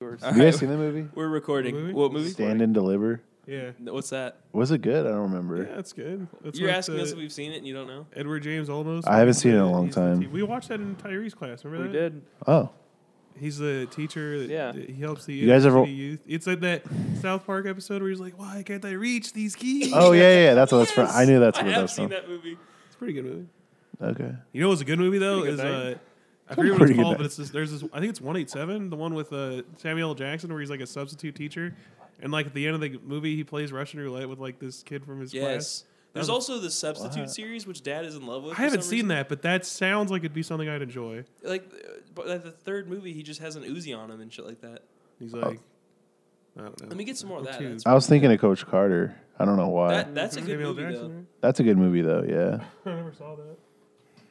yours. All you right. guys seen that movie? We're recording. What movie? What movie? Stand and deliver. Yeah. No, What's that? Was it good? I don't Yeah, remember. that's good. That's You're with, asking uh, us if we've seen it and you don't know? Edward James Olmos. I haven't seen it in a He's long the time. te- we watched that in Tyree's class. Remember We that? did. Oh, He's the teacher. That, Yeah. that he helps the You guys ever- inner city youth. It's like that South Park episode where he's like, "Why can't I reach these keys?" oh yeah, yeah. yeah, That's what that's from. I knew that's I what have that's seen from. that movie. It's a pretty good movie. Okay. You know what's a good movie though Pretty is good uh, night. I forget what Pretty it's good called, night. but it's this, there's this. I think it's one eight seven, the one with uh, Samuel L. Jackson, where he's like a substitute teacher, and like at the end of the movie, he plays Russian roulette with like this kid from his Yes. There's That also the substitute What? series, which Dad is in love with. class. for I haven't some seen reason. that, but that sounds like it'd be something I'd enjoy. Like, uh, but like the third movie, he just has an Uzi on him and shit like that. He's like, I don't know. Let me get some more of I'm that. too- That's- I was thinking of Coach Carter. I don't know why. That, that's a good Samuel L. movie, Jackson, That's a good movie though. Yeah, right? I never saw that.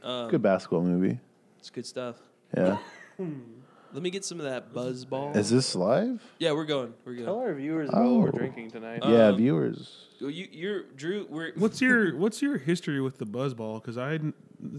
though. Um, good basketball movie. It's good stuff. Yeah. Let me get some of that buzz ball. Is this live? yeah, we're going. We're going. Tell our viewers about what Oh. we're drinking tonight. Uh, yeah, Um, viewers. Well, You, you're Drew. We're What's your What's your history with the buzzball? Because I didn't-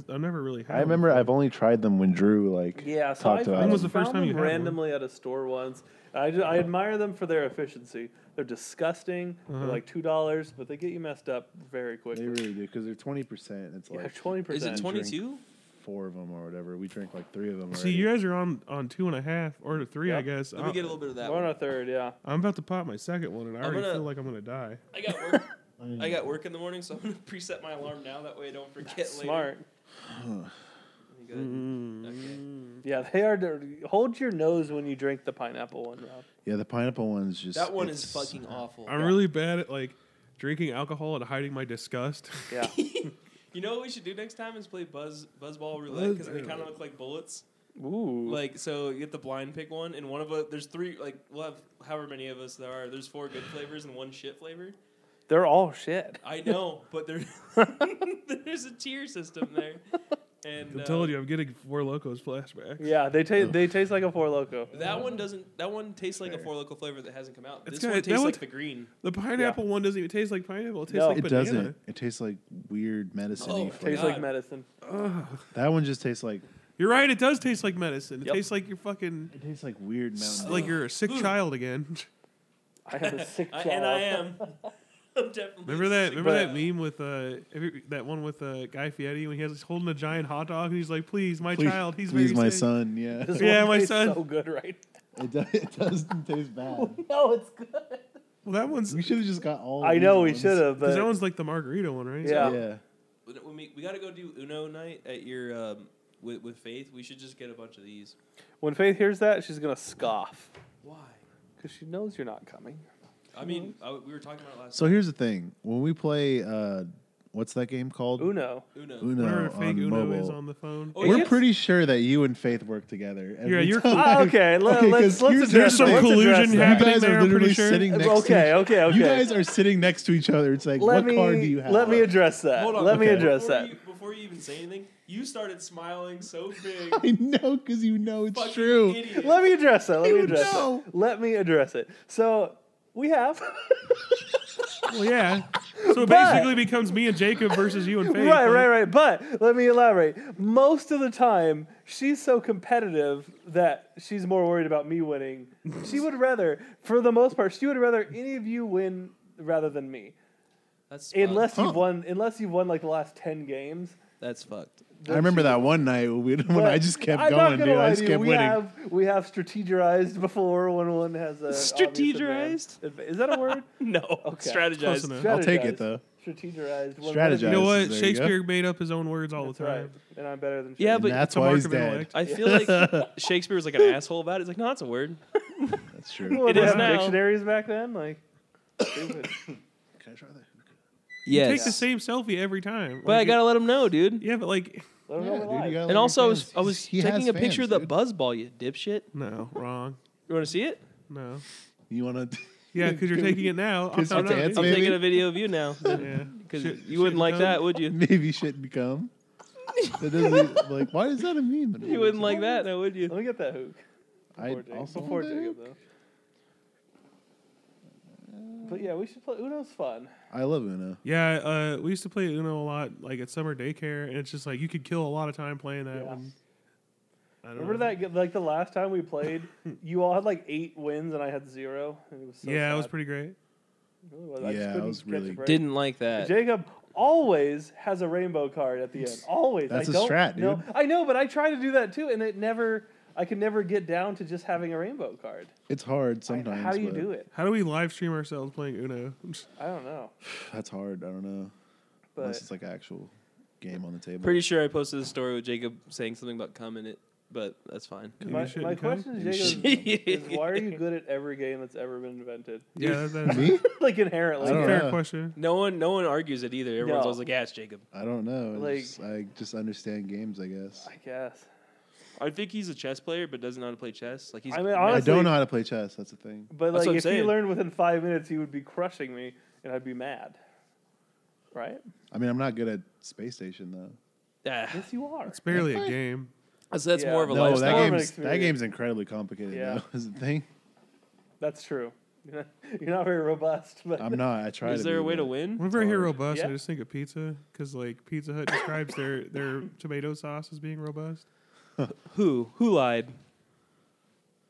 I never really. Had I remember I've only tried them when Drew like yeah, so I talked about. found, When was them. the first found time you them had one? randomly at a store once. I, ju- I admire them for their efficiency. They're disgusting. They're Uh-huh. like two dollars, but they get you messed up very They quickly. really do because they're twenty percent. It's yeah, like twenty is percent. it 22? four of them or whatever. We drank like three of them. See, you guys are on on two and a half or three, I Yeah. guess. Let me I'm- get a little bit of that. We're on One. our third, yeah. I'm about to pop my second one, and I I'm already gonna- feel like I'm gonna die. I got work. already. I got work in the morning, so I'm gonna preset my alarm now. That way, I don't forget later. Smart. Let me go ahead Mm-hmm. and- Okay. Yeah, they are. dir- Hold your nose when you drink the pineapple one, Rob. Yeah, the pineapple one's just That one is it's- fucking awful. I'm really bad at like drinking alcohol and hiding my disgust. Yeah. You know what we should do next time is play buzz buzzball roulette because they kind of look like bullets. Ooh. Like so, you get the blind pick one, and one of us there's three. Like we'll have however many of us there are. There's four good flavors and one shit flavor. They're all shit. I know, but there there's a tier system there, and I'm uh, telling you, I'm getting four locos flashbacks. Yeah, they taste they taste like a four loco. That one doesn't. That one tastes like a four local flavor that hasn't come out. It's This got- one that tastes one- like the green. The pineapple one doesn't even taste like pineapple. It tastes No. like It banana. doesn't. It tastes like weird medicine Oh, y okay. flavor. Tastes God. like medicine. That one just tastes like You're right. It does taste like medicine. It Yep. tastes like you're fucking it tastes like weird mountain. like you're a sick Ugh. child again. I have a sick I- child. and I am. I'm definitely. remember that? sick. Remember But- that meme with uh every, that one with uh, Guy Fieri when he has he's holding a giant hot dog and he's like, "Please, my please, child. He's please very my sick." son. Yeah, This Yeah, one my tastes son. So good, right? it, do, it doesn't taste bad. No, it's good. Well, that one's We should have just got all. I these know we ones. should have, but because that one's like the margarita one, right? Yeah. yeah. When we, we got to go do Uno night at your um, with with Faith. We should just get a bunch of these. when Faith hears that, she's gonna scoff Why? because she knows you're not coming. I mean, I, we were talking about it last. So here's the thing: when we play, uh, what's that game called? Uno. Uno. Uno Whatever on fake Uno mobile. is on the phone. Oh, We're yeah. pretty sure that you and Faith work together. every Yeah, you're- time. Ah, okay, let, Okay, 'cause let's let's here's address There's some that. Let's collusion You happening guys there, are I'm literally pretty sure. sitting next. to Okay, each- okay, okay. You guys are sitting next to each other. It's like, let what me card do you have? let me address that. Hold on. let me okay. address before that. You, before you even say anything, you started smiling so big. I know because you know it's Fucking true. Idiot. Let me address that. Let You me address know. it. Let me address it. So we have Well, yeah. So it But- basically becomes me and Jacob versus you and Faith. right, right, right. But let me elaborate. Most of the time, she's so competitive that she's more worried about me winning. she would rather, for the most part, she would rather any of you win rather than me. That's fucked. Unless Uh, Huh. you've won, unless you've won like the last ten games. that's fucked. I remember that one night when, we, when But I just kept I'm not going, gonna dude. I lie to just you, kept we winning. Have, we have strategized before when one has a obvious advan- Strategized? adva- Is that a word? No. Okay. Close Strategized. enough. I'll take Strategized. it though. Strategized. One You Strategized. know Yes, what? there you go. Shepard Shakespeare made up his own words all That's the time. right. And I'm better than. Yeah, Shakespeare. And but that's it's a why mark he's of intellect. dead. I feel like Shakespeare was like an asshole about it. He's like, no, that's a word. That's true. Well, It they is have now. dictionaries back then, like. stupid. Can I try that? Yes. Take the same selfie every time. But I Like, gotta let him know, dude. Yeah, but like, Let 'em know Yeah, we're dude, you live. gotta let And also, I your was, fans- I was he has taking a fans, picture of the dude. buzzball, you dipshit. no, wrong. You want to see it? No. You want to? Yeah, because you're taking it now. I'm, Kiss my not- pants, I'm Maybe. taking a video of you now. Yeah. Because Shit- you wouldn't shit like dumb. that, would you? Maybe shouldn't become. That doesn't like. Why is that a meme? You wouldn't like that, now would you? Let me get that hook. I Before Jacob- also before want Jacob, that. though. But yeah, we should play. Uno's fun. I love Uno. Yeah, uh, we used to play Uno a lot, like at summer daycare, and it's just like you could kill a lot of time playing that Yeah. one. I don't Remember know. that? g- Like the last time we played, you all had like eight wins and I had zero. And it was so yeah, it was sad. pretty great. It really was. I just Yeah, it couldn't was catch a really- break. Didn't like that. Jacob always has a rainbow card at the end. Always. That's I a don't strat, dude. know- I know, but I try to do that too, and it never. I could never get down to just having a rainbow card. It's hard I- sometimes. how do you but do it? How do we live stream ourselves playing Uno? I don't know. That's hard. I don't know. Unless But it's like an actual game on the table. Pretty sure I posted a story with Jacob saying something about cum in it, but that's fine. Can my, you shit my and cum? question to Jacob is, is why are you good at every game that's ever been invented? Yeah, that, that's me? like I a don't inherently. fair know. question. no one, no one argues it either. Everyone's No. always like, "Ask Jacob." I don't know. It's Like- just- I just understand games, I guess. I guess. I think he's a chess player, but doesn't know how to play chess. Like he's. I mean, Yeah. I honestly- don't know how to play chess. That's the thing. But That's what like I'm if he saying. learned within five minutes he would be crushing me and I'd be mad. Right? I mean, I'm not good at Space Station though. Ah. Yes you are. It's barely a game. So that's Yeah. more of a No, that lifestyle. More of game's an that experience. game's incredibly complicated. Yeah. though, is the thing. That's true. You're not, you're not very robust, but I'm not. I try. Is to there a be, way to but- win? Whenever I hear hard. robust, I Yeah. just think of pizza because like Pizza Hut describes their their tomato sauce as being robust. Who? Who lied?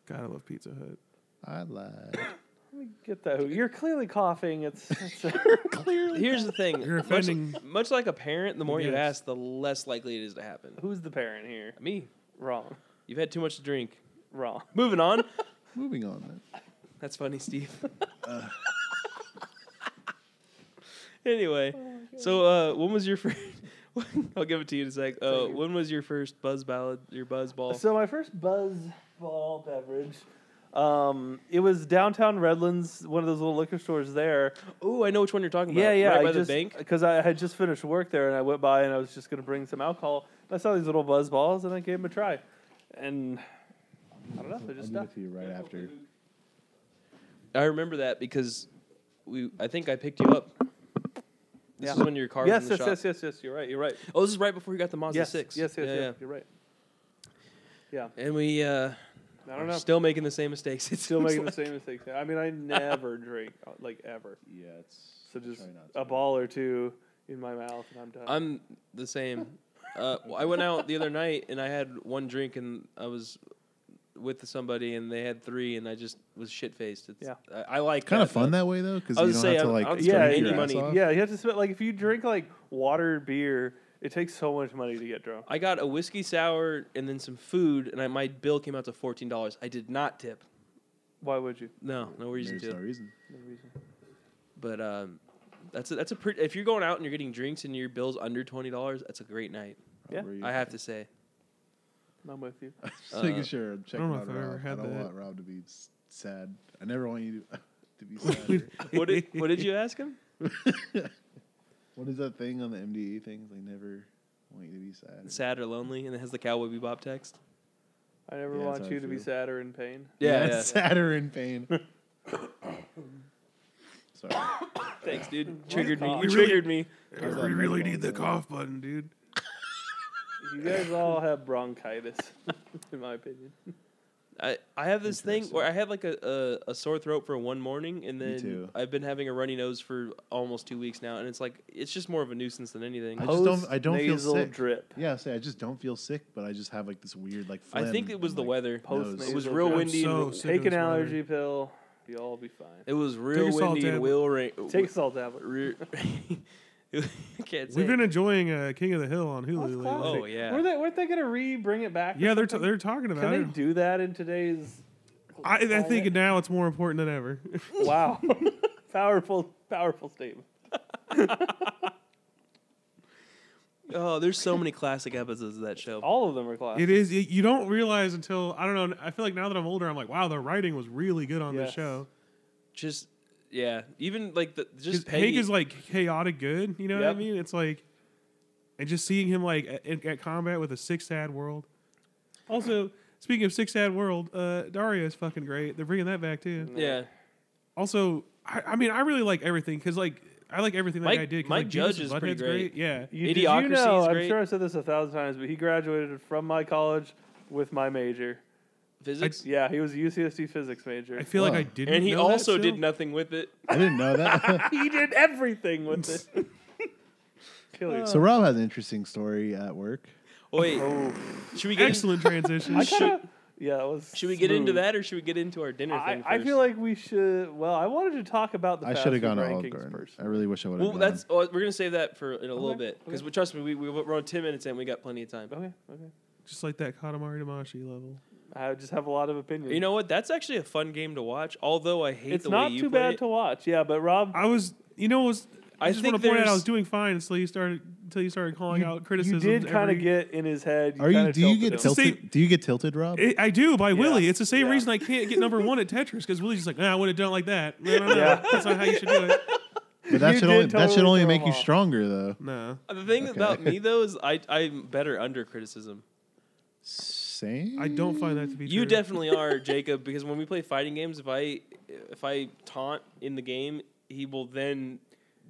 God, I love Pizza Hut. I lied. let me get that. You're clearly coughing. It's, it's Clearly. Here's the thing. You're much- offending. Much, like a parent, the more you Yes. ask, the less likely it is to happen. who's the parent here? Me. Wrong. You've had too much to drink. Wrong. Moving on. Moving on. Then. That's funny, Steve. anyway, so uh, when was your first? I'll give it to you in a sec. Uh, Thank you. when was your first buzz ballad? Your buzz ball? So my first buzz ball beverage, um, it was downtown Redlands, one of those little liquor stores there. oh, I know which one you're talking about. yeah, yeah. Right I by the just, bank. Because I had just finished work there, and I went by, and I was just gonna bring some alcohol. I saw these little buzz balls, and I gave them a try, and I don't know. They I'll just give stuck. it to you right after. I remember that because we. I think I picked you up. This Yeah. is when your car Yes, was in the yes, shop. yes, yes, yes. You're right. You're right. Oh, this is right before you got the Mazda yes, six. yes, yes, yeah, yes. yeah. You're right. And we. Uh, I don't are know. Still making the same mistakes. It's Still making the same mistakes. I mean, I never drink uh, like ever. Yeah, it's So just try not to. a ball or two in my mouth, and I'm done. I'm the same. Uh, well, I went out the other night and I had one drink and I was with somebody and they had three and I just was shit faced. Yeah. I, I like Kind of that, fun though. that way though, because I you was gonna don't have to say, I- like I was yeah, spend you- your any ass money. off. yeah, you have to spend like if you drink like water, beer, it takes so much money to get drunk. I got a whiskey sour and then some food and I, my bill came out to fourteen dollars. I did not tip. Why would you? No, no reason There's to. no reason. No reason. But um, that's a, that's a pretty. If you're going out and you're getting drinks and your bill's under twenty dollars, that's a great night. Yeah. Robbery. I have to say. I'm with you. Just making Uh, sure I'm checking know out if I've ever Rob. I had don't that. want Rob to be s- sad. I never want you to, to be sad. What did what did you ask him? what is that thing on the MDE thing? They never want you to be sad. Sad or lonely, and it has the cowboy bebop text. I never Yeah, that's want how you I to be feel. sad or in pain. Yeah, yeah. sad or in pain. Sorry. Thanks, dude. Triggered me. cough. You We really- triggered me. We really need the cough button, dude. You guys all have bronchitis, in my opinion. I, I have this thing where I had like a, a, a sore throat for one morning, and Me then too. I've been having a runny nose for almost two weeks now, and it's like it's just more of a nuisance than anything. I just don't- I don't feel Post-nasal sick. drip. Yeah, say I just don't feel sick, but I just have like this weird like. I Phlegm think it was and, the like, weather. nose. It was Nasal real drip. I'm windy. so and, sick of Take an this weather. allergy pill. You'll all be fine. it was Take real a salt windy and tablet. real rain. Take a salt tablet. Re- I can't say. We've been enjoying uh, King of the Hill on That's Hulu lately. classic. classic. Oh, yeah. Were they, weren't they going to re bring it back? or Yeah, they're t- something? they're talking about Can it. they do that in today's? I, I think climate? now it's more important than ever. Wow, powerful, powerful statement. oh, there's so many classic episodes of that show. All of them are classic. it is. It, you don't realize until I don't know. I feel like now that I'm older, I'm like, wow, the writing was really good on Yes. this show. Just yeah, even like the just Because Peggy. Hank is like chaotic good. You know what Yep. I mean? It's like, and just seeing him like at, at combat with a six sad world. Also, speaking of six sad world, uh, Daria is fucking great. They're bringing that back too. yeah, Also, I, I mean, I really like everything because like I like everything that Mike- guy did. 'cause, Mike like, Judge Beavis is and pretty Butthead's great. Yeah, You, did you Idiocracy is know, I'm great. sure I said this a thousand times, but he graduated from my college with my major. physics. Yeah, he was a UCSD physics major. I feel like Wow. I didn't. and he know that also still. did nothing with it. I didn't know that. he did everything with it. Kill you. Uh, so Rob has an interesting story at work. Wait, Oh, should we get Excellent transition. I kinda, yeah, it was. should we get into smooth. that or should we get into our dinner I, thing? I first? feel like we should. Well, I wanted to talk about the. I fast should have food gone to Olive rankings Garden. first. I really wish I would have. Well, that's oh, we're gonna save that for in a little um, Okay, bit because okay. trust me, we, we we're on ten minutes and we got plenty of time. Okay, okay. Just like that Katamari Damashi level. I just have a lot of opinions. You know what? That's actually a fun game to watch. Although I hate it's the not way you too play bad it. to watch. Yeah, but Rob, I was, you know, was I, I just think want to point out I there's- was doing fine until you started until you started calling out you criticism. did kind of get in his head. Are you? kinda Do you tilted get him. til- tilted? Same- Do you get tilted, Rob? It, I do by Yeah. Willie. It's the same Yeah. reason I can't get number one at Tetris because Willie's just like, nah, I would have done it like that. No, no, no, Yeah. That's not how you should do it. but that you should did only that should totally only throw make him you off. stronger, though. No. The thing Okay. about me though is I I'm better under criticism. Same. I don't find that to be You true. definitely are, Jacob, because when we play fighting games, if I if I taunt in the game, he will then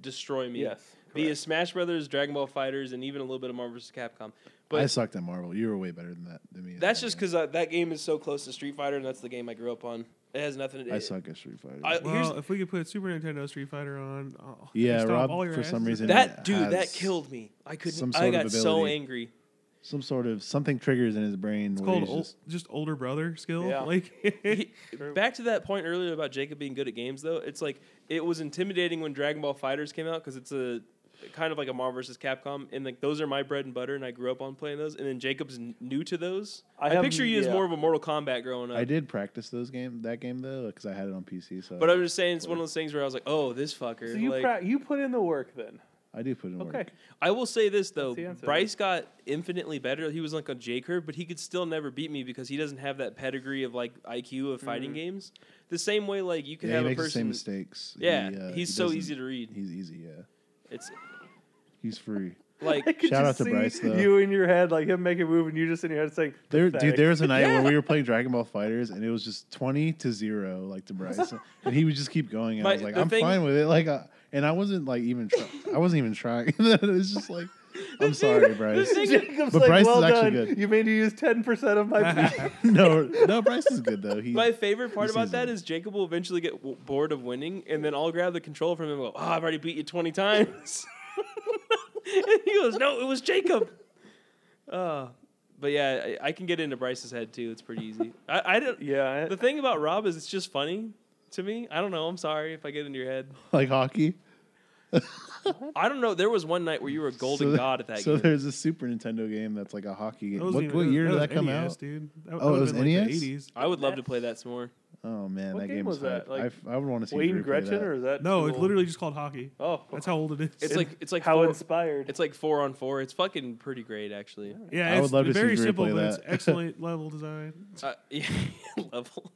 destroy me. Yes. Via Smash Brothers, Dragon Ball Fighters, and even a little bit of Marvel vs. Capcom. I But sucked at Marvel. You were way better than that than me. at that's that just game. because that game is so close to Street Fighter, and that's the game I grew up on. It has nothing to do. I suck at Street Fighter. I- Well, here's- if we could put Super Nintendo Street Fighter on, I'll yeah, stop Rob. all your For some asses. reason, That dude, that has killed me. I couldn't. some I sort of got so ability. angry. Some sort of something triggers in his brain. It's where called he's ol- just, just older brother skill. Yeah. Like, He- back to that point earlier about Jacob being good at games, though. It's like it was intimidating when Dragon Ball Fighters came out because it's a kind of like a Marvel vs. Capcom, and like those are my bread and butter, and I grew up on playing those. And then Jacob's n- new to those. I I, haven't- picture you as yeah. more of a Mortal Kombat growing up. I did practice those game that game though because I had it on PC. So but I'm just saying it's one of those things where I was like, oh, this fucker. So you like, pra- you put in the work then. I do put in work. Okay. I will say this though, That's the answer. Bryce got infinitely better. He was like a J curve, but he could still never beat me because he doesn't have that pedigree of like IQ of Mm-hmm. fighting games. The same way, like you can Yeah, he have a makes the same person. mistakes. Yeah, He, uh, he's he so doesn't- easy to read. He's easy. Yeah, It's he's free. like I could Shout just out to see Bryce, though. You in your head, like him making a move, and you just in your head saying, There, dude, "Pathetic." there was a night where we were playing Dragon Ball Fighters, and it was just twenty to zero, like to Bryce, and he would just keep going, and My- I was like, the "I'm thing- fine with it." Like, uh, and I wasn't like even, try- I wasn't even trying. it's just like, I'm sorry, Bryce. thing- Jacob's But like, Bryce is well actually done. good. You made me use ten percent of my. P-. no, no, Bryce is good though. He, My favorite part This about is that it. is Jacob will eventually get w- bored of winning, and then I'll grab the control from him and go, "Oh, I've already beat you twenty times." and he goes, "No, it was Jacob." Uh, but yeah, I, I can get into Bryce's head too. It's pretty easy. I, I don't. yeah. The thing about Rob is it's just funny to me. I don't know. I'm sorry if I get into your head. like hockey. I don't know. There was one night where you were a golden So- god at that So game. there's a Super Nintendo game that's like a hockey that game. wasn't What, even- what year did was that come E NES, out? Dude. That, Oh, it would've was been, like, NES? the 80s. I would love to play that some more. Oh man, What that game game was that? hype. Like, I f- I, would want to see Wayne replay Gretchen, that. or is that No, too it's old? literally just called hockey. Oh, That's how old it is. It's like it's like how four, inspired. it's like four on four. It's fucking pretty great actually. yeah, I it's would love to see very Drew simple, play but it's that. excellent level design. Uh, yeah, level.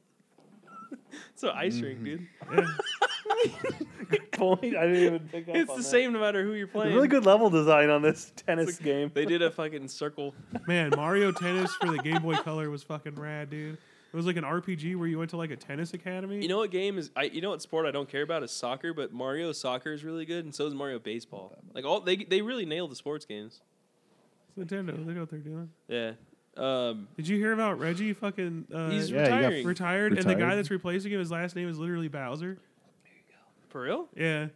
So ice Mm-hmm. rink, dude. Yeah. point. I didn't even pick up It's on the that. same no matter who you're There's playing. Really good level design on this tennis game. They did a fucking circle. Man, Mario Tennis for the Game Boy Color was fucking rad, dude. It was like an RPG where you went to like a tennis academy. You know what game is? I you know what sport I don't care about is soccer, but Mario soccer is really good, and so is Mario baseball. Like all they they really nail the sports games. It's Nintendo, they know what they're doing. Yeah. Um, Did you hear about Reggie fucking uh, he's yeah, you got retiring. retired, and the guy Retired. that's replacing him, his last name is literally Bowser. For real? Yeah,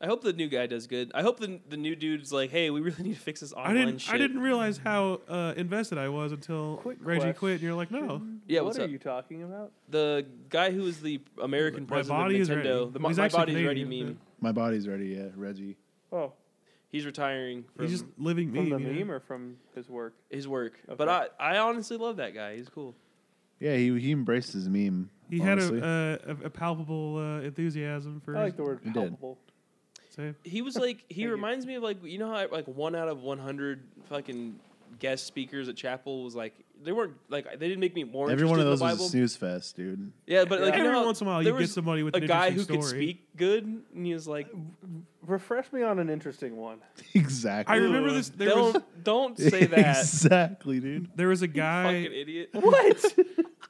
I hope the new guy does good. I hope the the new dude's like, hey, we really need to fix this online I didn't. shit. I didn't realize how uh, invested I was until Quick Reggie question. quit, and you're like, no, Yeah, what what's are up? you talking about? The guy who is the American My president body of is Nintendo, ready. the mo- He's my actually body's ready Canadian, meme. My body's ready. Yeah, Reggie. Oh, He's retiring from he's just living from meme. the you know? meme or from his work? his work. But I, Okay. I honestly love that guy. He's cool. Yeah, he he embraced his meme. He honestly. had a, uh, a, a palpable uh, enthusiasm for. I like the word You did. palpable. his- so- He was like he Thank you. reminds me of like you know how like one out of one hundred fucking guest speakers at chapel was like they weren't like they didn't make me more Every one of those interested in the was a Bible. snooze fest, dude. yeah, but like Yeah. you know Every how once in a while, there you get was somebody with a an guy who interesting could story. speak good, and he was like, Refresh me on an interesting one. exactly. I remember this. There "Don't was don't say that, exactly, dude. there was a fucking guy. idiot." What?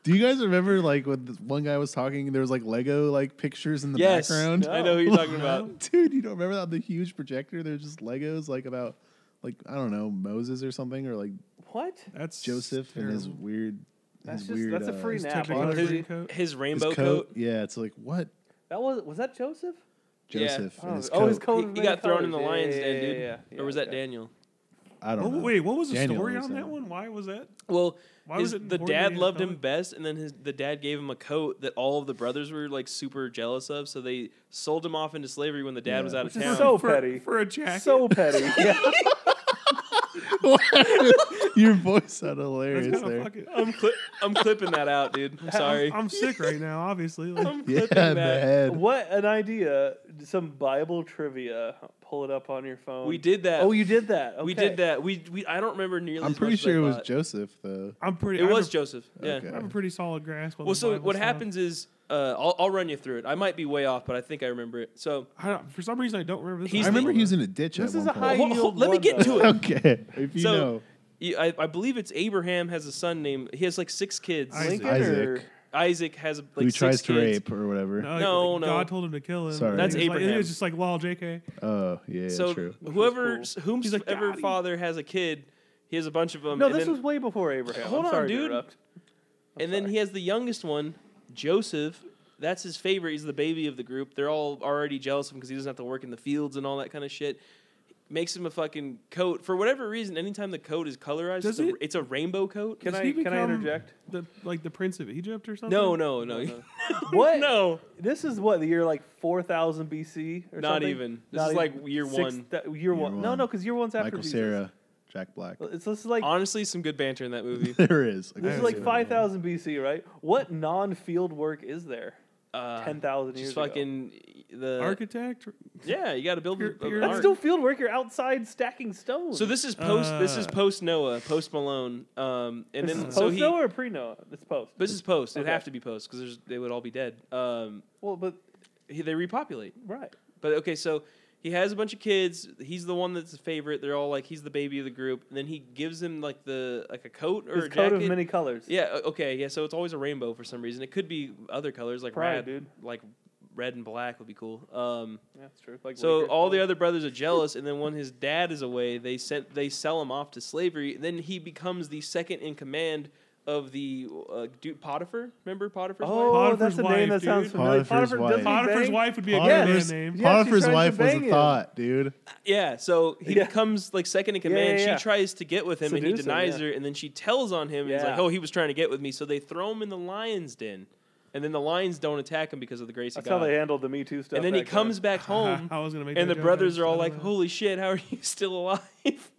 Do you guys remember like when this one guy was talking? There was like Lego like pictures in the Yes, background. I know who you're talking about. dude. You don't remember that the huge projector? There's just Legos like about like I don't know Moses or something or like what? That's Joseph and his terrible. weird. That's his just weird, that's a uh, free his nap. technical honestly. version. His, coat. his his rainbow coat. coat. Yeah, it's like what That was was that Joseph? Yeah. Joseph Oh, and his oh, coat. his coat. He, of he many got thrown in the colors. Yeah, lion's yeah, den, yeah, dude. yeah, yeah. or was that okay. Daniel? I don't What- know. Oh, wait, what was the Daniel story was on there. that one? Why was that? Well, Why his- was it the important to dad his loved him family? best, and then his the dad gave him a coat that all of the brothers were like super jealous of. So they sold him off into slavery when the dad Yeah. was out of Which is town. so for, petty. for a jacket. So petty. Yeah. Your voice sounded That's hilarious kinda there. fucking- I'm cli- I'm clipping that out, dude. I'm sorry. Um, I'm sick right now, obviously. Like, I'm yeah, clipping that. man. what an idea! Some Bible trivia. Pull it up on your phone. We did that. Oh, you did that. Okay. We did that. We, we I don't remember nearly. I'm as pretty much as I sure it was thought. Joseph though. I'm pretty. It I was have Joseph. Yeah. a- Okay. I have a pretty solid grasp. On Well, the so Bible what stuff. happens is uh, I'll I'll run you through it. I might be way off, but I think I remember it. So I don't, for some reason, I don't remember. This He's I one. the- remember he was in a ditch. This at is one a point. high Hold- yield. hold- let me one, get though. to it. Okay, if you So- know you- I, I believe it's Abraham has a son named. He has like six kids. I- Lincoln Isaac, or Isaac has like who six tries to kids. rape or whatever. like, No, like, no. God told him to kill him. Sorry. That's He was Like, he Abraham. was just like, lol, JK. Oh yeah, so true. whoever Which was He's like, whomever "Got him." father has a kid, he has a bunch of them. No, Um, and this then, was way before Abraham. Hold I'm on, sorry to dude. interrupt. and then sorry. he has the youngest one, Joseph. That's his favorite. He's the baby of the group. They're all already jealous of him because he doesn't have to work in the fields and all that kind of shit. Makes him a fucking coat for whatever reason. Anytime the coat is colorized, Does it's, it- a, it's a rainbow coat. Can Does I he can I become- interject? The like the prince of Egypt or something. No, no, no. What? No, This is what the year like 4000 BC or not something? even. This Not is even. like year Six one. thou- year, one. No, one. no, because year one's after Michael Jesus. Sarah, Jack Black. Well, It's this is like Honestly, some good banter in that movie. There is. this is haven't like seen it. five thousand BC, right? What non-field work is there? Uh, Ten thousand years Just ago? fucking uh, the Architect. Yeah, you got to build. Pure- a- a pure- That's ark. still field work. You're outside stacking stone. So this is post. this is Uh. post Noah, post Malone, um, and This then is so post he. Noah or pre Noah? It's post. This is post. It'd Okay. have to be post because they would all be dead. Um, well, but he, they repopulate. right. But okay, so he has a bunch of kids. He's the one that's the favorite. They're all like he's the baby of the group. And then he gives him like the like a coat or This a coat jacket. of many colors. yeah. o- Okay. Yeah. So it's always a rainbow for some reason. It could be other colors like Pride, red, dude. like red and black would be cool. Um, Yeah, that's true. Like So Lakers all colors. the other brothers are jealous, and then when his dad is away, they sent they sell him off to slavery. Then he becomes the second in command of the uh, dude Potiphar. Remember Potiphar's wife? Oh, Potiphar's that's a wife, name that sounds dude. familiar. Potiphar's Potiphar- doesn't he Potiphar's bang? wife would be a good band Potiphar's- name. Yeah, she Potiphar's tried to wife was bang a him. thought, dude. Yeah. So he Yeah. becomes like second in yeah, command. yeah. She tries to get with him, and Seduce he him, denies yeah. her. And then she tells on him. And he's like, Yeah. "Oh, he was trying to get with me." So they throw him in the lion's den, and then the lions don't attack him because of the grace of That's how God. they handled the Me Too stuff. and then he back then. comes back home. I was gonna make. and the that joke, brothers I are all don't like, know. "Holy shit, how are you still alive?"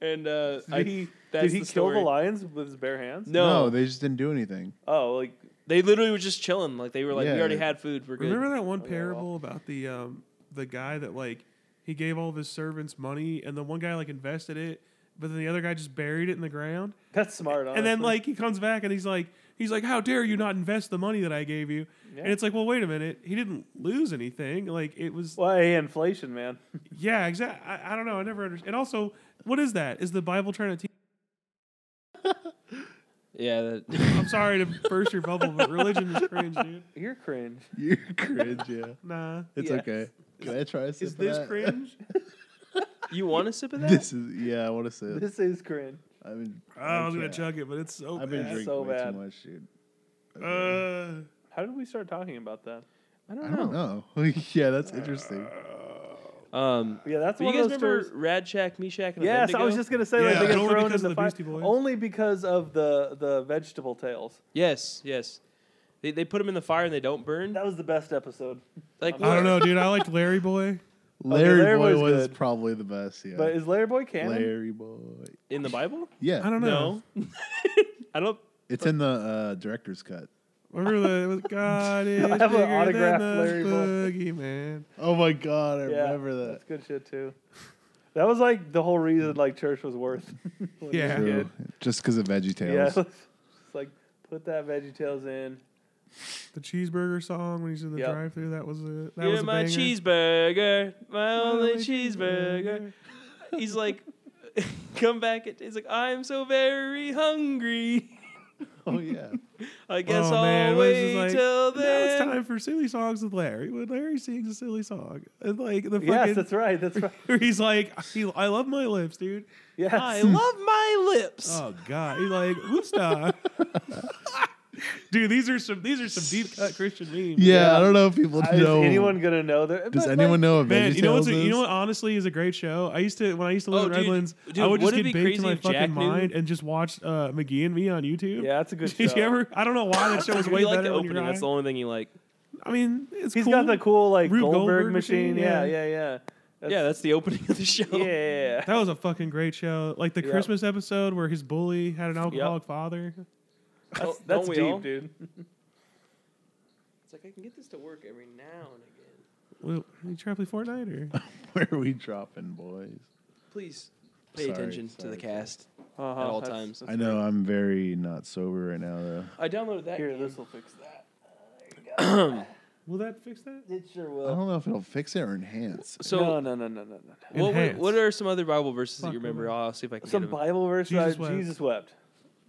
and uh, I, Did he, that's did he the kill the story. lions with his bare hands? No, they, they just didn't do anything. Oh, literally were just chilling. Like they were like, "We Yeah. already had food. We're good." Remember that one Oh, yeah, parable about the um the guy that like he gave all of his servants money and the one guy like invested it, but then the other guy just buried it in the ground. Oh, that's smart. And then honestly. like he comes back and he's like he's like, How dare you not invest the money that I gave you? And Yeah. it's like, Well, wait a minute, he didn't lose anything. Like it was well, hey, inflation, man. Yeah, exactly. I, I don't know, I never understand and also what is that? Is the Bible trying to teach? Yeah, that, I'm sorry to burst your bubble, but religion is cringe, dude. You're cringe. You're cringe, yeah. Nah. It's Yes. okay. Can I try a sip Is of this that? cringe? you want a sip of that? This is yeah. I want to sip. This is cringe. I mean, I was gonna chug it, but it's so I've been bad. drinking so way bad. too much, dude. Uh, How did we start talking about that? I don't I know. don't know. yeah, that's interesting. Um, Yeah, that's do you one guys of those remember stories. Radchak, Meshach, and Yes, I was Abednego? just gonna say like Yeah. they get Only thrown in because the, of the fire Beastie Boys. only because of the the vegetable tales. Yes, yes. They, they put them in the fire and they don't burn. That was the best episode. Like I don't know, dude. I liked Larry Boy. Larry, Larry Boy Boy's was good. probably the best. Yeah, But is Larry Boy canon? Larry Boy. in the Bible. Yeah, I don't know. I don't. It's in the uh, director's cut. Remember the it was, God is have bigger an autographed than Larry Boy. Larry man. Oh my god, I Yeah, remember that. That's good shit too. That was like the whole reason like church was worth. when you were Yeah. a True. kid. Just because of Veggie Yeah, Tales. just like put that Veggie Tales in. The cheeseburger song when he's in the Yep. drive-through. That was a that You're was a my banger. cheeseburger, my My only only cheeseburger. he's like, come back. At, he's like, I'm so very hungry. Oh yeah. I guess oh, I'll man. what is wait this, like, till Now it's then. time for silly songs with Larry. When Larry sings a silly song, and like the fucking Yes, that's right. That's right. where he's like, he, I love my lips, dude. Yes. I love my lips. Oh god, he's like, whoopsta. Dude, these are some these are some deep cut Christian memes. Yeah. Yeah, I don't know if people I- know. Is anyone gonna know that? does anyone know of Man, you know what's VeggieTales? you know is? what honestly is a great show. I used to when I used to live Oh, in dude, Redlands, dude, I would just wouldn't it get be bait crazy to my if fucking Jack knew? mind and just watch uh, McGee and me on YouTube. Yeah, that's a good. Did show. you ever? I don't know why that show was You way like better. the when you were opening. That's high. the only thing you like. I mean, it's He's cool. got the cool like Rube Goldberg, Goldberg machine. machine, Yeah, yeah. yeah, yeah. That's, yeah, that's the opening of the show. yeah, yeah, yeah. That was a fucking great show. Like the Yep. Christmas episode where his bully had an alcoholic father. Don't- That's, don't that's we deep, all? dude. It's like I can get this to work every now and again. Well, you try to play Fortnite or Where are we dropping, boys? Please pay Sorry, attention to the sorry. cast Uh-huh, at all that's- times. I know I'm very not sober right now, though. I downloaded that. Here, game. this will fix that. will that fix that? It sure I don't know if it'll fix it or enhance. it. So no, no, no, no, no, no. no. What, were, Enhance. what are some other Bible verses that Fuck, you remember? what I'll see if I can Some get 'em. Bible verse Jesus about wept. Jesus wept.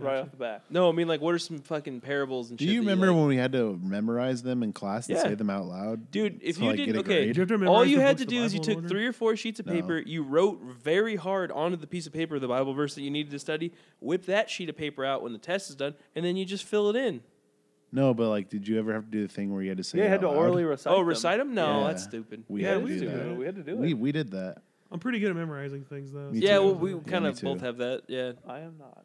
Right Gotcha. off the bat. No, I mean like what are some fucking parables and Do shit? you that remember like? when we had to memorize them in class and Yeah. say them out loud? Dude, if to, you like, did get a okay, grade? You have to memorize all you the had to books of do is you Bible took order? three or four sheets of No. paper, you wrote very hard onto the piece of paper the Bible verse that you needed to study, whip that sheet of paper out when the test is done, and then you just fill it in. No, but like, did you ever have to do the thing where you had to say? Yeah, it you had to out loud? orally recite. oh, them. recite them? No, Yeah. that's stupid. We Yeah, had to we do used to that. do it. We had to do it. We we did that. I'm pretty good at memorizing things though. Me so- yeah, too. well, we Yeah, kind me of both too. have that. Yeah, I am not.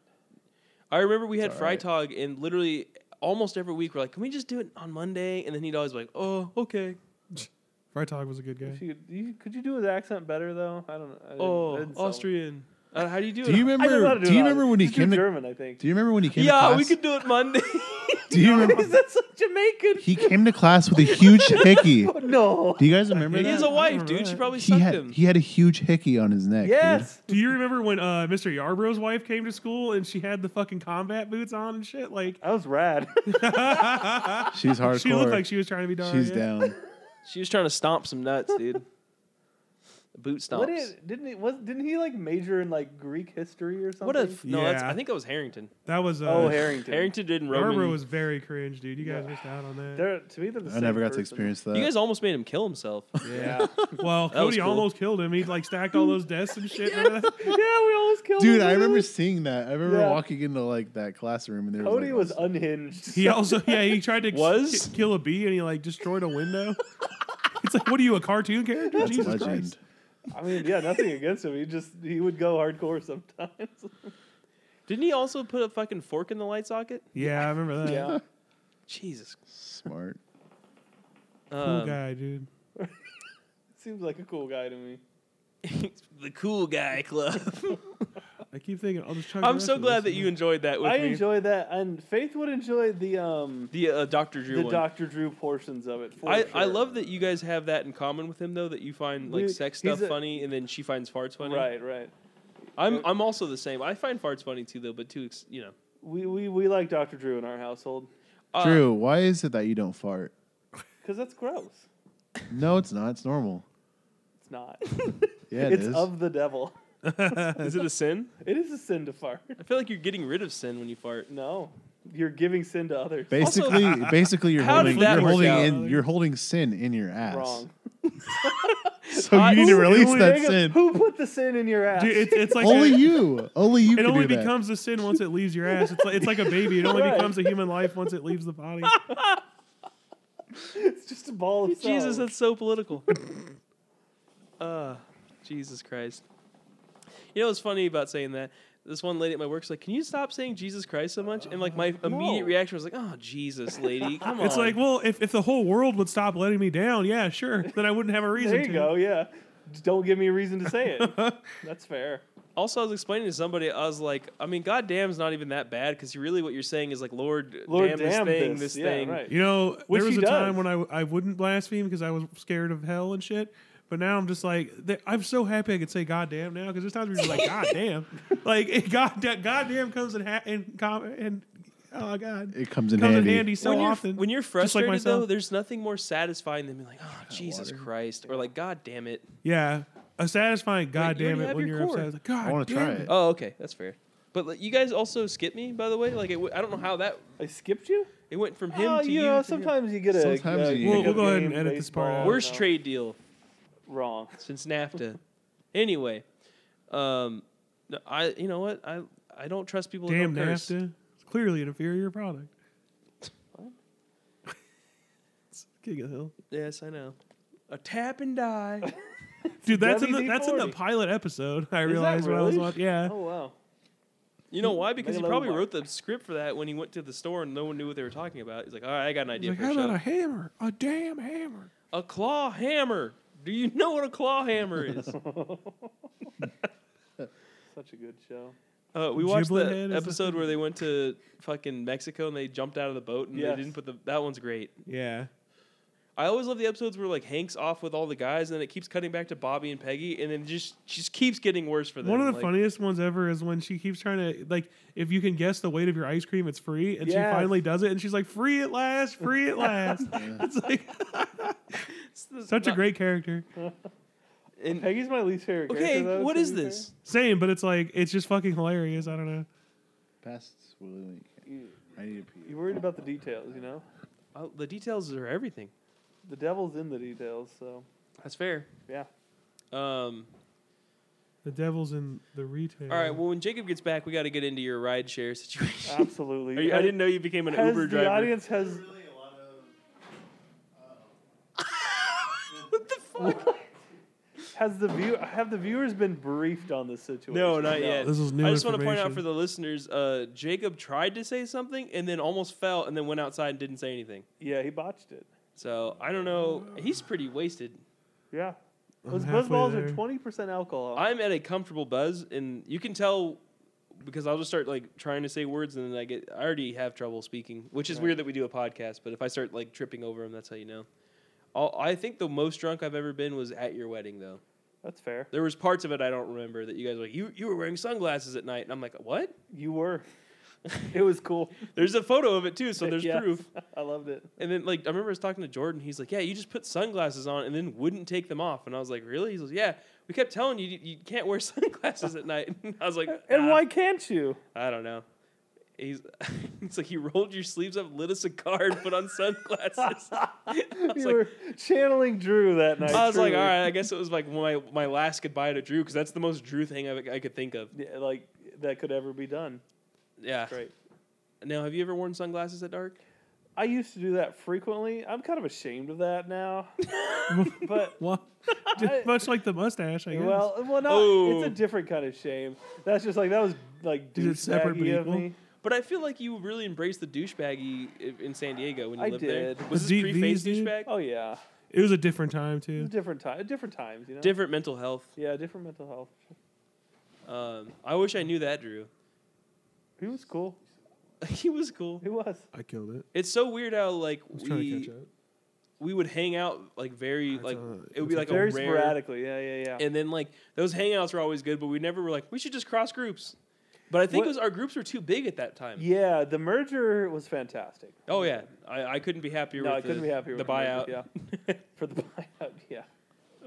I remember we had It's all right. Freitag, and literally almost every week we're like, "Can we just do it on Monday?" And then he'd always be like, "Oh, okay." Freitag was a good If guy. you, could- you, could you do his accent better though? I don't know. I didn't- I Oh, didn't sell it. Austrian. Uh, how do you do it? Do you I don't know how to remember? do Do you it. remember when he Just do came to? German? I think. Do you remember when he came? to yeah, class? we could do it Monday. Do you remember? Is that so Jamaican? He came to class with a huge hickey. No. Do you guys remember He he that? has I a don't wife, remember dude. She that. probably he sucked had him. he had a huge hickey on his neck. dude. Yes. Do you remember when uh, Mr. Yarbrough's wife came to school and she had the fucking combat boots on and shit? Like That was rad. she's hardcore. she looked like she was trying to be Daria. she's down. She was trying to stomp some nuts, dude. Boot stomps. What did, didn't he was didn't he like major in like Greek history or something? What a f- no! That's, Yeah. I think that was Harrington. That was uh, oh Harrington. Harrington did in Yarbrough Roman. was very cringe, dude. You guys missed out on that. They're, to me, they're the I same never got to person. experience that. you guys almost made him kill himself. Yeah, Well, That was Cody cool. almost killed him. He like stacked all those desks and shit. Remember that? yeah, we almost killed. Dude, him. I remember seeing that. I remember Yeah. walking into like that classroom and there Cody was, was like, unhinged. He also yeah he tried to Was? ki- kill a bee and he like destroyed a window. it's like what are you a cartoon character? That's Jesus legend. Christ! I mean, yeah, nothing against him. He just he would go hardcore sometimes. Didn't he also put a fucking fork in the light socket? Yeah, I remember that. yeah, Jesus. Smart. Cool Um, guy, dude. seems like a cool guy to me. the cool guy club. I keep thinking I'll just. Chug the I'm rest so of glad that this. you enjoyed that with I me. enjoy that, and Faith would enjoy the um the uh, Dr. Drew the one. Doctor Drew portions of it. For I, I sure. love that you guys have that in common with him though that you find like We- sex he's stuff a- funny and then she finds farts funny. Right, right. I'm I'm also the same. I find farts funny too though, but too ex- you know. We we we like Doctor Drew in our household Uh, Drew, why is it that you don't fart? because that's gross. No, it's not. It's normal. It's not. Yeah, it's it is. of the devil. Is it a sin? It is a sin to fart. I feel like you're getting rid of sin when you fart. No, you're giving sin to others. basically, basically, you're How did holding, that you're work holding out? in, you're holding sin in your ass. Wrong. So I- you need to Who- release Who- that Jacob, sin. Who put the sin in your ass? Dude, it's, it's like only a- you, only you. It can only do that. becomes a sin once it leaves your ass. It's like, it's like a baby. It only Right. becomes a human life once it leaves the body. it's just a ball of Jesus, cells. that's so political. uh, Jesus Christ. You know what's funny about saying that? This one lady at my work's like, "Can you stop saying Jesus Christ so much?" And like my immediate No. reaction was like, "Oh, Jesus, lady, come on." It's like, well, if, if the whole world would stop letting me down, yeah, sure, then I wouldn't have a reason There you to. go. Yeah. Just don't give me a reason to say it. that's fair. Also, I was explaining to somebody, I was like, "I mean, God damn's not even that bad because really what you're saying is like, Lord, Lord damn, damn, this thing, this, this yeah, thing." Right. You know, Which there was he a time does. when I, I wouldn't blaspheme because I was scared of hell and shit. But now I'm just like, th- I'm so happy I could say goddamn now because there's times where you're like, goddamn. Like, it, God, goddamn comes in, ha- in, com- in, oh, God. It comes in comes handy. in handy so when you're, often. when you're Just like frustrated though, myself. there's nothing more satisfying than being like, "Oh, Jesus Christ," or like, "God damn it." yeah. A satisfying goddamn already it have when your you're cord. upset. It's Like, God I want to damn try it. it. Oh, okay, that's fair. But like, you guys also skipped me, by the way. Like, it w- I don't know how that I skipped you? it went from him oh, to you you. know, to him. sometimes you get a. Sometimes uh, you We'll- get a we'll go ahead game, and edit this part baseball, out. worst no. trade deal Wrong. since NAFTA. anyway, um, no, I you know what I I don't trust people. Damn that don't curse. NAFTA. It's clearly an inferior product. King of the Hill. Yes, I know. A tap and die. Dude, that's in the WD-40. that's in the pilot episode. I realized when I was really? watching. Yeah, Oh wow. You know why? Because he Mega probably Lobox. wrote the script for that when he went to the store and no one knew what they were talking about. He's like, all right, I got an idea He's like, for how a about show. a hammer? A damn hammer. A claw hammer. Do you know what a claw hammer is? Such a good show. Uh, we watched Giblet the head is- episode where they went to fucking Mexico and they jumped out of the boat and Yes. they didn't put the. That one's great. Yeah, I always love the episodes where like Hank's off with all the guys and then it keeps cutting back to Bobby and Peggy and then just just keeps getting worse for them. one of the like, funniest ones ever is when she keeps trying to like, if you can guess the weight of your ice cream, it's free, and Yes. she finally does it, and she's like, free at last, free at last. it's like it's- it's such a not- great character. and- Peggy's my least favorite. okay, character, though, what to is be fair. this? Same, but it's like it's just fucking hilarious. I don't know. Past Willy Wonka. You, I need a you're pee. worried about the details, you know. Oh, the details are everything. The devil's in the details, so That's fair. yeah. Um, The devil's in the retail. All right. Well, when Jacob gets back, we got to get into your ride share situation. Absolutely. Are you- I didn't know you became an Ah, Has Uber the driver. audience has what the fuck? has the view have the viewers been briefed on this situation? No, not yet. This is new I just want to point out information. for the listeners, uh, Jacob tried to say something and then almost fell and then went outside and didn't say anything. Yeah, he botched it. So I don't know. He's pretty wasted. Yeah. I'm Those halfway buzz balls are there. twenty percent alcohol. I'm at a comfortable buzz, and you can tell because I'll just start like trying to say words, and then I get I already have trouble speaking, which is Right. weird that we do a podcast. But if I start like tripping over them, that's how you know. I'll, I think the most drunk I've ever been was at your wedding, though. That's fair. There was parts of it I don't remember that you guys were like, you, you were wearing sunglasses at night. And I'm like, what? You were. it was cool. There's a photo of it too, so there's Yes. proof. I loved it. And then like I remember I was talking to Jordan, he's like, Yeah, you just put sunglasses on and then wouldn't take them off. And I was like, Really? He's like, Yeah. We kept telling you you- you can't wear sunglasses at night. And I was like, And "Nah, why can't you? I don't know. He's it's like you rolled your sleeves up, lit a cigar, and put on sunglasses. I was like, You were channeling Drew that night. I was like, all truly. right, I guess it was like my, my last goodbye to Drew because that's the most Drew thing I, I could think of. Yeah, like that could ever be done. Yeah. Great. Now, have you ever worn sunglasses at dark? I used to do that frequently. I'm kind of ashamed of that now. but Well, just much like the mustache, I guess. well, well, not. Oh. It's a different kind of shame. That's just like that was like Is it separate but douchebaggy of equal? me. But I feel like you really embraced the douchebaggy i- in San Diego when you I lived there. did. Was The this pre-phase DVs, dude? douchebag? Oh yeah, it was a different time It was too. different time, different times, you know. Different mental health. yeah, different mental health. Um, I wish I knew that, Drew. He was cool. he was cool. He was. I killed it. It's so weird how like I was trying to we catch up. we would hang out like very That's like all right. it would That's be like Very a rare. sporadically. Yeah, yeah, yeah. And then like those hangouts were always good, but we never were like we should just cross groups. But I think What- it was our groups were too big at that time. yeah, the merger was fantastic. Oh yeah, I, I couldn't be happier No, with I couldn't the, be happier the with the buyout. merger, For the buyout, yeah.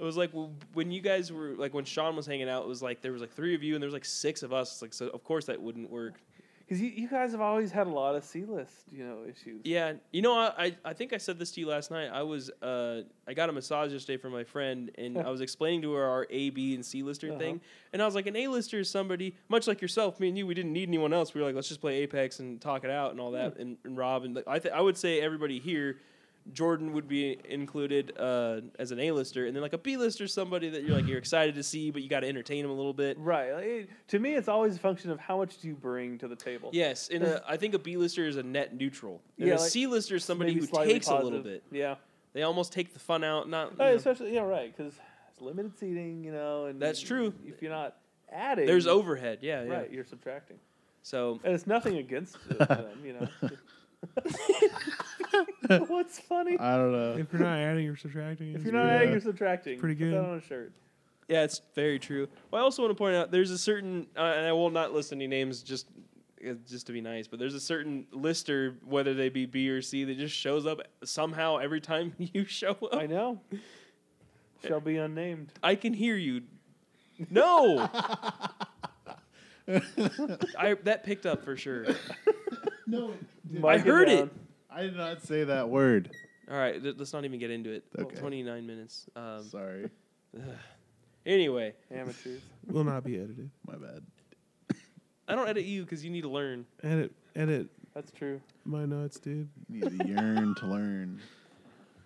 It was like w- when you guys were like when Sean was hanging out. It was like there was like three of you and there was like six of us. It's like so, of course that wouldn't work. Because you, you guys have always had a lot of C list, you know, issues. Yeah, you know, I I- I think I said this to you last night. I was uh I got a massage yesterday from my friend, and I was explaining to her our A, B, and C lister Uh-huh. thing, and I was like, an A lister is somebody much like yourself. Me and you, we didn't need anyone else. We were like, let's just play Apex and talk it out and all Hmm. that. And, and Rob and like, I th- I would say everybody here. Jordan would be included uh, as an A-lister, and then like a B-lister, somebody that you're like you're excited to see, but you got to entertain them a little bit. Right. like, it- to me, it's always a function of how much do you bring to the table. Yes, and a, I think a B-lister is a net neutral, and Yeah, a like, C-lister is somebody Maybe who slightly takes a little positive. bit. Yeah. They almost take the fun out. Not you Oh, know. especially, yeah, right. Because it's limited seating, you know, and That's true. If you're not adding, there's overhead. Yeah, yeah. Right, you're subtracting, So and it's nothing against uh, them, you know. What's funny? I don't know. If you're not adding or subtracting, If it's you're not weird. adding, you're subtracting. Pretty Put good. that on a shirt. yeah, it's very true. Well, I also want to point out there's a certain, uh, and I will not list any names just uh, just to be nice, but there's a certain lister, whether they be B or C, that just shows up somehow every time you show up. I I, know. Shall be unnamed. can hear you. No. I that picked up for sure. No, it didn't. I Mark heard it. down. I did not say that word. All right, th- let's not even get into it. Okay. 29 minutes. Um, Sorry, anyway, Amateurs. will not be edited. my bad. I don't edit you because you need to learn. Edit, edit That's true. my nuts, dude. You need to yearn to learn.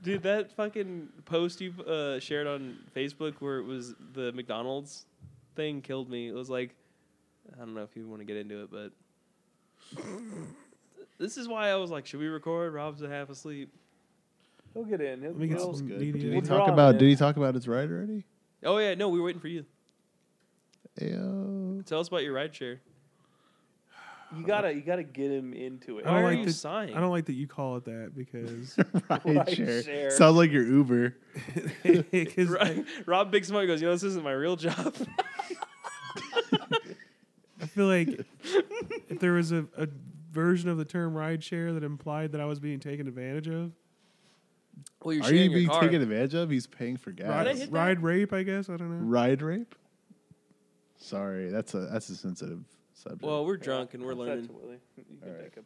Dude, that fucking post you uh, shared on Facebook where it was the McDonald's thing killed me. It was like, I don't know if you want to get into it, but this is why I was like, should we record? Rob's half asleep. He'll get in. He'll, Let me get he'll- some- Good. Did Did he he draw talk on about? it? Did he talk about his ride already? Oh yeah, no, we were waiting for you. Ayo. Tell us about your ride share. you gotta you gotta get him into it. I don't Why are like you the- sighing? I don't like that you call it that because Ride share. share. Sounds like your Uber. 'cause, like, Rob, Rob Big Smart goes, you know, this isn't my real job. I feel like if there was a, a version of the term rideshare that implied that I was being taken advantage of, well, you're Are you being taken advantage of? He's paying for I ride, gas. hit that? ride rape, I guess. I don't know. Ride rape. Sorry, that's a that's a sensitive subject. Well, we're drunk and we're That's up learning. to Willie. You can Alright. take him.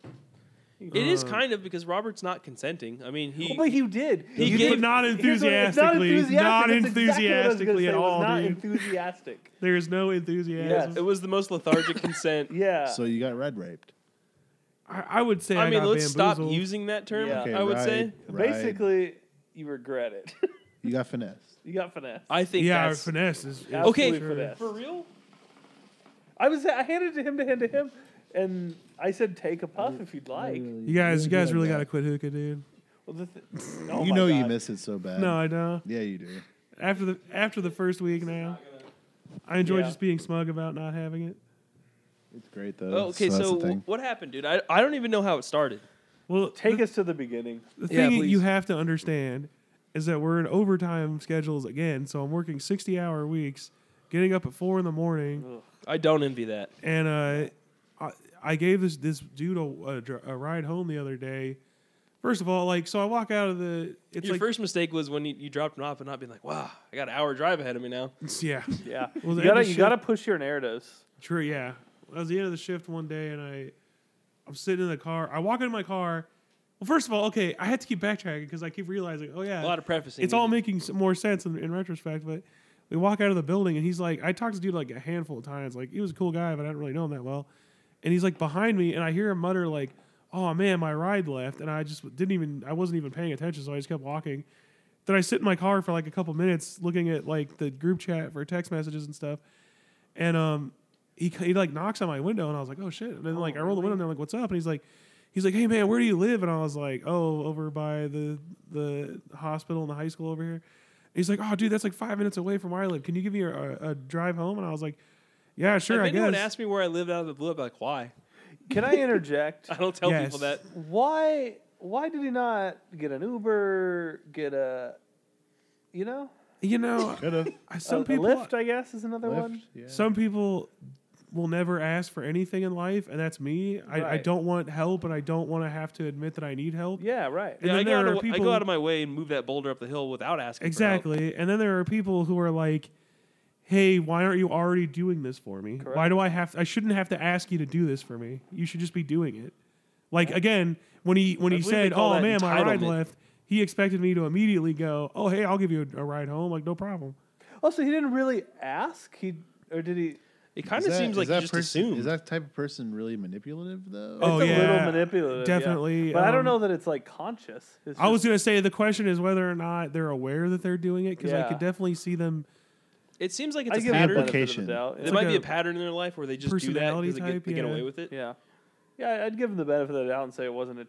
It is Uh, kind of because Robert's not consenting. I mean, he Oh, but you did. He You you gave- did not Here's what- it's enthusiastically, not enthusiastic. It's exactly what I was gonna enthusiastically say. at It was all, Not dude. enthusiastic. There is no enthusiasm. Yes. it was the most lethargic consent. Yeah. so you got ride raped. I, I would say. I, I mean, got let's stop bamboozled. using that term. Yeah. Okay, I would say. ride- Basically, you regret it. you got finesse. you got finesse. I think Yeah, that's finesse is, is Absolutely Okay. for sure. finesse. for real. I was I handed it to him to hand to him, and I said, "Take a puff if you'd like." You guys, you guys really got to quit hookah, dude. Well, the th- oh you my know you God. miss it so bad. No, I don't. Yeah, you do. After the after the first week now, I enjoy Yeah. just being smug about not having it. It's great though. Oh, okay, so, that's the w- thing. what happened, dude? I, I don't even know how it started. Well, Take us to the beginning. The Yeah, thing that you please. have to understand is that we're in overtime schedules again, so I'm working 60 hour weeks, getting up at four in the morning, I don't envy that. and uh, I, I gave this this dude a, a, dr- a ride home the other day. First of all, like, so I walk out of the. It's Your like, first mistake was when you, you dropped him off and not being like, "Wow, I got an hour drive ahead of me now." yeah, Yeah, Well, the end you gotta of you shift- gotta push your narratives. True, yeah. I was at the end of the shift one day, and I, I'm sitting in the car. I walk into my car. Well, first of all, okay, I had to keep backtracking because I keep realizing, oh yeah, A lot of prefacing. it's all making s- more sense in, in retrospect. But we walk out of the building, and he's like, I talked to the dude like a handful of times. Like he was a cool guy, but I didn't really know him that well. And he's like behind me, and I hear him mutter like, "Oh man, my ride left," and I just didn't even, I wasn't even paying attention, so I just kept walking. Then I sit in my car for like a couple minutes, looking at like the group chat for text messages and stuff, and um, he he like knocks on my window, and I was like, "Oh shit!" And then like I roll the window, and I'm like, "What's up?" And he's like. He's like, "Hey man, where do you live?" And I was like, "Oh, over by the the hospital and the high school over here." And he's like, "Oh, dude, that's like five minutes away from where I live. Can you give me a, a, a drive home?" And I was like, "Yeah, sure, If I anyone guess." asked me where I lived out of the blue, I'd be like, "Why?" Can I interject? I don't tell Yes. people that. why why did he not get an Uber? Get a, you know, you know, Could have I- a, some a people Lyft. I guess is another one. Yeah. some people will never ask for anything in life, and that's me. I, I Right. don't want help, and I don't want to have to admit that I need help. Yeah, right. And Yeah, then I, go there out are of, I people- go out of my way and move that boulder up the hill without asking. for help. Exactly. And then there are people who are like, "Hey, why aren't you already doing this for me? Why Correct. do I have I shouldn't have to ask you to do this for me. You should just be doing it." Like again, when he when I he believe they said, call "Oh that man, my ride entitlement. left." He expected me to immediately go, "Oh, hey, I'll give you a, a ride home." Like, no problem. Also, Oh, he didn't really ask. He or did he? It kind of seems like you just person, assume. Is that type of person really manipulative though? Oh, it's a yeah, little manipulative. yeah. definitely, But I don't um, know that it's like conscious. It's I was just- going to say the question is whether or not they're aware that they're doing it cuz I Yeah. could definitely see them it seems like I it's a give him the pattern. benefit of the Application. doubt. There like might be a a pattern in their life where they just do that personality because they, get- type, they get yeah. away with it. Yeah, yeah. I'd give him the benefit of the doubt and say it wasn't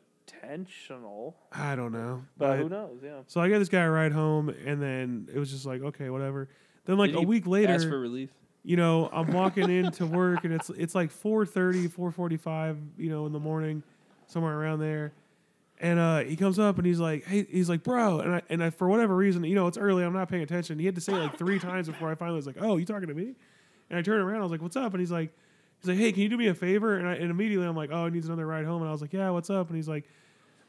intentional. I don't know. But who knows? Yeah. so I got this guy a ride home and then it was just like, "Okay, whatever." Then like Did a he week later Ask for relief. you know, I'm walking into work and it's it's like 4:30, 4:45, you know, in the morning, somewhere around there. And uh, he comes up and he's like, "Hey," he's like, "Bro," and I and I, for whatever reason, you know, it's early, I'm not paying attention. He had to say it like three times before I finally was like, "Oh, you talking to me?" And I turned around, I was like, "What's up?" And he's like, he's like, "Hey, can you do me a favor?" And I and immediately I'm like, "Oh, he needs another ride home." And I was like, "Yeah, what's up?" And he's like,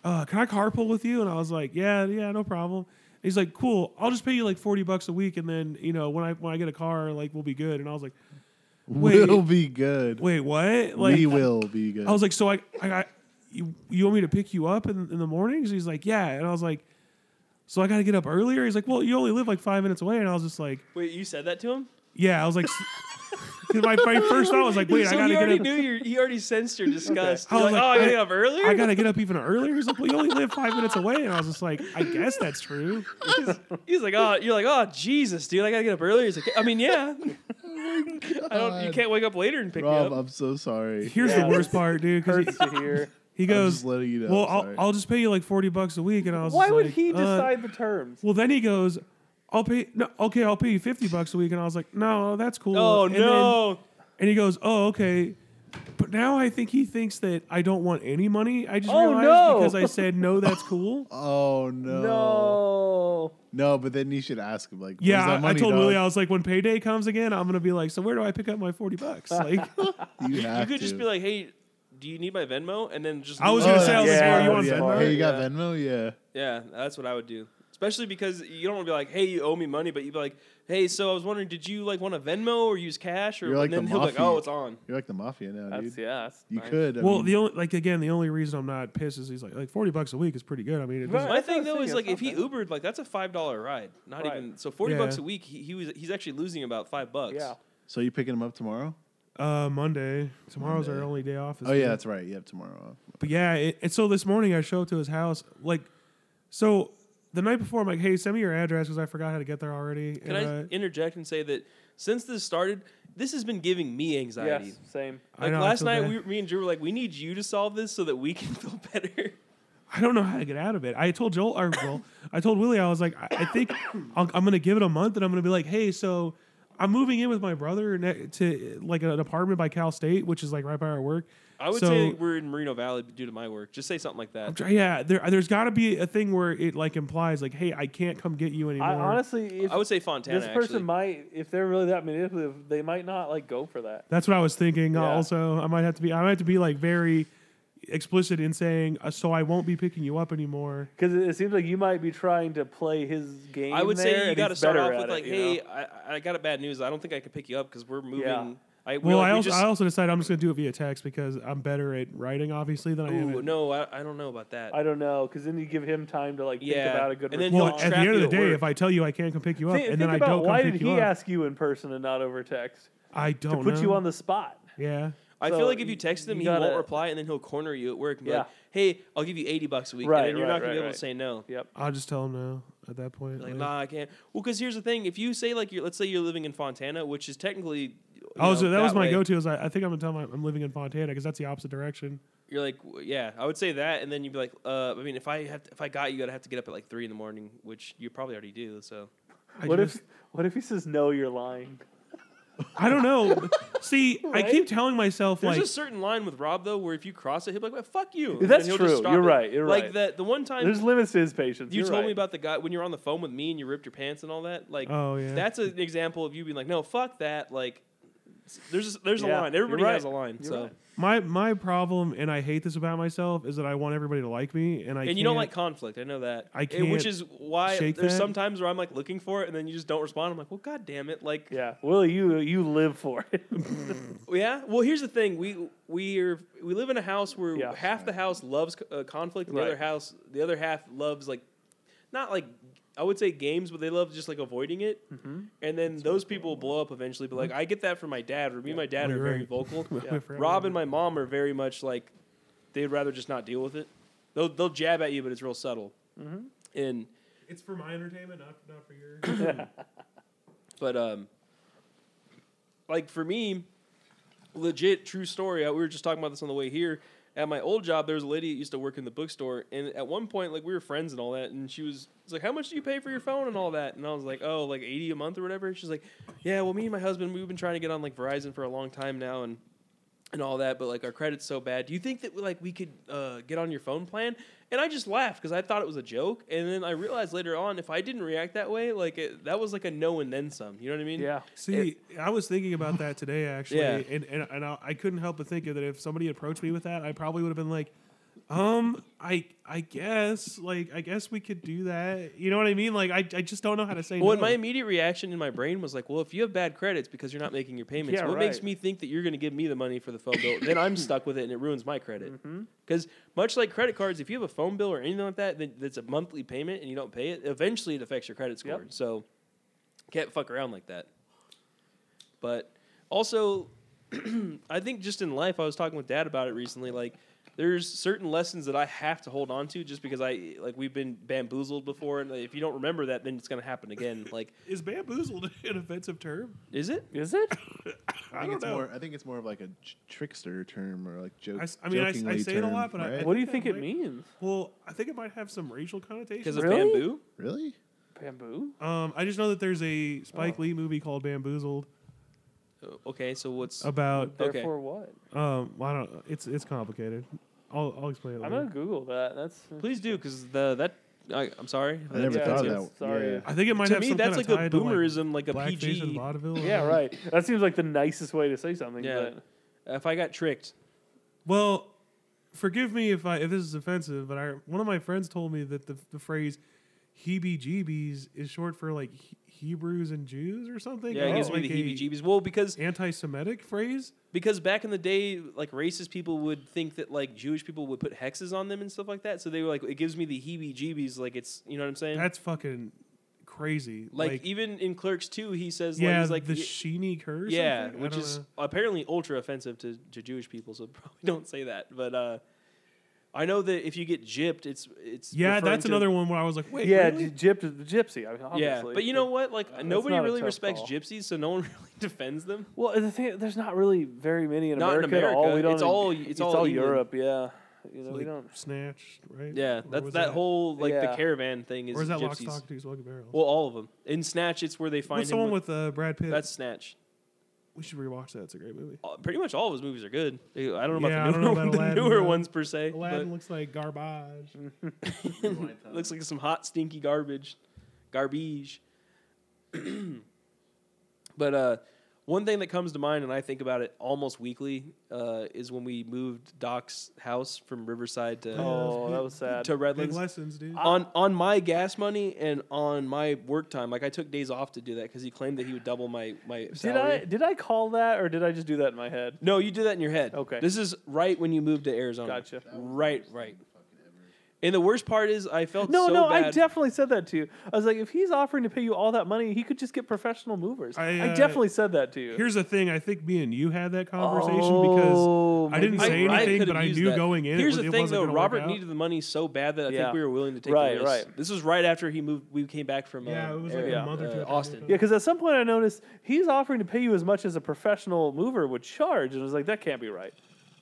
uh, can I carpool with you? And I was like, yeah, yeah, no problem. And he's like, cool. I'll just pay you like 40 bucks a week. And then, you know, when I, when I get a car, like we'll be good. And I was like, wait. we'll be good. wait, what? Like, we will be good. I was like, so I, I got, you, you want me to pick you up in, in the mornings? He's like, yeah. And I was like, so I got to get up earlier. He's like, well, you only live like five minutes away. And I was just like, Wait, you said that to him? yeah, I was like, 'Cause my, my first thought was like, wait, so I he gotta get already up. knew your. He already sensed your disgust. I You're was like, like, oh, I I- got up earlier. I gotta get up even earlier. He's like, well, you only live five minutes away, and I was just like, I guess that's true. He's like, oh, you're like, oh, Jesus, dude, I gotta get up earlier. He's like, I mean, yeah, I don't. Uh, You God. can't wake up later and pick Rob, me up. I'm so sorry. Here's Yeah. the worst part, dude. Because hurts to hear. he, he I'm goes, just letting you know. well, I'm I'll, sorry. I'll just pay you like forty bucks a week, and I was. Why just would like, he uh, decide the terms? Well, then he goes, I'll pay. No, okay, I'll pay you fifty bucks a week, and I was like, no, that's cool. Oh And then- no! and he goes, oh, okay. But now I think he thinks that I don't want any money. I just Oh, realized no. because I said no, that's cool. Oh no. oh. No. No, but then you should ask him. Like, where's Yeah, that I- money, I told Willie I dog? was like, when payday comes again, I'm gonna be like, so where do I pick up my forty bucks? Like, You, You have could to. just be like, hey, do you need my Venmo? And then just. I was leave gonna it. say, I was like, Yeah. where you want yeah. Venmo? Hey, you got Yeah. Venmo? Yeah. Yeah, that's what I would do. Especially because you don't want to be like, hey, you owe me money, but you'd be like, hey, so I was wondering, did you like want to Venmo or use cash? Or You're like and then the he'll be like, mafia. oh, it's on. You're like the mafia now, That's, dude. yeah. that's You nice. could. I Well, mean, the only like again, the only reason I'm not pissed is he's like like forty bucks a week is pretty good. I mean, it doesn't- Right. My That's what I thing was though is thinking, like if he it's not Ubered, like that's a five dollar ride, not Right. even so forty Yeah. bucks a week. He, he was he's actually losing about five bucks. Yeah. so you picking him up tomorrow? uh, Monday. Tomorrow's our Monday. only day off. this Oh week. yeah, that's right. You have tomorrow off. But yeah, it, and so this morning I show up to his house. Like, so the night before, I'm like, hey, send me your address because I forgot how to get there already. Can and, I uh, interject and say that since this started, this has been giving me anxiety. Yes, same. I Like know, I last feel night, bad. we, me and Drew were like, we need you to solve this so that we can feel better. I don't know how to get out of it. I told Joel, or Joel, I told Willie, I was like, I, I think I'll, I'm going to give it a month and I'm going to be like, hey, so I'm moving in with my brother ne- to like an apartment by Cal State, which is like right by our work. I would So- say we're in Merino Valley due to my work. Just say something like that. I'm try- yeah, there, there's got to be a thing where it like implies like, hey, I can't come get you anymore. I honestly, if I would say Fontana. this person actually. might, if they're really that manipulative, they might not like go for that. That's what I was thinking. Yeah. Also, I might have to be. I might have to be like very explicit in saying, uh, so I won't be picking you up anymore. Because it it seems like you might be trying to play his game. I would there, say you and got to he's start better off with at it, like, you know? hey, I, I got a bad news. I don't think I can pick you up because we're moving. Yeah. I, we, Well, like, I we also just, I also decided I'm just gonna do it via text because I'm better at writing, obviously, than I am. Ooh, at- no, I, I don't know about that. I don't know, because then you give him time to like Yeah, think about a good. and then he'll Well, response. at the trap end of you the at day, work. if I tell you I can't come pick you up, Think, and think then I about don't why come did pick he you up, ask you in person and not over text I to don't put know. you on the spot? yeah. I So feel like if you- you text him, you he gotta- won't reply, and then he'll corner you at work and be like, Yeah. "Hey, I'll give you eighty bucks a week," Right, and then you're right, not gonna be able right, right. Mm-hmm. to say no. Yep. I'll just tell him no at that point. Like, like- nah, I can't. Well, because here's the thing: if you say like, you're, let's say you're living in Fontana, which is technically, you Oh, I was, know, that, was my way, go-to. Is I, I think I'm gonna tell him I- I'm living in Fontana because that's the opposite direction. You're like, w- yeah, I would say that, and then you'd be like, uh, I mean, if I have, to, if I got you, I'd have to get up at like three in the morning, which you probably already do. So I what just, if what if he says no? You're lying. I don't know? See, I keep telling myself There's like a certain line with Rob though, where if you cross it, he'll be like, well, "Fuck you." and That's he'll true. stop You're it. right, you're like right. the the one time There's limits to his patience. you You're told me right. about the guy when you were on the phone with me and you ripped your pants and all that. Like, Oh, yeah. that's an example of you being like, "No, fuck that." Like, s- there's there's a Yeah, line. you're Everybody right. has a line. You're so, right. my my problem, and I hate this about myself, is that I want everybody to like me, and I and you don't can't- like conflict. I know that. I And- which can't is why shake there's that. some times where I'm like looking for it and then you just don't respond. I'm like, "Well, god damn it!" Like, Yeah, Willie, you you live for it. Yeah. Well, here's the thing. We we are we live in a house where Yeah. half the house loves uh, conflict, and Right. the other house, the other half loves like, not like I would say games, but they love just like avoiding it. Mm-hmm. And then those people blow up eventually. But like, I get that from my dad. Or me and my dad Oh, are you're very right. vocal. Yeah. Rob and my mom are very much like, they'd rather just not deal with it. They'll they'll jab at you, but it's real subtle. Mm-hmm. And It's for my entertainment, not not for yours. But um, like for me, legit true story. I, we were just talking about this on the way here. At my old job, there was a lady that used to work in the bookstore, and at one point, like we were friends and all that, and she was, it's like, "How much do you pay for your phone and all that?" And I was like, "Oh, like eighty a month or whatever." She's like, "Yeah, well, me and my husband, we've been trying to get on like Verizon for a long time now, and and all that, but like our credit's so bad. Do you think that like we could uh, get on your phone plan? And I just laughed because I thought it was a joke, and then I realized later on if I didn't react that way, like it, that was like a no and then some. You know what I mean? yeah, See, I was thinking about that today actually, Yeah. and and, and I, I couldn't help but think that if somebody approached me with that, I probably would have been like, um, I I guess like I guess we could do that. You know what I mean? Like I, I just don't know how to say Well, and no. my immediate reaction in my brain was like, well, if you have bad credits because you're not making your payments, Yeah, what makes right. me think that you're going to give me the money for the phone bill? then I'm stuck with it and it ruins my credit. Because much like credit cards, if you have a phone bill or anything like that that- that's a monthly payment and you don't pay it, eventually it affects your credit score. So can't fuck around like that. But Also, I think just in life, I was talking with Dad about it recently. Like, there's certain lessons that I have to hold on to just because I like we've been bamboozled before, and if you don't remember that, then it's gonna happen again. Like, Is bamboozled an offensive term? is it? Is it? I, I think don't it's know. more. I think it's more of like a ch- trickster term or like joke. I s- I mean, I s- I jokingly say it a term, lot, but I- right? What do you think it Right. means? well, I think it might have some racial connotation. Because of Really? bamboo? really Bamboo? Um, I just know that there's a Spike Lee movie called Bamboozled Oh, Okay, so what's about Oh, Okay. Therefore, what? um. well, I don't. It's it's complicated. I'll I'll explain it I'm later. gonna Google that. That's please do because the that I, I'm sorry. I never Yeah, thought it's- of that. sorry. Yeah. I think it might to have me, some that's like kind a of tie to, boomerism, like, a blackface and PG. vaudeville. yeah, right. That seems like the nicest way to say something. Yeah. but- If I got tricked, Well, forgive me if I if this is offensive, but I one of my friends told me that the the phrase heebie-jeebies is short for like he- Hebrews and Jews or something. yeah, Like, it gives it's me the like a heebie-jeebies. Well, because Anti-Semitic phrase. because back in the day, like racist people would think that like Jewish people would put hexes on them and stuff like that. So they were like, it gives me the heebie-jeebies. Like it's, you know what I'm saying? That's fucking crazy. like, even in Clerks 2, he says, yeah, like, he's like the "Ye- Sheeny curse. yeah, which is apparently ultra offensive to, to Jewish people. So probably don't say that. But uh, I know that if you get gypped, it's it's yeah, referring that's to- another one where I was like, wait, yeah, really? gy- gyp- gypsy. I mean, obviously. Yeah, but you know what? Like that's nobody not a really tough respects call. gypsies, so no one really defends them. Well, the thing, there's not really very many in Not in America, at all. America. We don't. It's all- it's all England. Europe. Yeah. You know, It's we like don't. snatched, right? Yeah, Or that's that, was whole like Yeah. the caravan thing is Or is that gypsies. Lock, Stock, Two Smoking Barrels? Well, all of them. In Snatch, it's where they find What's the him. one with- with uh, Brad Pitt? that's Snatch. we should rewatch that. It's a great movie. All- Pretty much all of his movies are good. I don't know Yeah, I about the newer, don't know about the Aladdin, newer though. ones per se. Aladdin looks like garbage. But looks like some hot, stinky garbage, garbage. but uh, one thing that comes to mind, and I think about it almost weekly, uh, is when we moved Doc's house from Riverside to Oh, that was sad. to Big Redlands. lessons, dude. on on my gas money and on my work time. Like I took days off to do that because he claimed that he would double my my Did salary. I did I call that or did I just do that in my head? No, you did that in your head. Okay. This is right when you moved to Arizona. Gotcha. That was Right, right. And the worst part is I felt No, so no, bad. I definitely said that to you. I was like, if he's offering to pay you all that money, he could just get professional movers. I, I, uh, definitely said that to you. Here's the thing. I think me and you had that conversation Oh, because I didn't maybe say so. I anything, could've but I used knew that. going in. Here's it, was, the it thing, wasn't though. gonna work Robert out. needed the money so bad that I Yeah. think we were willing to take Right, the risk. right. This was right after he moved. We came back from uh, Yeah, it was like a area- month or uh, two after Austin. we yeah, because at some point I noticed he's offering to pay you as much as a professional mover would charge, and I was like, that can't be right.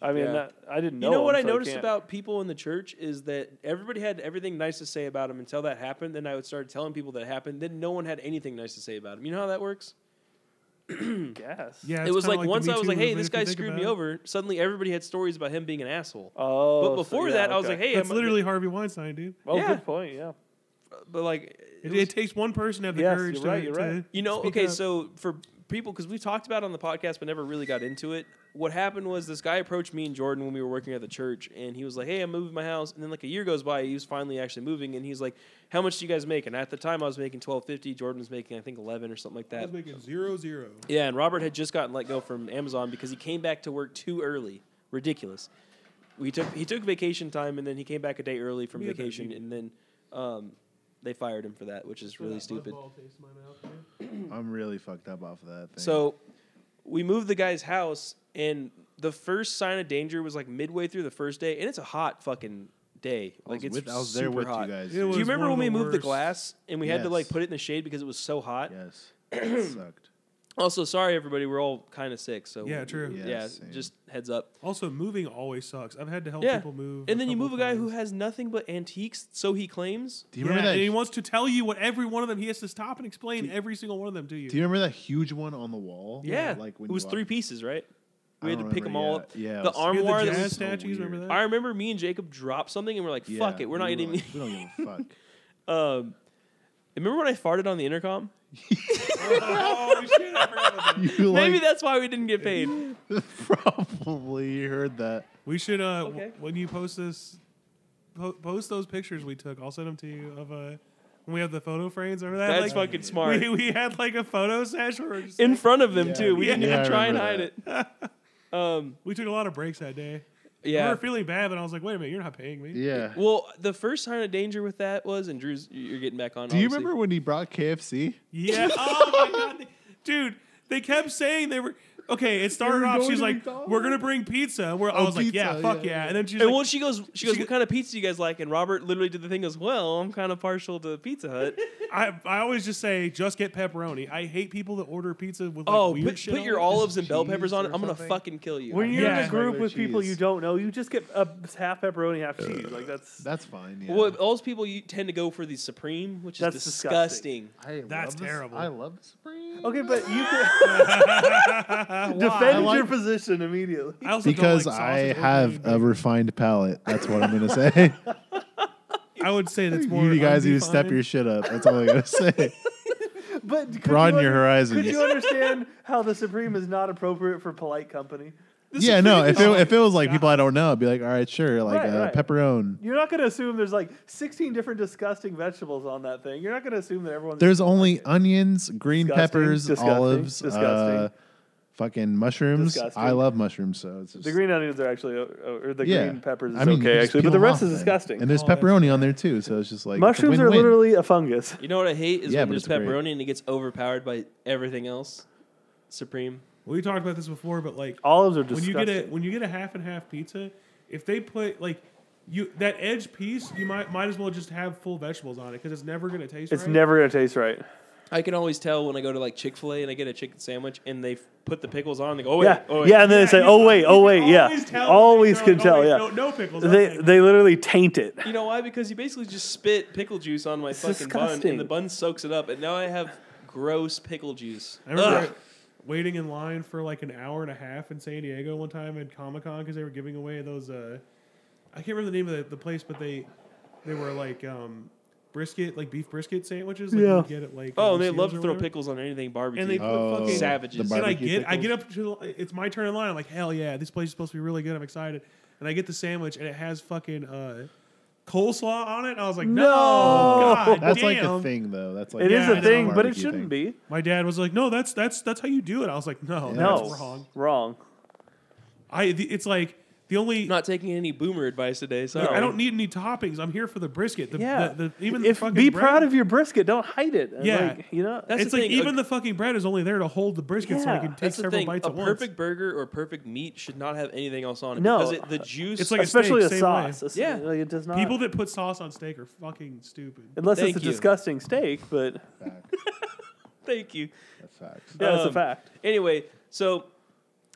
I mean, Yeah. that, I didn't know. You know what him, I so noticed can't. about people in the church is that everybody had everything nice to say about him until that happened. Then I would start telling people that it happened. Then no one had anything nice to say about him. You know how that works? Yes. Yeah, it it's was kinda like, the once Me I was Too like, hey, movement, this if you guy think screwed about me it. over. Suddenly everybody had stories about him being an asshole. Oh. but so before yeah, that, I was okay. like, hey, That's I'm- literally Harvey Weinstein, dude. Oh, yeah. good point. Yeah. But like, It, it was- it takes one person to have the Yes, courage you're to- right, you're to right. you know, speak okay, up. so for people, because we talked about it on the podcast but never really got into it. What happened was this guy approached me and Jordan when we were working at the church, and he was like, "Hey, I'm moving my house." And then like a year goes by, he was finally actually moving, and he's like, "How much do you guys make?" And at the time, I was making twelve fifty. Jordan was making I think eleven or something like I that. was making zero zero. Yeah, and Robert had just gotten let go from Amazon because he came back to work too early. Ridiculous. We took he took vacation time and then he came back a day early from We had that vacation meeting. and then um, they fired him for that, which is really stupid. I'm really fucked up off of that thing. So we moved the guy's house and the first sign of danger was like midway through the first day and it's a hot fucking day. I was, Like it's with, I was super there with hot. you guys. It was- Do you remember one when of we the moved the worst. glass and we had to Yes. like put it in the shade because it was so hot? yes, it sucked. Also, sorry everybody, we're all kind of sick, so Yeah, true. Yeah, Yeah, same. just heads up. Also, moving always sucks. I've had to help people move. And then you couple move a guy times. who has nothing but antiques, so he claims. Do you yeah, remember and that? he wants to tell you what every one of them. He has to stop and explain every single one of them to you. do you remember that huge one on the wall? Yeah. like when it you was walk- three pieces, right? I We had to don't pick them remember, all yeah. up. Yeah, it the was- You You armoire had the that jazz was. so statues. weird. Remember that? I remember me and Jacob dropped something and we're like, Yeah, fuck it, we're not we getting. were like, we don't give a fuck. um, remember when I farted on the intercom? oh shit! I forgot about that. You Maybe like- that's why we didn't get paid. Probably you heard that. We should uh w- Okay. when you post this, po- post those pictures we took. I'll send them to you of uh when we have the photo frames. Remember that? That's like, fucking smart. We, we had like a photo sesh where we're just In like- front of them Yeah. too. We Yeah, didn't I even try and hide remember it. um, we took a lot of breaks that day. we yeah. were feeling bad, but I was like, wait a minute, you're not paying me. Yeah. Well, the first sign of danger with that was, and Drew's, you're getting back on. Do you obviously. remember when he brought KFC? Yeah. Oh my god, dude! They kept saying they were okay, it You're started off. going She's to like, McDonald's? "We're gonna bring pizza." Where I Oh, was like, "Yeah, pizza, fuck yeah, yeah!" yeah. And then she's And like, well, she goes, she goes, she- what kind of pizza do you guys like? And Robert literally did the thing as well. I'm kind of partial to Pizza Hut. I, I always just say, just get pepperoni. I hate people that order pizza with like, oh, weird put, shit. put on your it. olives and bell cheese peppers on it. or I'm gonna something. fucking kill you. When you're Yeah. in a group Regular with people you cheese. don't know, you just get a half pepperoni, half cheese. Like that's That's fine. Yeah. Well, all those people you tend to go for the supreme, which That's is disgusting. disgusting. I That's love the- terrible. I love the Supreme. okay, but you can defend Why? your position immediately. I also don't Because like I sausage or have beef. a refined palate. That's what I'm gonna say. I would say that's more. you guys need to step undefined. your shit up. That's all I gotta say. But could Broaden you your under- horizons. Could you understand how the supreme is not appropriate for polite company? yeah, no. If it, if it was like God. people I don't know, I'd be like, all right, sure, like Right, uh, right. pepperoni. You're not going to assume there's like 16 different disgusting vegetables on that thing. You're not going to assume that everyone's There's only onions, green Disgusting, peppers, disgusting, olives, Uh, disgusting. fucking mushrooms. Disgusting. I love mushrooms, so it's just, the green onions are actually uh, or the yeah. green peppers is I mean, you okay just actually, but peel the them rest off is then. disgusting. And there's Oh, that's pepperoni on there too, so it's just like it's a Mushrooms are win-win. literally a fungus. You know what I hate is Yeah, when but there's it's great. pepperoni and it gets overpowered by everything else. Supreme. We talked about this before, but like Olives are when disgusting. you get a when you get a half and half pizza, if they put like you that edge piece, you might might as well just have full vegetables on it because it's never gonna taste. it's right. Oh, never going to taste right. I can always tell when I go to like Chick Fil A and I get a chicken sandwich and they put the pickles on. They go, oh wait, yeah, oh wait. yeah, and then Yeah, they say, you "Oh can- wait, you oh can wait, yeah." tell Always they're can like, tell, "Oh, wait, yeah. No, no pickles. They okay." they literally taint it. You know why? Because you basically just spit pickle juice on my It's fucking bun, disgusting. and the bun soaks it up, and now I have gross pickle juice. I remember Ugh. waiting in line for like an hour and a half in San Diego one time at Comic Con because they were giving away those. Uh, I can't remember the name of the, the place, but they they were like um, brisket, like beef brisket sandwiches. Like Yeah. You get it like Oh, at and they love Lucille's or to throw whatever. pickles on anything barbecue. And they put Oh, fucking Savages. the And And I barbecue get I pickles. get up to the- it's my turn in line. I'm like hell yeah, this place is supposed to be really good. I'm excited, and I get the sandwich and it has fucking uh, coleslaw on it. And I was like, no, No. God That's damn. like a thing, though. That's like It is Yeah, I a know. thing, but Barbecue it shouldn't thing. be. My dad was like, no, that's that's that's how you do it. I was like, no, Yeah. no, No, that's wrong. Wrong. I the, it's like the only not taking any boomer advice today. So No. I don't need any toppings. I'm here for the brisket. The, Yeah. the, the, even the If fucking be bread, proud of your brisket. Don't hide it. And, Yeah. like, you know. That's it's the like thing. even A- the fucking bread is only there to hold the brisket, so I Yeah. can take That's the several thing. bites A at once. perfect burger or perfect meat should not have anything else on it No. because it, the juice. It's like a especially steak, a same sauce. A s- Yeah. like, it does not. People that put sauce on steak are fucking stupid. unless it's Thank a you. disgusting steak, but Fact. thank you. That's facts. yeah, it's a Um, fact. Anyway, so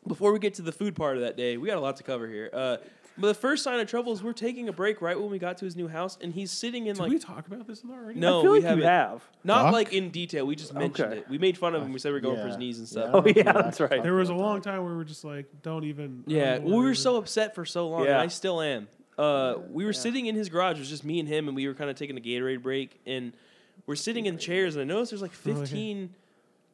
before we get to the food part of that day, we got a lot to cover here. Uh, but the first sign of trouble is we're taking a break right when we got to his new house, and he's sitting in Did like we talk about this already? No, I feel we like you haven't. have. not Doc? like in detail. We just mentioned Okay. it. We made fun of him. We said we are going for his Yeah. knees and I stuff. don't Oh, know if we yeah, actually that's right. talked There was a about long that. time where we were just like, don't even. I Yeah, don't we wanna were even- so upset for so long, and Yeah. I still am. Uh, we were sitting in his garage. It was just me and him, and we were kind of taking a Gatorade break, and we're sitting in chairs. And I noticed there's like Oh, okay. 15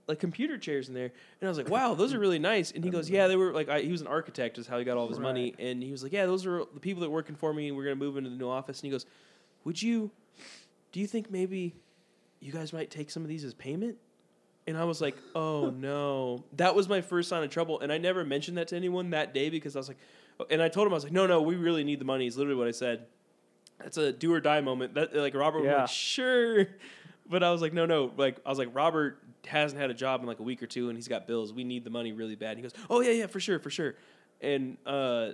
like computer chairs in there, and I was like, "Wow, those are really nice." And he goes, "Yeah, they were like I, he was an architect, is how he got all of his money." And he was like, "Yeah, those are the people that working for me, and we're gonna move into the new office." And he goes, "Would you? Do you think maybe you guys might take some of these as payment?" And I was like, oh no. That was my first sign of trouble. And I never mentioned that to anyone that day because I was like, and I told him, I was like, no, no, we really need the money, is literally what I said. That's a do or die moment. That like Robert was Yeah. like, sure. But I was like, no, no. Like I was like, Robert hasn't had a job in like a week or two and he's got bills. We need the money really bad. And he goes, Oh yeah, yeah, for sure, for sure. And uh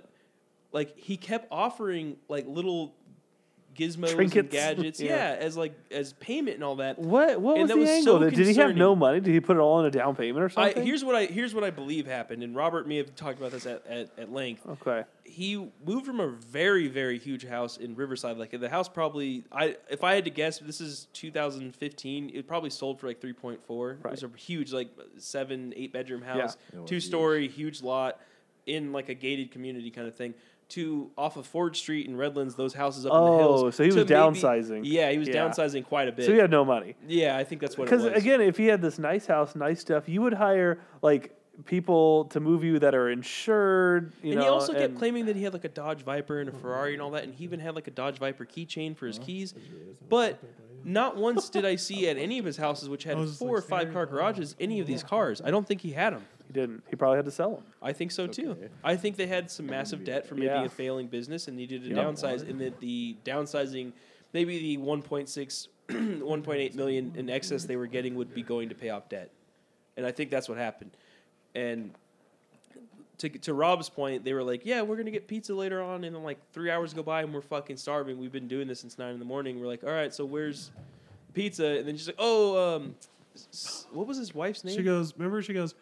like he kept offering like little gizmos and Trinkets. gadgets. Yeah. yeah, as like as payment and all that. What? What And was that the was angle? so Did did he have no concerning. money? Did he put it all in a down payment or I, something? here's what I here's what I believe happened, and Robert and me have talked about this at, at, at length. okay. He moved from a very very huge house in Riverside, like the house probably I if I had to guess, this is 2015. It probably sold for like 3.4. It was a huge like seven eight bedroom house, It was two story, huge lot in like a gated community kind of thing. To off of Ford Street in Redlands, those houses up in Oh, the hills. so he to was downsizing. Yeah, he was Yeah. downsizing quite a bit. So he had no money. yeah, I think that's what it Because was. again, if he had this nice house, nice stuff, you would hire like people to move you that are insured. You and know, he also kept and- claiming that he had like a Dodge Viper and a Ferrari and all that, and he even had like a Dodge Viper keychain for his keys. But not once did I see at any of his houses, which had I was just four or like, five car garages, any of these cars. I don't think he had them. he didn't. He probably had to sell them. I think so too. Okay. I think they had some massive debt for maybe Yeah. a failing business and needed to Yeah. downsize, and that the downsizing, maybe the 1.6, 1.8 million in excess they were getting would be going to pay off debt. And I think that's what happened. And to to Rob's point, they were like, "Yeah, we're gonna get pizza later on," and then like three hours go by and we're fucking starving. We've been doing this since nine in the morning. We're like, "All right, so where's pizza?" And then she's like, "Oh, um, s- what was his wife's name?" She goes, remember, she goes,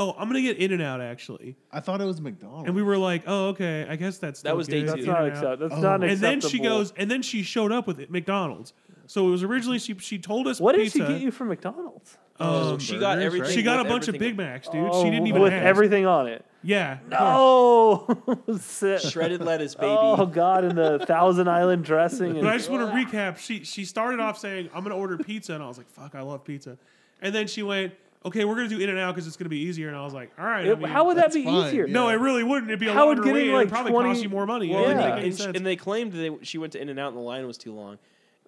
oh, I'm gonna get In and Out actually, I thought it was McDonald's. and we were like, oh, okay, I guess that's That still was day good. two. That's Dude. not In-N-Out. accept. That's Oh. not acceptable. And then she goes, and then she showed up with it, McDonald's. So it was originally she she told us "What did pizza. she get you from McDonald's? Um, she got burgers, everything. right? she got a with bunch of everything. Big Macs, dude. she didn't Oh, even with ask. everything on it. Yeah. of course. No, Sick. Shredded lettuce, baby. Oh God, and the Thousand Island dressing. And, But I just want to recap. She she started off saying, "I'm gonna order pizza," and I was like, "Fuck, I love pizza." And then she went, "Okay, we're gonna do In and Out because it's gonna be easier." And I was like, "All right." I It- mean, how would that that's be fine, easier? yeah. no, it really wouldn't. It'd be a How would longer getting, way. like, It'd probably 20 cost you more money. Well, and, it didn't Yeah. make they, any and, sh- Oh, sense. and they claimed that she went to In and Out and the line was too long.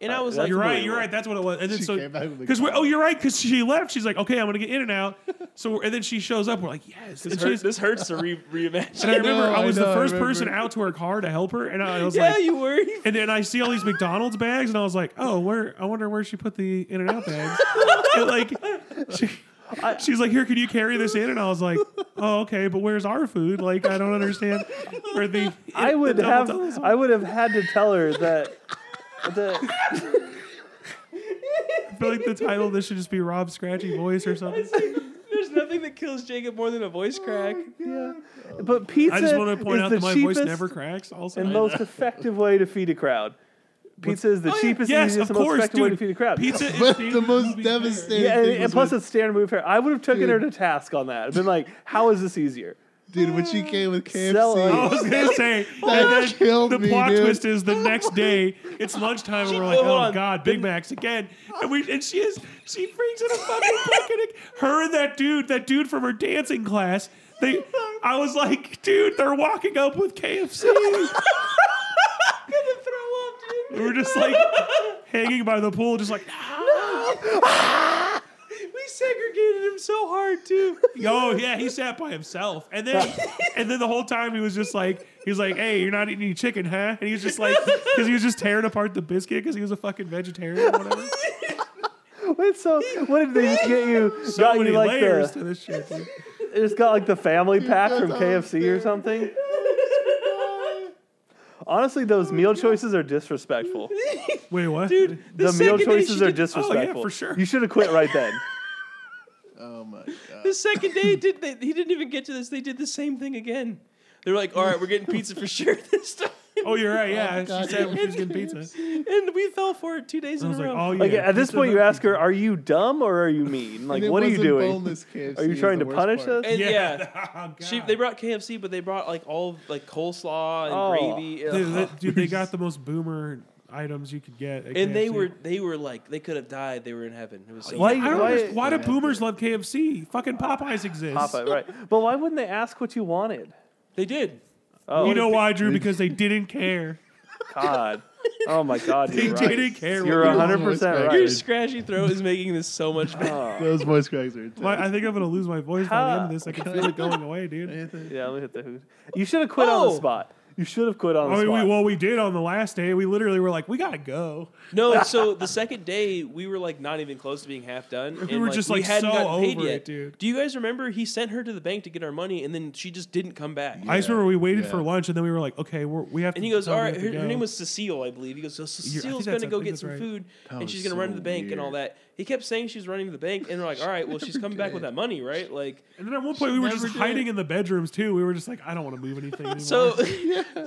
And I was Uh, That's like, You're right. unbelievable. You're right. That's what it was. And then She so came back with because we're oh, McDonald's. you're right because she left. She's like, okay, I'm gonna get in and out. So we're- and then she shows up. We're like, yes. This And, hurts, she's, this hurts to re- reimagine. and I remember know, I I was know, the I first remember. person out to her car to help her, and I was yeah, like, you were. and then I see all these McDonald's bags, and I was like, oh, where? I wonder where she put the in and out bags. and like, she, she's like, here, can you carry this in? And I was like, oh, okay, but where's our food? Like, I don't understand where the I would the double have. doubles I would have had to tell her that. that I feel like the title of this should just be Rob Scratchy Voice or something. There's nothing that kills Jacob more than a voice crack. Oh, yeah. But pizza I just want to point is out the that my voice cheapest never cracks. Also, and most effective way to feed a crowd. Pizza is Oh, the yeah. cheapest, Yes, easiest, of and most course, effective way to dude. feed a crowd. Pizza is But David the most Movie devastating- yeah, and, thing and was plus when- it's standard move here. I would have taken her to task on that. I've been like, "How is this eager?" Dude, when she came with KFC, Sell it. I was gonna say that and then killed the me, plot dude. twist is the next day. It's lunchtime and we're like, hold oh on. god, Big Macs again. And we and she is she brings in a fucking bucket. Her and that dude, that dude from her dancing class. They, I was like, dude, they're walking up with KFC. gonna throw up, dude. We were just like hanging by the pool, just like, We segregated him so hard too. Yo, yeah, he sat by himself, and then and then the whole time he was just like, he's like, "Hey, you're not eating any chicken, huh?" And he was just like, because he was just tearing apart the biscuit because he was a fucking vegetarian, or whatever. Wait, so what did they just get you? So got many you like layers the, to this shit. dude. they just got like the family pack that's from all KFC or there. something. Honestly, those meal choices are disrespectful. Wait, what? Dude, the, The second meal day choices she are did- disrespectful. for sure. You should have quit right then. Oh my god. The second day, it did they, he didn't even get to this. They did the same thing again. They were like, "All right, we're getting pizza for sure this time,ff Oh, you're right. Yeah, God, she said yeah. she was getting pizza. and we fell for it two days in I a was like, row. "Oh yeah." Like at this pizza point, you hut. ask her, "Are you dumb or are you mean? Like, And it what are you wasn't doing?" boneless KFC Are you is trying the to worst punish part. us? and yeah, Oh, God. she, they brought KFC, but they brought like all like coleslaw and Oh. gravy. dude, Ugh. that- dude, they got the most boomer items you could get, at and they KFC. were they were like they could have died. They were in heaven. It was so Why, Why- I don't why- understand- why do boomers love KFC? Fucking Popeyes exists. Papa, right? But why wouldn't they ask what you wanted? they did. Oh, You know why, Drew? Because they didn't care. God. Oh my God, They you're didn't right. care. You're what a- we- 100 percent You're Your right. scratchy throat is making this so much better. Oh. Those voice cracks are intense. Why- I think I'm gonna lose my voice by the end of this. I can feel it going away, dude. Nathan, Yeah, let me hit the hoot. You should have quit on Oh. the spot. You should have quit on the I mean, spot. we, well, we did on the last day. We literally were like, we gotta go. No, so the second day we were like not even close to being half done. We and, were just, we like, hadn't so gotten paid over yet. it, dude. Do you guys remember he sent her to the bank to get our money and then she just didn't come back? I just Yeah, remember we waited yeah. for lunch, and then we were like, okay, we're, we have to. And he goes, tell "All them we right." have Her, to her go." name was Cecile, I believe. He goes, "So Cecile's that's- gonna I go think get that's some right. food, That and was she's gonna run to so the bank and all weird. that." He kept saying she was running to the bank, and we're like, "All right, well, she's never coming back did. with that money, right?" Like, And then at one point, we were never just did. hiding in the bedrooms too. We were just like, I don't want to move anything anymore. So,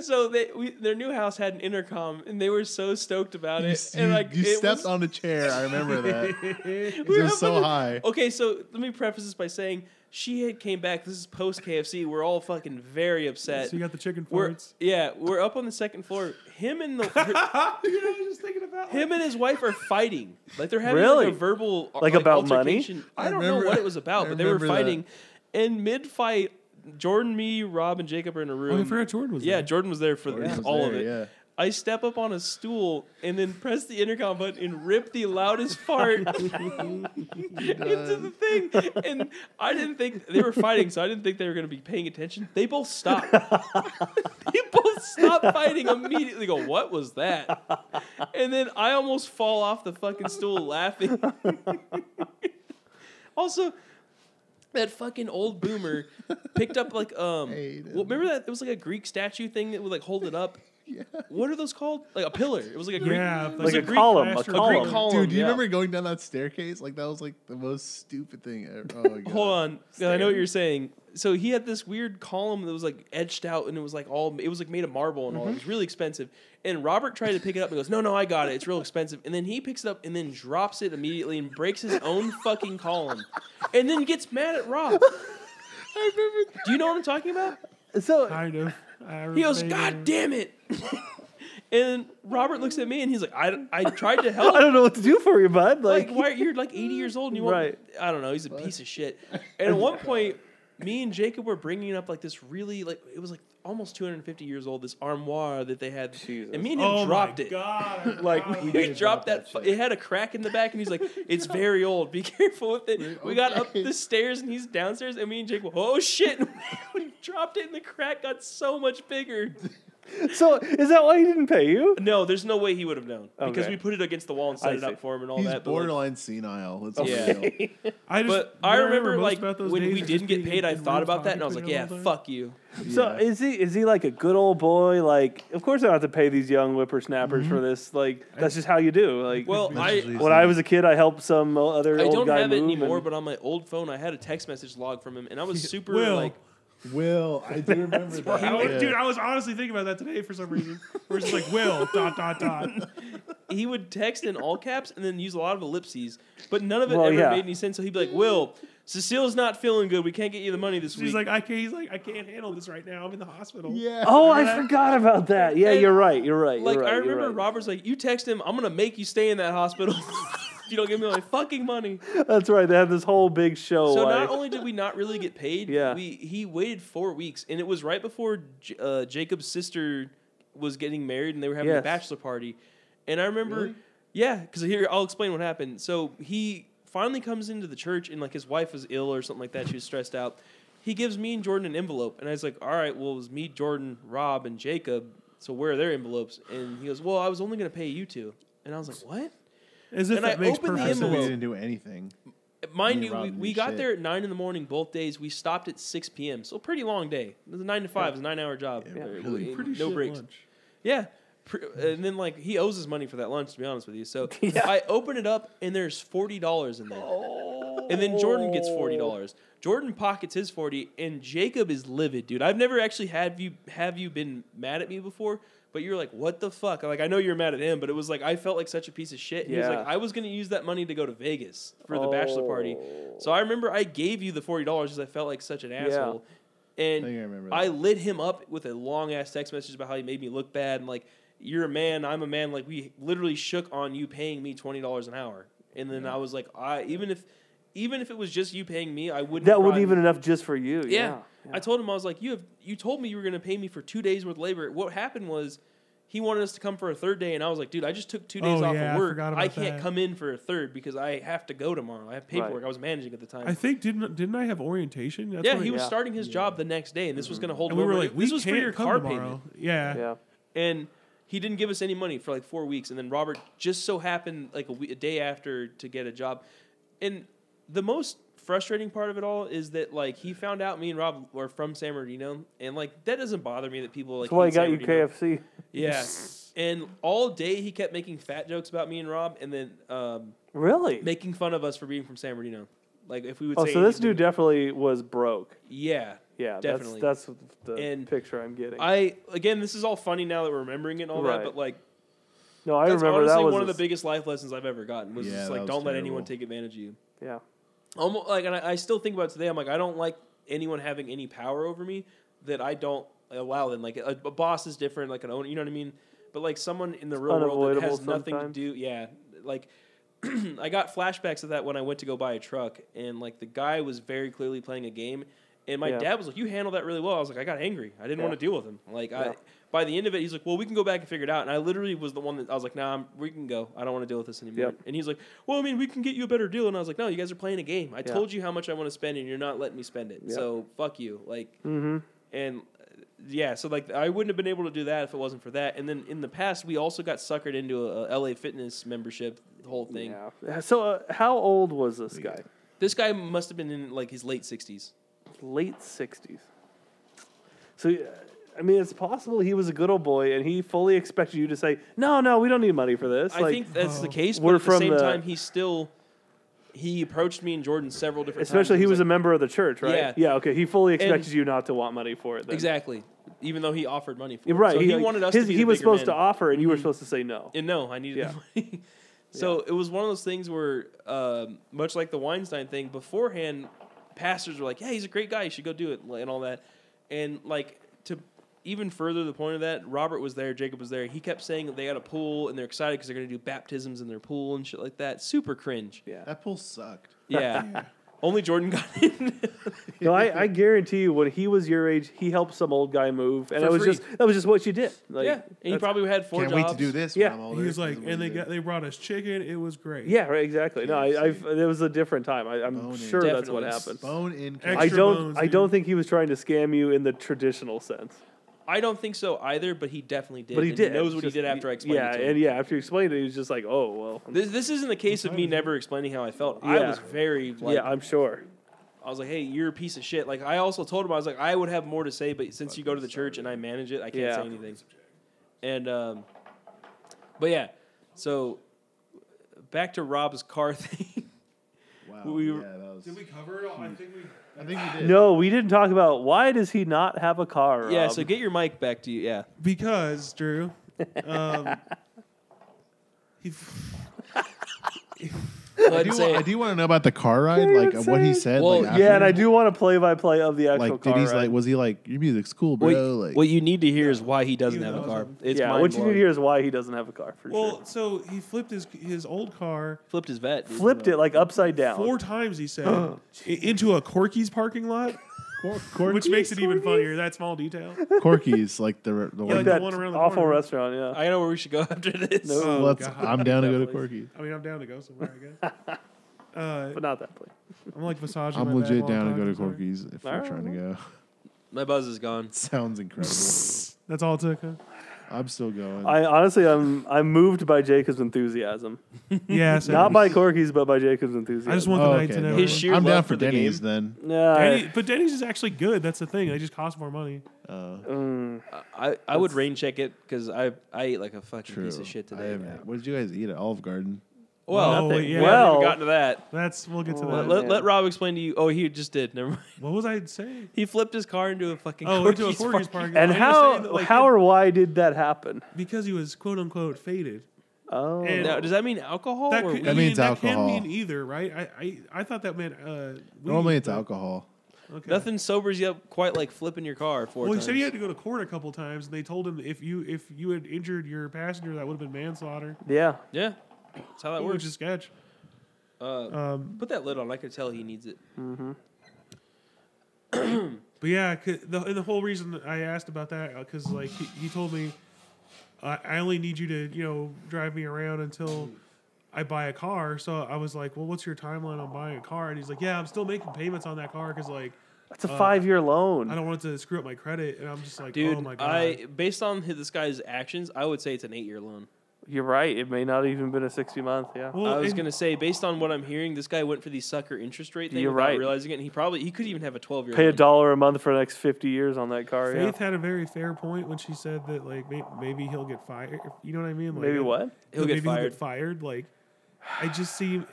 so they we, their new house had an intercom, and they were so stoked about You, it. you, and like you it stepped was, on a chair. I remember that. we It were was so fucking- high. Okay, so let me preface this by saying she had came back. This is post KFC. We're all fucking very upset. So you got the chicken we're, farts. yeah, we're up on the second floor. Him and the her- you know, I was just thinking about. him and his wife are fighting. Like they're having Really? like a verbal Like about money? altercation. I I don't know remember- what it was about, I but they were remember that. fighting. And mid fight, Jordan, me, Rob, and Jacob are in a room. Oh, I forgot Jordan was Yeah, there. Jordan was there for Jordan was all of there, it. yeah. I step up on a stool and then press the intercom button and rip the loudest fart into the thing. And I didn't think they were fighting, so I didn't think they were going to be paying attention. They both stopped. they both stopped fighting immediately. Go, what was that? And then I almost fall off the fucking stool laughing. also, that fucking old boomer picked up like um Hate him. well, remember that it was like a greek statue thing that would like hold it up Yeah. what are those called like a pillar it was like a greek it Yeah, like was a a greek, column, plaster- a greek column. column Dude, do you yeah. remember going down that staircase? Like that was like the most stupid thing ever. Oh my god. hold on i know what you're saying so he had this weird column that was like edged out and it was like all it was like made of marble and all Mm-hmm. it was really expensive and robert tried to pick it up and goes no no i got it it's real expensive and then he picks it up and then drops it immediately and breaks his own fucking column and then gets mad at rob I remember that. do you know what i'm talking about So Kind of. I He goes, remember. God damn it. and Robert looks at me and he's like, I, I tried to I help. don't know what to do for you, bud. Like, Like, why you're like 80 years old and you want, Right. I don't know, he's a piece of shit. And at one point, me and Jacob were bringing up like this really, like, it was like almost 250 years old, this armoire that they had. Jesus. And me and him Oh my dropped it. God. Like, God. we We did dropped drop that. that fu- shit. it had a crack in the back, and he's like, "It's very old. Be careful with it." We got up Okay. the stairs, and he's downstairs, and me and Jake, were, "Oh shit!" we dropped it, and the crack got so much bigger. so is that why he didn't pay you? No, there's no way he would have known because Okay. we put it against the wall and set I it see. up for him and all He's that. but, like- borderline senile. Let's be Yeah. real. I but just, what I remember most like about those when days we is didn't just get being paid, in I rooms thought about that and I was like, talking to each yeah, other all the fuck you. So Yeah. is he is he like a good old boy? Like, of course I don't have to pay these young whippersnappers for this. Like, that's just how you do. Like, Mm-hmm. Well, I Basically, when I was a kid, I helped some other I old don't guy have it move. and- anymore, but on my old phone I had a text message log from him and I was super Will. like, Will, I do remember that. I was- Yeah. Dude, I was honestly thinking about that today for some reason. We're just like, Will, dot, dot, dot. he would text in all caps and then use a lot of ellipses, but none of it Well, ever yeah. made any sense. So he'd be like, Will, Cecile's not feeling good. We can't get you the money this She's week. like, I can't, he's like, I can't handle this right now. I'm in the hospital. yeah. Oh, I that? forgot about that. Yeah, And, you're right. You're right. You're like right, I you're remember right. Robert's like, You text him, I'm gonna make you stay in that hospital. if you don't give me my fucking money. That's right. They had this whole big show. So like, not only did we not really get paid, Yeah. we he waited four weeks, and it was right before J- uh, Jacob's sister was getting married, and they were having a Yes. bachelor party. And I remember, Really? yeah, because here I'll explain what happened. So he finally comes into the church, and like his wife was ill or something like that. She was stressed out. He gives me and Jordan an envelope, and I was like, "All right, well, it was me, Jordan, Rob, and Jacob. So where are their envelopes?" And he goes, "Well, I was only going to pay you two. And I was like, "What?" As if And that I makes opened the perfect I sense. said we envelope. didn't do anything. Mind Me you, and we, Robin we do got shit. there at nine in the morning both days. We stopped at six p.m. So pretty long day. It was a nine to five. It was a nine-hour job. Yeah, Uh, really. we- Pretty no shit breaks. lunch. Yeah, Pr- and then like he owes his money for that lunch. To be honest with you, so Yeah. I open it up and there's forty dollars in there. Oh, And then Jordan gets forty dollars. Jordan pockets his forty, and Jacob is livid, dude. I've never actually had you have you been mad at me before, but you're like, what the fuck? Like I know you're mad at him, but it was like I felt like such a piece of shit. And He was Yeah. like, I was gonna use that money to go to Vegas for the bachelor party. So I remember I gave you the forty dollars because I felt like such an asshole. And I think I remember I that. lit him up with a long ass text message about how he made me look bad and like you're a man, I'm a man. Like we literally shook on you paying me twenty dollars an hour, and then I was like, I even if even if it was just you paying me, I wouldn't. that have wouldn't brought- even enough just for you. Yeah. Yeah. I told him I was like, you have you told me you were going to pay me for two days worth of labor. What happened was. He wanted us to come for a third day, and I was like, "Dude, I just took two days Oh, off yeah, of I work. forgot I, about can't that. come in for a third because I have to go tomorrow. I have paperwork. I was managing at the time. I think didn't didn't I have orientation? That's yeah, when he I- was Yeah. starting his job the next day, and this was going to hold. Mm-hmm. And we him were over. like, we this was can't for your come car tomorrow. payment. Yeah. yeah. and he didn't give us any money for like four weeks. And then Robert just so happened like a, we- a day after to get a job. And the most frustrating part of it all is that like he found out me and Rob were from San Bernardino, and like that doesn't bother me that people like. That's why I hate got San you Bernardino. KFC. Yeah, and all day he kept making fat jokes about me and Rob, and then um, Really? making fun of us for being from San Bernardino. Like if we would oh, say so this anything- dude definitely was broke. yeah, Yeah, Definitely. that's that's the And picture I'm getting. I again, this is all funny now that we're remembering it and all that, Right. but like no, I that's remember honestly that was one of a the biggest life lessons I've ever gotten was Yeah, just that like was don't let anyone terrible. take advantage of you. Yeah. Almost like, and I, I still think about it today. I'm like, I don't like anyone having any power over me that I don't allow them. Like a, a boss is different, like an owner, you know what I mean? But like someone in the real world that unavoidable has nothing to sometimes. do, yeah. Like I got flashbacks of that when I went to go buy a truck, and like the guy was very clearly playing a game, and my Yeah. dad was like, "You handled that really well." I was like, "I got angry. I didn't Yeah. want to deal with him." Like Yeah. I, by the end of it, he's like, "Well, we can go back and figure it out." And I literally was the one that I was like, "Nah, I'm, we can go. I don't want to deal with this anymore." Yep. And he's like, "Well, I mean, we can get you a better deal." And I was like, "No, you guys are playing a game. I Yeah. told you how much I want to spend, and you're not letting me spend it. Yep. So fuck you." Like Mm-hmm. and uh, yeah, so like I wouldn't have been able to do that if it wasn't for that. And then in the past, we also got suckered into a, a LA Fitness membership whole thing. Yeah. So uh, how old was this guy? This guy must have been in like his late sixties. late 60s. So, uh, I mean, it's possible he was a good old boy and he fully expected you to say, no, no, we don't need money for this. I like, think that's the Oh. case. But We're at the from same the- time, he still he approached me and Jordan several different especially times. he was a like- member of the church, right? Yeah. okay. He fully expected And- you not to want money for it. Then. exactly. Even though he offered money for Yeah, it. Right. So he, like, wanted us his- to be He the was bigger Mm-hmm. supposed man. to offer and you were supposed to say no. And no, I needed Yeah. the money. so it was one of those things where, um, much like the Weinstein thing, beforehand, pastors were like, "Yeah, he's a great guy. You should go do it," and all that. And like to even further the point of that, Robert was there, Jacob was there. He kept saying that they got a pool and they're excited because they're going to do baptisms in their pool and shit like that. Super cringe. yeah. That pool sucked. Yeah. Only Jordan got in. No, I, I guarantee you, when he was your age, he helped some old guy move, and For that was free. just that was just what you did. Like, yeah, and he that's- probably had 4 Can't jobs. wait to do this Yeah. when I'm Oh, older. He was That's like, what and we they did. got they brought us chicken. It was great. Yeah, right, exactly. No, Yeah, I, I've, see. it was a different time. I, I'm Boning. sure that's what Definitely. happened. bone in. I Extra don't. bones, I dude. don't think he was trying to scam you in the traditional sense, I don't think so either, but he definitely did. but he and did. knows what Just- he did after I explained Yeah, it to him. and yeah, after you explained it, he was just like, "Oh well." This, this isn't the case of me never explaining how I felt. I Yeah. was very like yeah, I'm sure. I was like, hey, you're a piece of shit. Like I also told him I was like I would have more to say, but since you go to the church and I manage it, I can't Yeah. say anything. And um, but yeah, so back to Rob's car thing. Wow. We yeah, were- that was, Did we cover it all? I think we. I think we did. No, we didn't talk about why does he not have a car? yeah, Rob? so get your mic back to you. Yeah, Because Drew, um, he, I do, wa- I do want to know about the car ride, Can't like even uh, what he say. said. Well, like, after, yeah, and I do want a play-by-play of the actual Like, car. did he's ride. like, was he like, your music's cool, bro? what, like, what you need to hear is why he doesn't Even have a though car. it's It's yeah, mind what you need to hear is why he doesn't have a car for sure. well, so he flipped his his old car flipped his vet. dude. Flipped it like upside down. four times. He said i- into a Corky's parking lot, Cor- Cor- which makes it even funnier. That small detail. Corky's like the the Yeah, one. the that one around the awful corner. restaurant. Yeah, I know where we should go after this. No. Oh, Let's, God. I'm down to go to Definitely. Corky's. I mean, I'm down to go somewhere. I guess. Uh, but not that place. I'm like massaging. I'm my back legit while down to go talking, to sorry. Corky's if All we're right, trying to go. My buzz is gone. Sounds incredible. That's all it took. Huh? I'm still going. I honestly, I'm I'm moved by Jacob's enthusiasm. Yeah, so Not by Corky's, but by Jacob's enthusiasm. I just want Oh, the night okay, to no know. His worries. sheer I'm down love for for the Denny's game. then. Nah, Denny, but Denny's is actually good. That's the thing. They just cost more money. Uh, mm, I, I would rain check it because I I ate like a fucking true. piece of shit I today. haven't- What did you guys eat at Olive Garden? Well, Oh, nothing. yeah. we haven't well, even gotten to that. That's we'll get to that. Oh, Let, let, man. let Rob explain to you. Oh, he just did. Never mind. What was I saying? He flipped his car into a fucking. Oh, into a Corky's Corky's parking- parking. and lot. I'm just saying how that, like, how or why did that happen? because he was quote unquote faded. Oh, And- Now, does that mean alcohol? That, or could, weed? I mean, means that alcohol. can mean either, right? I, I, I thought that meant uh, weed, Normally it's but- alcohol. Okay. Nothing sobers you up quite like flipping your car four Well, he times. said he had to go to court a couple times, and they told him if you if you had injured your passenger, that would have been manslaughter. yeah. yeah, that's how that That was works. just sketch. Uh, Um, put that lid on. I could tell he needs it. But yeah, 'cause the, and the whole reason that I asked about that because like he, he told me, I, I only need you to you know drive me around until I buy a car. So I was like, well, what's your timeline on buying a car? And he's like, yeah, I'm still making payments on that car because like That's a five year loan. Uh, I don't want it to screw up my credit. And I'm just like, Dude, oh my god, I based on hi- this guy's actions, I would say it's an eight-year loan. You're right. It may not even been a sixty month. Yeah. Well, I was and- gonna say, based on what I'm hearing, this guy went for the sucker interest rate thing You're without right. realizing it. And he probably he could even have a twelve-year. Pay a loan. dollar a month for the next fifty years on that car. Yeah. Faith had a very fair point when she said that like may- maybe he'll get fired. You know what I mean? Like, Maybe what? that He'll get maybe fired. fired. Like I just seem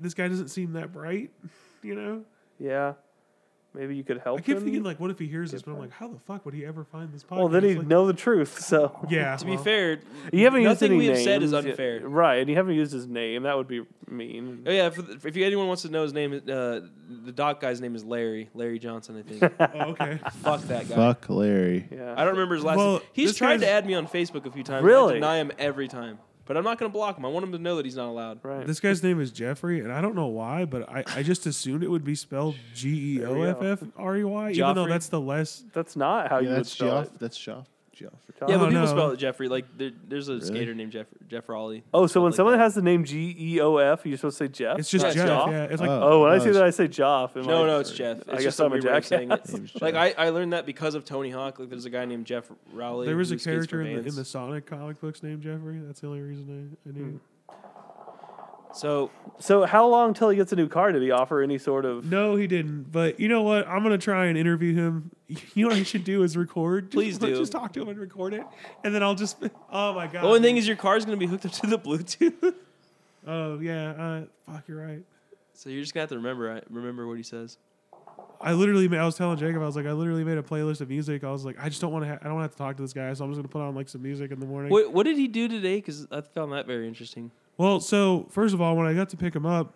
this guy doesn't seem that bright. You know. Yeah. Maybe you could help I kept him. thinking like, what if he hears this? But I'm like, how the fuck would he ever find this podcast? well, then he'd like, know the truth. So Yeah. To be well, fair, you haven't used nothing any we have names. said is yeah. unfair. right? And you haven't used his name. That would be mean. Oh yeah, if, if you- anyone wants to know his name, uh, the doc guy's name is Larry, Larry Johnson, I think. Oh, okay. Fuck that guy. Fuck Larry. Yeah. I don't remember his last Well, name. He's this tried to guy's- add me on Facebook a few times. I Really? deny him every time. But I'm not going to block him. I want him to know that he's not allowed. Right. this guy's name is Jeffrey, and I don't know why, but I, I just assumed it would be spelled G E O F F R E Y, even though Joffrey? that's the less. That's not how Yeah, you would that's spell Joff. it. That's Joff. Joff. Joff. Yeah, Oh, but people no. spell it Jeffrey. Like there, there's a skater named Jeff Jeff Raleigh. Oh, so when Stuff like someone that. has the name G E O F, you're supposed to say Jeff. It's just Yeah, not Jeff. Joff? Yeah, it's like Oh, when I no, see it's- that, I say Joff. am no, I- no, it's Jeff. It's I guess just I'm some a weird way of saying jackass. it. Name's Like Jeff. I, I learned that because of Tony Hawk. Like there's a guy named Jeff Raleigh. there was who a skates for character in the, in Vans. Hmm. the Sonic comic books named Jeffrey. That's the only reason I, I knew. So So how long till he gets a new car? Did he offer any sort of? No, he didn't. But you know what? I'm gonna try and interview him. You know what I should do is record. Just- Please do. Just talk to him and record it, and then I'll just. Oh my god. the only thing is your car's gonna be hooked up to the Bluetooth. Oh yeah. Uh, fuck, you're right. so you're just gonna have to remember remember what he says. I literally, ma- I was telling Jacob, I was like, I literally made a playlist of music. I was like, I just don't want to, ha- I don't want to talk to this guy, so I'm just gonna put on like some music in the morning. What what did he do today? Because I found that very interesting. Well, so first of all, when I got to pick him up,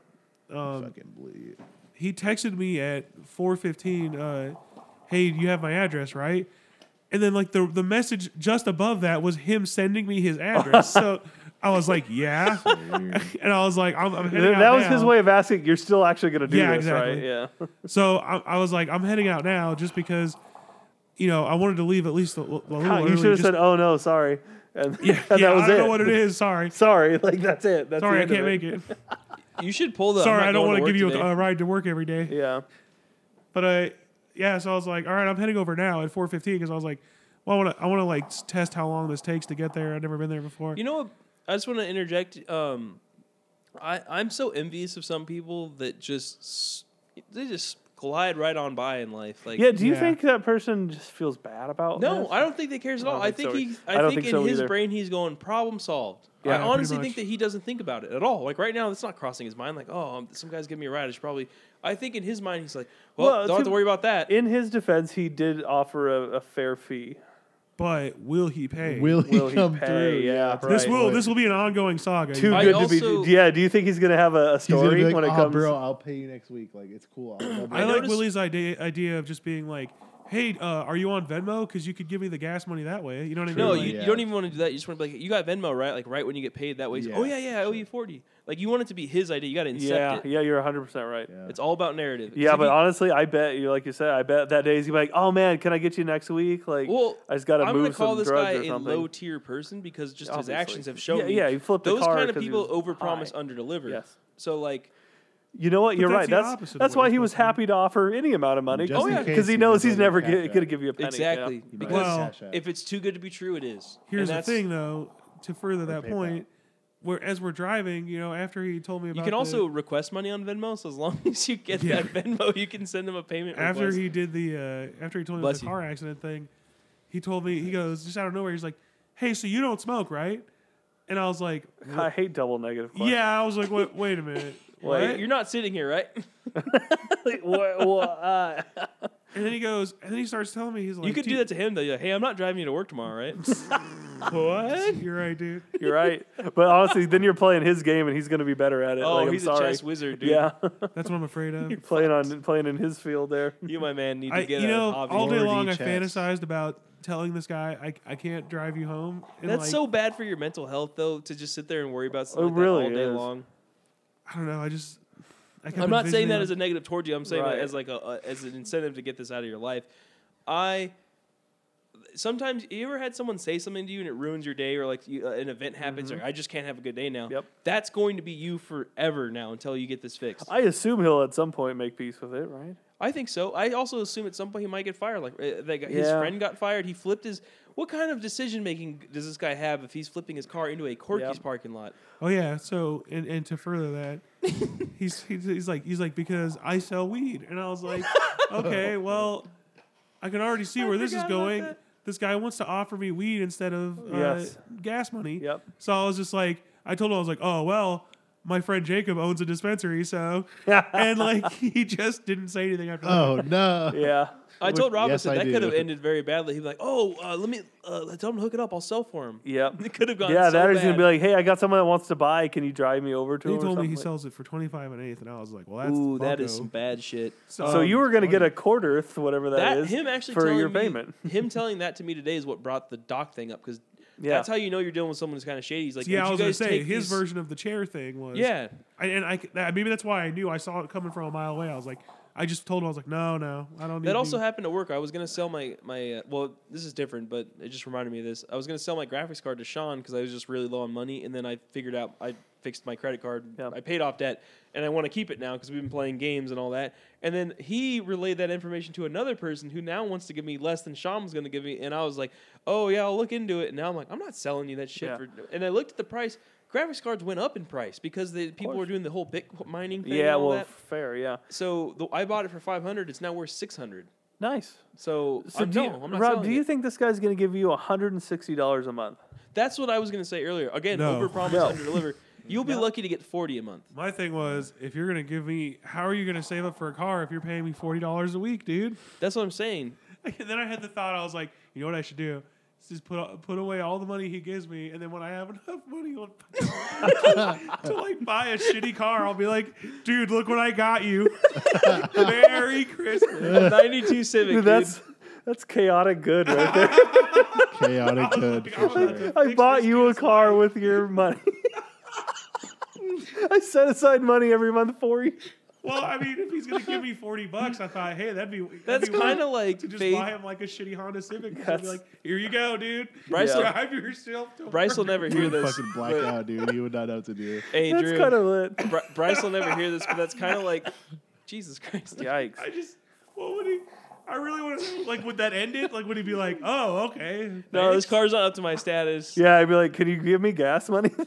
um, Fucking bleed. he texted me at 4:15. Uh, hey, you have my address, right? And then like the the message just above that was him sending me his address. so I was like, yeah, and I was like, I'm, I'm heading That out was now. his way of asking. You're still actually going to do Yeah, this, right? exactly. Yeah. So I, I was like, I'm heading out now, just because, you know, I wanted to leave at least a, l- a little. God, early you should have just- said, "Oh no, sorry," and, yeah, and yeah, that was I don't it. know what it is. Sorry, Sorry, like that's it. That's sorry, the I end of can't make it. You should pull the. Sorry, I don't want to give you today. a, um, a ride to work every day. Yeah. But I, yeah, so I was like, all right, I'm heading over now at 4:15 because I was like, well, I want to, I want to like s- test how long this takes to get there. I've never been there before. You know what? I just want to interject. Um, I I'm so envious of some people that just s- they just glide right on by in life. Like Yeah. Do you Yeah. think that person just feels bad about? No, this? I don't think they cares at I don't all. I think, think so. e- he. I I, don't think, think so in his either. brain he's going problem solved. Yeah, I pretty honestly much. think that he doesn't think about it at all. Like right now, it's not crossing his mind. Like oh, um, some guy's giving me a ride. I should probably. I think in his mind he's like, well, Well, don't have to- to worry about that. In his defense, he did offer a, a fair fee. but will he pay? Will he Will he come pay? through? Yeah, that's this right. will what- this will be an ongoing saga. Too I good to also- be. Yeah. Do you think he's gonna have a, a He's gonna story be like, when it "Aw, comes? bro, I'll pay you next week. Like it's cool. I'll, I'll pay I, like you." noticed- Willie's idea idea of just being like, hey, uh, are you on Venmo? Because you could give me the gas money that way. You know what I mean? No, Like, you, Yeah. you don't even want to do that. You just want to be like, you got Venmo right? Like right when you get paid, that way. he's, oh Yeah, yeah, yeah, I owe you forty. Like you want it to be his idea. You got to incept yeah. it. Yeah. You're 100 percent right. Yeah. It's all about narrative. 'Cause Yeah, if but you- honestly, I bet you, like you said, I bet that day he's gonna be like, "Oh man, can I get you next week?" Like, Well, I just gotta I'm move gonna call some this drugs guy or a something. low tier person because just Obviously. his actions have shown. Yeah, me yeah, he flipped the those car kind of 'cause he people was overpromise, high. underdeliver. Yes. So like, You know what? You're that's right. the That's opposite of that's what why you're he was supposed to do. happy to offer any amount of money. Just in yeah, case because he he knows doesn't he's have never a going contract. to give you a penny. Oh, Exactly. Yeah. You might Because Well- have to cash out. if it's too good to be true, it is. Here's And the that's- thing, though. To further that PayPal. point, where as we're driving, you know, after he told me about You can the- also request money on Venmo, so as long as you get Yeah. that Venmo, you can send them a payment after request. he did the uh, after he told me about Bless the you. car accident thing, he told me he goes just out of nowhere. He's like, "Hey, so you don't smoke, right?" And I was like, I hate double negative. Questions. "Yeah." I was like, "Wait, wait a minute." Wait, what?" you're not sitting here, right? Wha- wha- uh, And then he goes, and then he starts telling me he's like, you could do that to him though. You're like, hey, I'm not driving you to work tomorrow, right? What? You're right, dude. you're right. But honestly, then you're playing his game, and he's going to be better at it. oh, like, I'm he's sorry. a chess wizard, dude. yeah, That's what I'm afraid of. playing on playing in his field there. You, my man, need to I, get you a know, hobby. all day Lordy long I chess. fantasized about telling this guy I, I can't drive you home. And That's like, so bad for your mental health, though, to just sit there and worry about something It like that really all day is. long. I don't know. I just I kept I'm not saying that envisioning, as a negative towards you. I'm saying Right. that as like a, a as an incentive to get this out of your life. I sometimes you ever had someone say something to you and it ruins your day, or like you, uh, an event happens, or I just can't have a good day now. Yep. That's going to be you forever now until you get this fixed. I, I assume he'll at some point make peace with it, right? think so. I also assume at some point he might get fired. Like uh, that guy, his Yeah. friend got fired. He flipped his. What kind of decision making does this guy have if he's flipping his car into a Corky's Yep. parking lot? Oh yeah. So and and to further that, he's, he's he's like he's like because I sell weed, and I was like, okay, well, I can already see Oh. I where this is forgot about going. that. This guy wants to offer me weed instead of uh, Yes. gas money. Yep. So I was just like, I told him I was like, oh well, my friend Jacob owns a dispensary, so and like he just didn't say anything after that. Oh no. Yeah. I told Robinson I that could have do. ended very badly. He'd be like, "Oh, uh, let me uh, let him hook it up. I'll sell for him." Yep. It could have gone. Yeah, so that or he's gonna bad. be like, "Hey, I got someone that wants to buy. Can you drive me over to He him?" or told me he something? sells it for twenty five and eighth, and I was like, well, that's "Ooh, that is bucko. some bad shit." So Um, you were going to get a quarter, th- whatever That, is, him actually for telling your me- payment. him telling that to me today is what brought the doc thing up because Yeah. that's how you know you're dealing with someone who's kind of shady. He's like, yeah, "Would I you was gonna guys say take his these-" version of the chair thing was Yeah, I, and I c- that, maybe that's why I knew I saw it coming from a mile away. I was like, I just told him I was like, no, no, I don't. Need that also you." happened at work. I was gonna sell my my uh, well, this is different, but it just reminded me of this. I was gonna sell my graphics card to Sean because I was just really low on money, and then I figured out I fixed my credit card. Yeah. I paid off debt, and I want to keep it now because we've been playing games and all that. And then he relayed that information to another person who now wants to give me less than Sean was gonna give me, and I was like, oh yeah, I'll look into it. And now I'm like, I'm not selling you that shit Yeah. for. And I looked at the price. graphics cards went up in price because the people were doing the whole bit mining thing. and Yeah, all well, that. fair. Yeah, So the, I bought it for 500. It's now worth 600. nice. So, So I'm, do no, you, I'm not Rob, selling do you it. think this guy's going to give you $160 a month? That's what I was going to say earlier. Again, No. over promise, No. under deliver. You'll be lucky to get 40 a month. My thing was, if you're gonna give me, how are you gonna save up for a car if you're paying me forty dollars a week, dude? That's what I'm saying. And then I had the thought, I was like, you know what I should do? Is Just put put away all the money he gives me, and then when I have enough money on, to like buy a shitty car, I'll be like, dude, look what I got you. Merry Christmas. 92 Civic. Dude, Dude, that's that's chaotic good right there. Chaotic good. I For was like, sure. I bought you a car with your money. I set aside money every month for you. Well, I mean, if he's gonna give me forty bucks, I thought, hey, that'd be that'd That's be worth kind it. of like to just faith. buy him like a shitty Honda Civic. and That's- be like, here you go, dude. Bryce will- Drive yourself. To Bryce will work." never He hear would this. fucking black but- out, dude. He would not know what to do. Hey, That's Drew. kind of lit. Bri- Bryce will never hear this, but that's kind of like Jesus Christ. Yikes. I just what would he? I really want to like. Would that end it? Like, would he be like, oh, okay? No, this thanks." car's not up to my status. Yeah, I'd be like, can you give me gas money? yeah,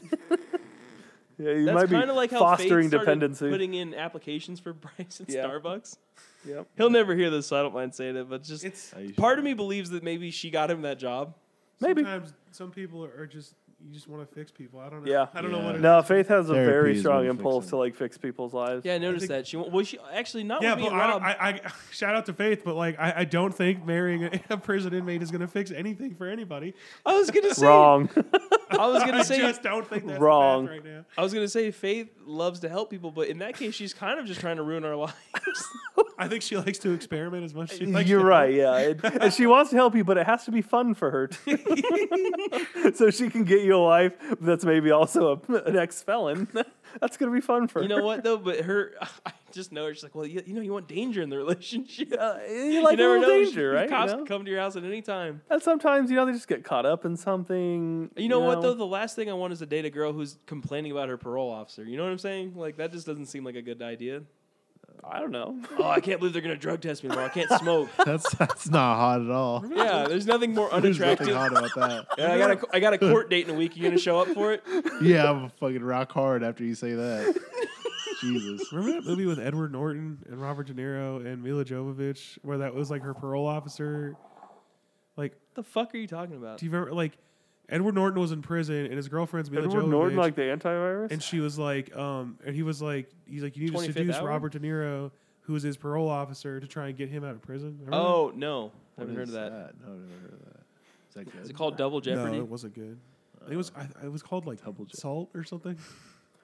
you That's might be kind of like how fostering Faith started dependency. Putting in applications for Bryce and Yeah. Starbucks. Yep. He'll never hear this, so I don't mind saying it. But just It's part of me believes that maybe she got him that job. Maybe. sometimes some people are just you just want to fix people. I don't know. Yeah. I don't know Yeah. what. It No, Faith has a Therapy very is strong gonna fix impulse it. to like fix people's lives. Yeah, I noticed think- that. She won't- well, she actually not Yeah, with me but and I, Rob. I, I shout out to Faith, but like I, I don't think marrying a, a prison inmate is going to fix anything for anybody. I was gonna say. Wrong. I was I gonna say. just don't think that's the path Wrong. right now. I was gonna say Faith loves to help people, but in that case, she's kind of just trying to ruin our lives. I think she likes to experiment as much. as she likes You're to- right. Yeah, It- and she wants to help you, but it has to be fun for her, too. so she can get you a wife that's maybe also a, an ex-felon. That's gonna be fun for you her. know what though? But her, I just know her. She's like, well, you, you know, you want danger in the relationship. Uh, you like you a never little know. danger, right? you Cops know? can come to your house at any time. And sometimes you know they just get caught up in something. You know, what though? The last thing I want is to date a girl who's complaining about her parole officer. You know what I'm saying? Like that just doesn't seem like a good idea. I don't know. Oh, I can't believe they're gonna drug test me tomorrow. I can't smoke. That's that's not hot at all. yeah, there's nothing more There's nothing unattractive. hot about that. Yeah, I got a, I got a court date in a week. You gonna show up for it? Yeah, I'm a fucking rock hard after you say that. Jesus. Remember that movie with Edward Norton and Robert De Niro and Mila Jovovich, where that was like her parole officer. Like, the fuck are you talking about? do you remember? Like, Edward Norton was in prison, and his girlfriend's Mila Edward Jovovich, Norton like the antivirus. and she was like, um, and he was like, he's like, you need to 25th seduce hour? Robert De Niro, who is his parole officer, to try and get him out of prison. Remember Oh no, I What haven't heard is of that. No, I've never heard of that. Is that good? Is it called Double that? Jeopardy? No, it wasn't good. I think it was I, it was called like Double Jeopardy. Salt or something.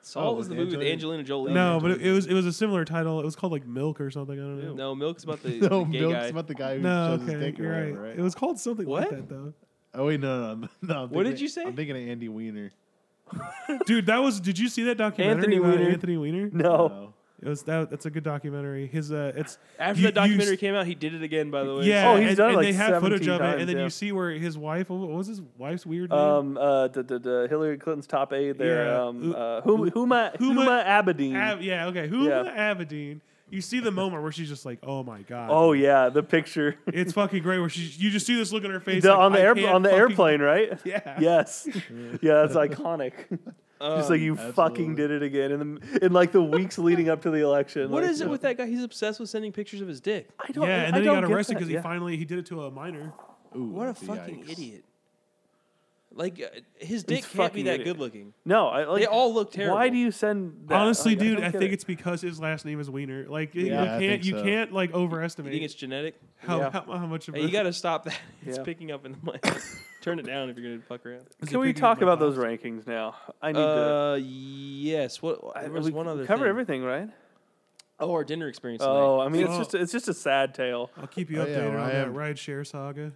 Salt Oh, was the with movie with Angelina Jolie. Angelina- No, but it, it was it was a similar title. It was called like Milk or something. I don't know. no, Milk's about the, the no, gay Milk's guy. about the guy who No, shows his okay, dick or you're right. whatever, right? It was called something like What? that though. oh wait, no, no, no. no I'm What did thinking- you say? I'm thinking of Andy Weiner. Dude, that was. Did you see that documentary Anthony about Weiner. Anthony Weiner? no, It was that. That's a good documentary. His uh, it's After you- that documentary you- came out, he did it again. By the way, yeah, Oh, he's and, done it and like they have footage 17 of it, times, and then yeah. you see where his wife. What was his wife's weird name? um, uh, the, the, the Hillary Clinton's top aide there, Yeah. um, Who- uh, Huma, Huma, Huma- Huma Abedin. Ab- yeah, okay. Who Yeah. Aberdeen? You see the moment where she's just like, "Oh my god!" oh yeah, the picture it's fucking great. Where she, you just see this look on her face The- like, on the "I air, can't on the fucking-" airplane, right? Yeah, Yes, yeah, that's iconic. Um, Just like you fucking absolutely. did it again in the in like the weeks leading up to the election. What like, is it with that guy? He's obsessed with sending pictures of his dick. I yeah. don't. I And then he don't got get arrested that, because yeah. he finally he did it to a minor. Ooh, What a that's fucking yikes. idiot! Like uh, his dick can't be fucking that idiot. good looking. No, I, like, They all look Why terrible. do you send? That? Honestly, Like, dude, I, don't get think it. it's because his last name is Weiner. Like Yeah, you I can't think you so. can't like You overestimate think it's genetic? how, Yeah. how how much of Hey, you a- got to stop that. It's Yeah. picking up in the mic. Turn it down if you're gonna fuck around. is it Can we picking up talk my about those thoughts? rankings now? I need to. Uh, yes. What? There was we one other. covered thing. everything, right? Oh, our dinner experience. tonight. Oh, I mean, it's Oh. just it's just a sad tale. I'll keep you Oh, updated yeah, well, on I that am- rideshare saga.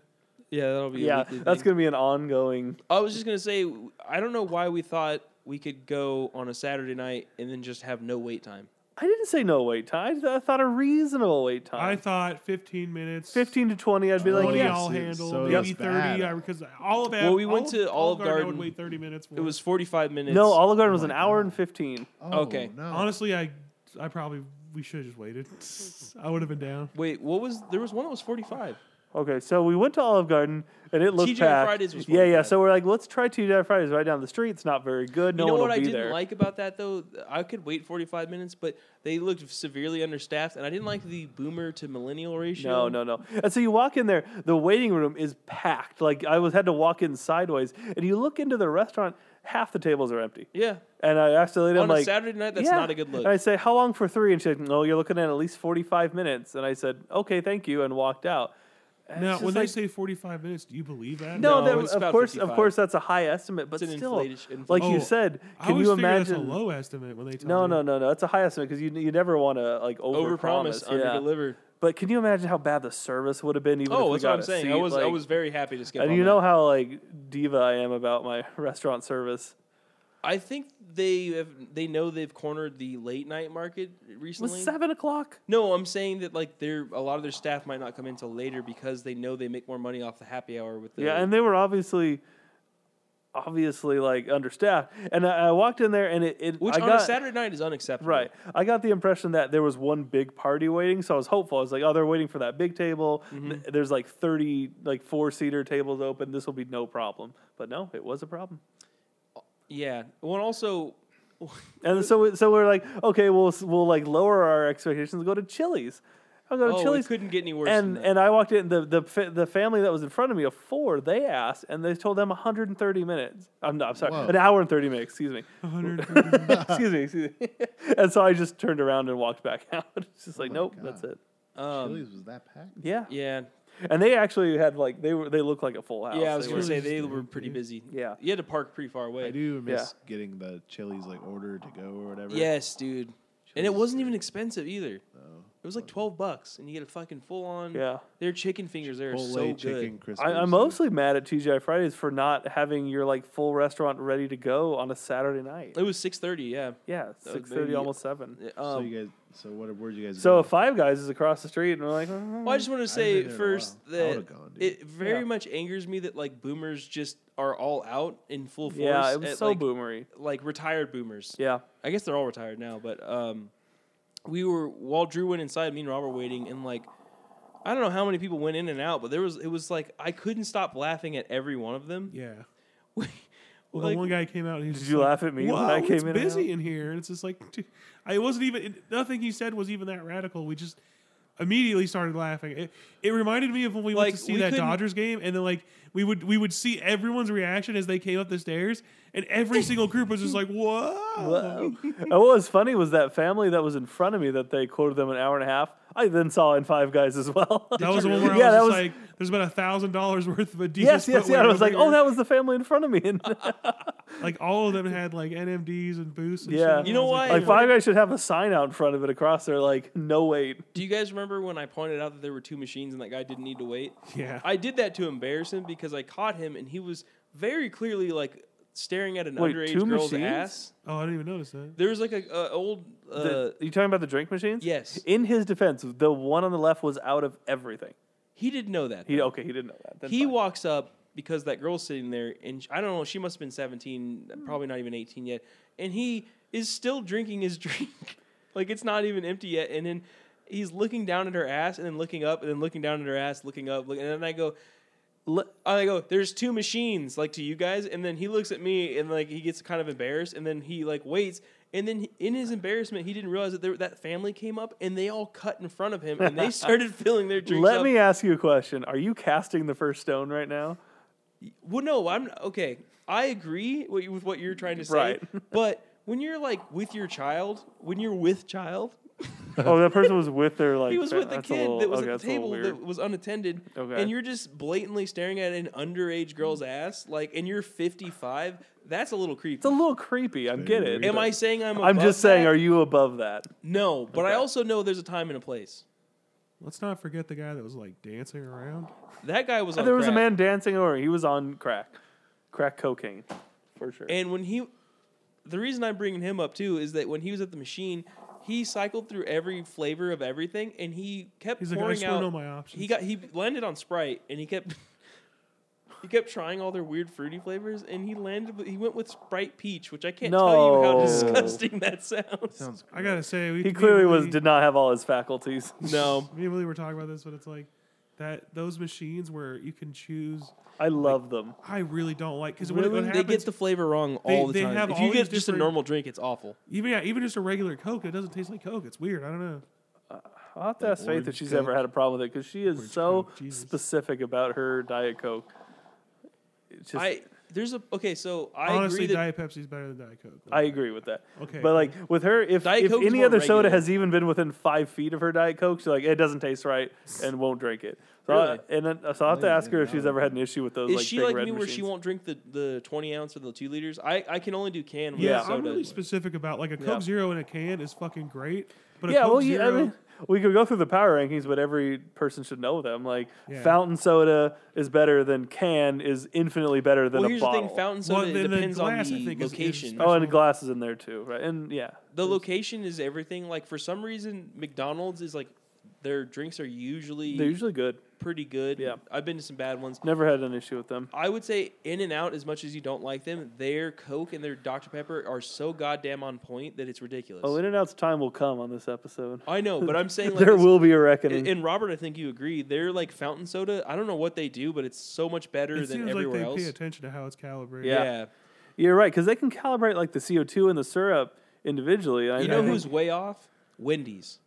yeah, that'll be. a Yeah, weekly that's thing. gonna be an ongoing. I was just gonna say, I don't know why we thought we could go on a Saturday night and then just have no wait time. I didn't say no wait time. I th- I thought a reasonable wait Uh, time. I thought 15 minutes, 15 to 20, I'd be like, 20 yeah. I'll Yes, it's handle, so maybe it's bad. 30 because all of Well, we went Olive- to Olive I would Garden. wait 30 minutes. For. It was 45 minutes. Oh No, Olive Garden was my an hour and 15. Oh, Okay. No. honestly, I I probably we should have just waited. I would have been down. Wait, what was there was one that was 45. Okay, so we went to Olive Garden and it looked TGI packed. Fridays was yeah, worth yeah. it. So we're like, let's try TGI Fridays right down the street. It's not very good. No you know one what will I be didn't there. like about that though? I could wait 45 minutes, but they looked severely understaffed, and I didn't like the boomer to millennial ratio. No, no, no. And so you walk in there, the waiting room is packed. Like I was had to walk in sideways, and you look into the restaurant, half the tables are empty. Yeah, And I asked the lady, on I'm a like, Saturday night, that's "Yeah." not a good look. And I say, how long for three? And she said, no, you're looking at at least 45 minutes. And I said, okay, thank you, and walked out. And Now, it's when just they like- say 45 minutes, do you believe that? no, No, that- it's of about course, 55. of course, that's a high estimate, but It's an still, inflated- like you Oh, said, I can always you figure imagine? That's a low estimate when they tell No, me. no, no, no. It's a high estimate because you you never want to like over Over promise, under yeah. deliver. But can you imagine how bad the service would have been? Even if Oh, we that's got what I'm a saying. Seat? I was I like- was very happy to skip. and on you that. know how like diva I am about my restaurant service. I think they have, they know they've cornered the late night market It was recently. seven o'clock. No, I'm saying that like their a lot of their staff might not come in till later because they know they make more money off the happy hour with the Yeah, and they were obviously, obviously like understaffed. And I, I walked in there, and it, it which I on got, a Saturday night is unacceptable. Right. I got the impression that there was one big party waiting, so I was hopeful. I was like, oh, they're waiting for that big table. Mm-hmm. Th- There's like 30, like four seater tables open. This will be no problem. But no, it was a problem. Yeah. Well, and also And so, we- so we're like, okay, we'll s- we'll like lower our expectations. and Go to Chili's. I'll go to oh, Chili's. it couldn't get any worse. and than that. and I walked in the the fa- the family that was in front of me of four. They asked, and they told them 130 minutes. I'm, no, I'm sorry, Whoa. an hour and 30 minutes. Excuse me, 130 excuse me, excuse me. and so I just turned around and walked back out. It's just like, Oh my nope, God. that's it. um, Chili's was that packed? Yeah. yeah, and they actually had like they were they looked like a full house. yeah. I was They gonna were- say they were pretty busy. Yeah. you had to park pretty far away. I do miss getting the Chili's like order to go or whatever. Yes, dude. and it Chili's wasn't good. even expensive either. So, It was like twelve bucks, and you get a fucking full on. Yeah. their chicken fingers they are Chipotle so chicken good. crispers. I, I'm and- mostly mad at TGI Fridays for not having your like full restaurant ready to go on a Saturday night. It was six thirty. Yeah. Yeah, six maybe- thirty, almost seven. Um, So you guys, so what? Where'd you guys So go? if Five Guys is across the street, and we're like, "Mm, Well, I just want to Mm-hmm. been say there in a first while. I that would've gone, dude. it very Yeah. much angers me that like boomers just are all out in full force. yeah, it was at, so like, boomery. Like retired boomers. Yeah, I guess they're all retired now, but um, we were while Drew went inside, me and Rob were waiting, and like I don't know how many people went in and out, but there was it was like I couldn't stop laughing at every one of them. Yeah. Like, Well, the one guy came out. and he was Did just you like, laugh at me when Wow, I came it's in and busy in here, and it's just like, dude, I wasn't even. it- nothing he said was even that radical. We just immediately started laughing. It, it reminded me of when we Like, went to see we that couldn't- Dodgers game, and then like we would we would see everyone's reaction as they came up the stairs, and every single group was just like, "Whoa!" and what was funny was that family that was in front of me that they quoted them an hour and a half. I then saw in Five Guys as well. That was the one where yeah, I was just that was like, "There's about a thousand dollars worth of Adidas." yes, yes, yeah. footwear I was like, over oh, here." that was the family in front of me. And Like all of them had like NMDs and boosts. And Yeah. shit. You I know was why- Like, "Oh, like Five Guys should have a sign out in front of it across there, like no wait. Do you guys remember when I pointed out that there were two machines and that guy didn't need to wait? yeah. I did that to embarrass him because I caught him and he was very clearly like staring at an Wait, underage two girl's machines? ass. oh, I didn't even notice that. There was like a, a old uh, The- you talking about the drink machines? yes. In his defense, the one on the left was out of everything. He didn't know that. He though. okay, he didn't know that. That's he fine. walks up because that girl's sitting there, and sh- I don't know. She must have been seventeen, Hmm. probably not even eighteen yet. And he is still drinking his drink, like it's not even empty yet. And then he's looking down at her ass, and then looking up, and then looking down at her ass, looking up. Look, and then I go, Le- I go, there's two machines, like to you guys. And then he looks at me, and like he gets kind of embarrassed, and then he like waits. And then he- in his embarrassment, he didn't realize that there, that family came up and they all cut in front of him and they started filling their drinks. Let up. me ask you a question. Are you casting the first stone right now? Well, no, I'm okay. I agree what you- with what you're trying to say, Right. but when you're like with your child, when you're with child, oh, that person was with their like. he was fa- with the that's a kid little- that was okay, at that's the a little table weird. that was unattended, Okay. and you're just blatantly staring at an underage girl's ass, like, and you're 55. That's a little creepy. It's a little creepy. I get it. Am I saying I'm? I'm above just saying. that? Are you above that? No, but I Okay. also know there's a time and a place. Let's not forget the guy that was like dancing around. That guy was. On there was a Oh, crack. man dancing over. He was on crack, crack cocaine, for sure. And when he, the reason I'm bringing him up too is that when he was at the machine, he cycled through every flavor of everything, and he kept He's like, I pouring still out. know my options. He got he landed on Sprite, and he kept he kept trying all their weird fruity flavors, and he landed. with- He went with Sprite Peach, which I can't tell you how No. disgusting that sounds. Sounds. I gotta say, we he clearly was denied. did not have all his faculties. no, Me and Willie were talking about this, but it's like that those machines where you can choose. I love them. I really don't like because Really? what They They happens, get the flavor wrong They- all the they time. have if all you these get just a different- normal drink, it's awful. even yeah, even just a regular Coke, it doesn't taste like Coke. It's weird. I don't know. I'll have to ask Faith if orange she's Coke. ever had a problem with it because she is Orange so Coke, Jesus. specific about her Diet Coke. It's just, I, I there's a okay, so I Honestly, agree that Diet Pepsi is better than Diet Coke. agree with that. Okay. But like with her, if, Diet if Coke is any more other soda regulated. has even been within five feet of her Diet Coke, she's like, it doesn't taste right and won't drink it. So I, Really? and then, uh, so I'll have to Really? ask her if she's ever had an issue with those. is like, she big like me red where she machines. won't drink the, the twenty ounce or the two liters? I, I can only do can with yeah, soda. I'm really specific about like a Coke Yeah. Zero in a can is fucking great. But a yeah, Coke well, you, I Zero, mean, we could go through the power rankings, but every person should know them. Like Yeah. fountain soda is better than can is infinitely better than well, a here's bottle. the thing: fountain Well, soda it then the depends on glass, I the think, is- is location. special. oh, and glasses in there too, right? And yeah, the location is everything. Like for some reason, McDonald's is like their drinks are usually they're usually good. pretty good. Yeah. I've been to some bad ones. Never had an issue with them. I would say In and Out, as much as you don't like them, their Coke and their Dr Pepper are so goddamn on point that it's ridiculous. Oh, In and Out's time will come on this episode. I know, but I'm saying like there this- will be a reckoning. And, and Robert, I think you agree. They're like fountain soda. I don't know what they do, but it's so much better than it seems like everywhere they else. pay attention to how it's calibrated. Yeah. You're right because they can calibrate like the CO two and the syrup individually. I You know I who's think- way off? Wendy's.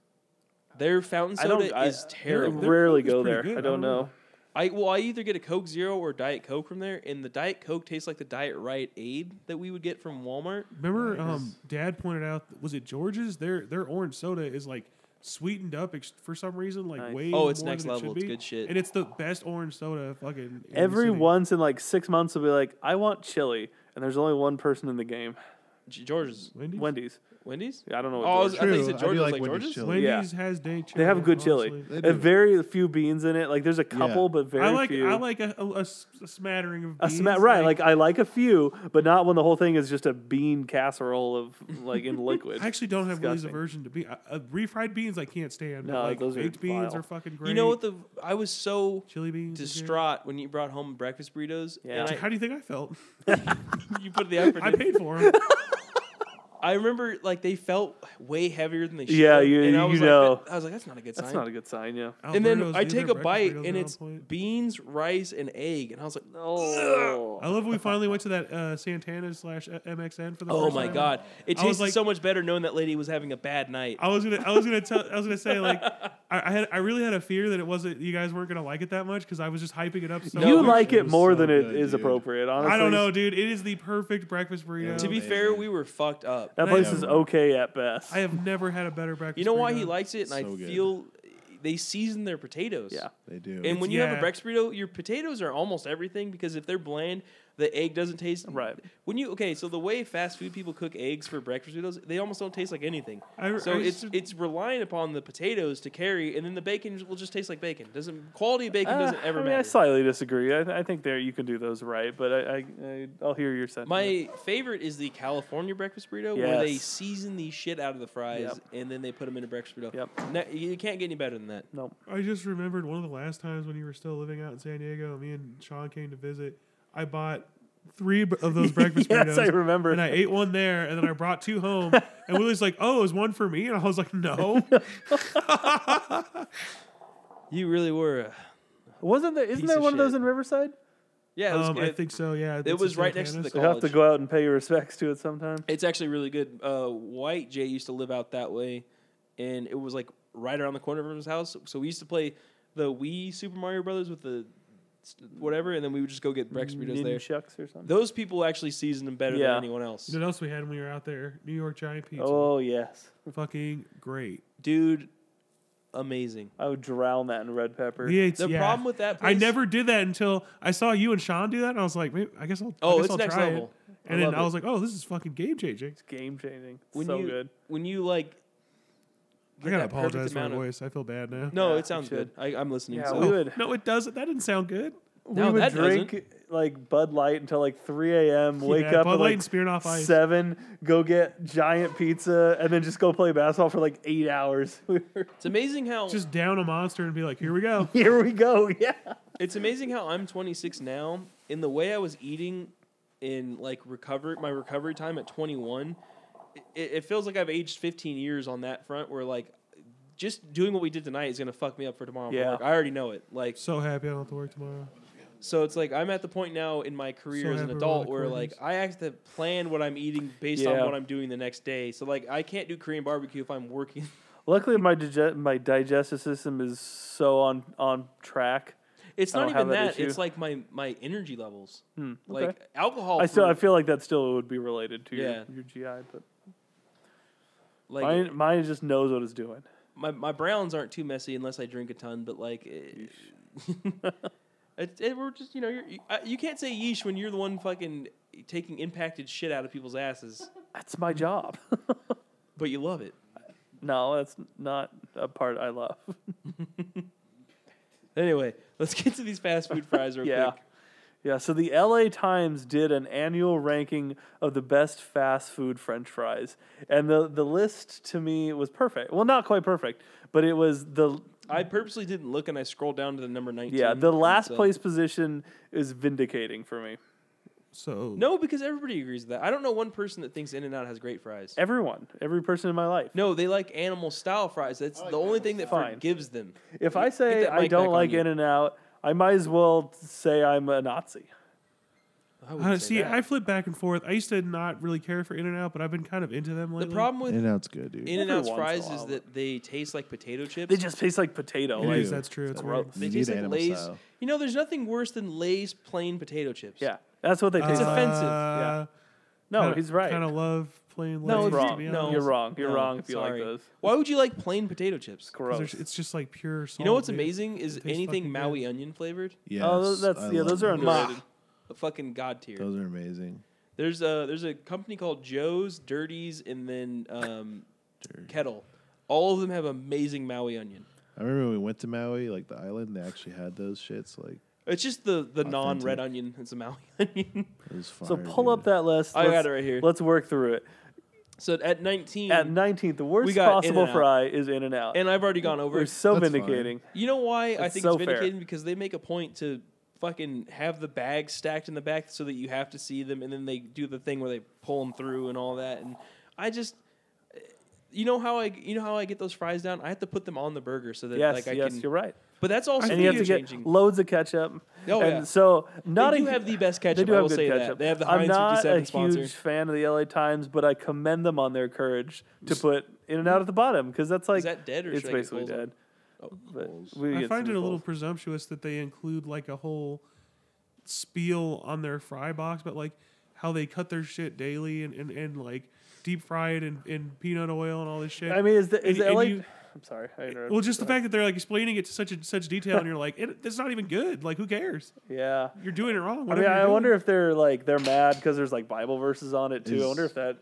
Their fountain I don't. soda I, is I terrible. Their rarely Coke is go pretty there. good. I don't know. I well, I either get a Coke Zero or Diet Coke from there, and the Diet Coke tastes like the Diet Right Aid that we would get from Walmart. Remember, um, Dad pointed out, was it George's? Their their orange soda is like sweetened up ex- for some reason, like Nice. way. Oh, it's more next than it level. should It's be. good shit. and it's the best orange soda. Fucking in the Every city. once in like six months will be like, I want chili, and there's only one person in the game, G- George's, Wendy's. Wendy's. Wendy's. Yeah, I don't know. What Oh, I, George- was, I thought you True, said I do George's. like Like, Wendy's George's. chili. Wendy's has day. they have good chili. honestly. They Uh, do. very few beans in it. Like there's a couple, but very I like few. I like a, a- a s- a smattering of a beans, sma- right, like I like a few, but not when the whole thing is just a bean casserole of like in liquid. I actually don't have Willie's oh, disgusting. aversion to be uh, uh, refried beans. I can't stand. but, No, like, those are baked beans vile. are fucking great. You know what? The I was so Chili beans. is good. distraught when you brought home breakfast burritos. Yeah. And How I, do you think I felt? you put the effort. I in. paid for them. I remember like they felt way heavier than they should. Yeah, you- and I you was know. Like, that- I was like, that's not a good sign. That's not a good sign. Yeah. and then I take a bite and it's beans, rice, and egg, and I was like, Oh. I love when we finally went to that uh, Santana slash MXN for the. oh first my time. god, it I was tasted like- so much better knowing that lady was having a bad night. I was gonna, I was gonna tell, I was gonna say like, I, I had, I really had a fear that it wasn't, you guys weren't gonna like it that much because I was just hyping it up. so you much. like it it was more so than it is good, dude. appropriate. Honestly, I don't know, dude. It is the perfect breakfast burrito. to be man. fair, we were fucked up. That I place know. is okay at best. I have never had a better breakfast. You know why he burrito. likes it, and I So good. feel they season their potatoes. yeah. They do. And when you have Yeah. a breakfast burrito, your potatoes are almost everything because if they're bland, the egg doesn't taste Right. When you okay, so the way fast food people cook eggs for breakfast burritos, they almost don't taste like anything. I- I so it's used to- it's relying upon the potatoes to carry, and then the bacon will just taste like bacon. Doesn't quality of bacon Uh, doesn't ever I mean, I matter. slightly disagree. I, I think there you can do those right, but I, I, I I'll hear your sentiment. My favorite is the California breakfast burrito where they Yes. season the shit out of the fries Yep. and then they put them in a breakfast burrito. Yep. Ne- you can't get any better than that. no. I just remembered one of the last times when you were still living out in San Diego. Me and Sean came to visit. I bought three b- of those breakfast Yes, burritos. I remember. And I ate one there, and then I brought two home. and Willie's like, "Oh, is one for me?" And I was like, "No." You really were. A, Wasn't there? Isn't Piece there of one of those shit. in Riverside? yeah, it was, um, I it- think so. Yeah, it's a was right next to the Santana's. You'll have to College. go out and pay your respects to it sometime. It's actually really good. Uh, White Jay used to live out that way, and it was like right around the corner from his house. So we used to play the Wii Super Mario Brothers with the s- whatever, and then we would just go get breakfast burritos there. Nunchucks or something. Those people actually season them better Yeah. than anyone else, You know what else we had when we were out there? New York Giant Pizza. Oh yes, Fucking great. dude. Amazing. I would drown that in red pepper. We ate, The yeah. problem with that, I place, never did that until I saw you and Sean do that, and I was like, Maybe, I guess I'll. I Oh, guess it's I'll next try level. It. I And then love I it. was like, "Oh, this is fucking game changing." It's game changing. It's When so you- good. when you like. I get gotta that perfect apologize for my amount of- voice. I feel bad now. Oh, No, Yeah, you it sounds good. should. I, I'm listening. Yeah, so. we would. No, it doesn't. That didn't sound good. No, we would that drink like Bud Light until like 3 a.m. Wake Yeah, up Bud Light at like and Smirnoff Ice. seven. Go get giant pizza and then just go play basketball for like eight hours. We were- It's amazing how Just down a monster and be like, "Here we go." Here we go. Yeah. It's amazing how I'm 26 now, and the way I was eating in like recover my recovery time at 21, it, it feels like I've aged 15 years on that front. Where like just doing what we did tonight is gonna fuck me up for tomorrow. Yeah. Yeah. Work. I already know it. Like So happy I don't have to work tomorrow. so, it's like I'm at the point now in my career So as an happy we're adult on where like recordings. I have to plan what I'm eating based Yeah. on what I'm doing the next day. So like I can't do Korean barbecue if I'm working. Luckily, my dig- my digestive system is so on on track. It's I not don't have even that that. issue. It's like my my energy levels. Hmm, okay. Like alcohol. I still I for- feel like that still would be related to Yeah. your, your GI, but like mine mine just knows what it's doing. my my browns aren't too messy unless I drink a ton, but like, it, it, it- we're just you know you're, you, I- you can't say yeesh when you're the one fucking taking impacted shit out of people's asses, That's my job. but you love it. no, that's not a part I love. Anyway, let's get to these fast food fries real Yeah. quick. Yeah, so the LA Times did an annual ranking of the best fast food french fries. And the, the list to me was perfect. Well, not quite perfect, but it was the I purposely didn't look, and I scrolled down to the number nineteen. yeah, the last so- place position is vindicating for me. So No, because everybody agrees with that. I don't know one person that thinks In and Out has great fries. Everyone, every person in my life. No, they like animal style fries. That's the only thing that Fine. forgives them. If I say that I mic back don't on like you. In and Out, I might as well say I'm a Nazi. wouldn't I, say see, that. I flip back and forth. I used to not really care for In and Out, but I've been kind of into them the lately. problem with And now it's good, dude. In and Out's Every once in a fries is while. that they taste like potato chips. They just taste like potato. It like- is, that's true. It's gross. weird. They You taste need like animal Lay's. style. You know, there's nothing worse than Lay's plain potato chips. yeah, that's what they taste It's like. offensive. Yeah. No, he's right. Kind of Uh, love plain. No, Lay's, it's to wrong. be No, honest. you're wrong. You're No, wrong if you sorry. like those. Why would you like plain potato chips? 'Cause Gross. there's- It's just like pure. Salt, You know what's Oh, dude. amazing is It tastes anything fucking Maui onion flavored. Yes, Oh, those- that's- I yeah, love those are them. under- Ma, Underrated. the fucking god tier. Those are amazing. There's a there's a company called Joe's, Dirties, and then um, Kettle. All of them have amazing Maui onion. I remember when we went to Maui, like the island, they actually had those shits. Like It's just the the non red Authentic. onion. It's a Maui onion. it was fire. So pull up dude. that list. I got Let's- it right here. Let's work through it. So at 19, At 19th, the We worst got possible In-N-Out. fry is In and Out. and I've already gone over. We're it. so That's vindicating. You know why I It's think so it's fair. vindicating? Because they make a point to fucking have the bags stacked in the back so that you have to see them, and then they do the thing where they pull them through and all that. And I just, eh, you know how I, you know how I get those fries down? I have to put them on the burger so that Yes, like I yes, can. you're right. But that's also And you have to get changing. loads of ketchup. Oh, and yeah. So not they do a, have the best they ketchup. do I have will good say ketchup. that they have the I'm Heinz not 57 a sponsor. huge fan of the LA Times, but I commend them on their courage to put In and Out at the bottom because that's like that dead or it's should I get basically Coles on? Oh, dead. But Coles. we I get find it a some Coles. little presumptuous that they include like a whole spiel on their fry box, but like how they cut their shit daily and, and, and like deep fry it in, in peanut oil and all this shit. I mean, is the is And- the and LA? you- I'm sorry, I interrupted. well, just the Go fact ahead. that they're like explaining it to such a, such detail, and you're like, it, it's not even good. Like, who cares? Yeah. You're doing it wrong. I mean, Whatever I you're wonder doing. if they're like they're mad because there's like Bible verses on it too. I wonder Is- if that.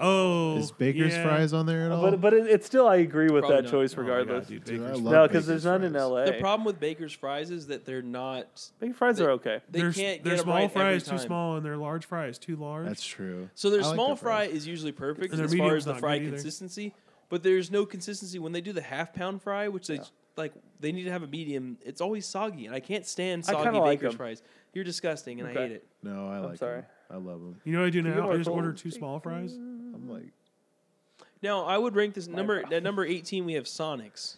Oh, Is Baker's yeah. fries on there at all? But but it, it's still I agree with Probably that not. choice Oh my God, regardless. dude, Dude, I Baker's- love no, because Baker's there's none in fries. L.A. The problem with Baker's fries is that they're not. Big fries they- are okay. They their- can't their get 'em small right every fry is too time. small, and their large fry is too large. That's true. So their I like small their fry fries. is usually perfect And their as far medium's as the not fry good either. consistency, but there's no consistency when they do the half pound fry, which they like. They need to have a medium. It's always soggy, and I can't stand I kinda soggy like baker's 'em. fries. You're disgusting, and Okay. I hate it. No, I like. them. sorry. I love them. you know what I do you now? I order just order Coles? two small fries. I'm like, Now I would rank this number problem. at number 18. We have Sonics.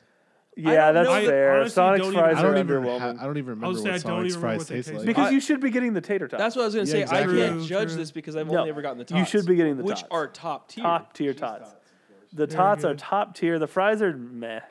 Yeah, don't that's know- I fair. honestly Sonic's don't even- fries I are don't even. underwhelming Ha- I don't even remember I'll what say I don't Sonic's even remember fries what they taste taste like. like. I- because you should be getting the tater tots. That's what I was gonna Yeah, say. exactly. I can't True, judge true. this because I've No, only ever gotten the tots. you should be getting the which tots. are top tier. top tier tots. The Very tots are good. top tier. The fries are meh.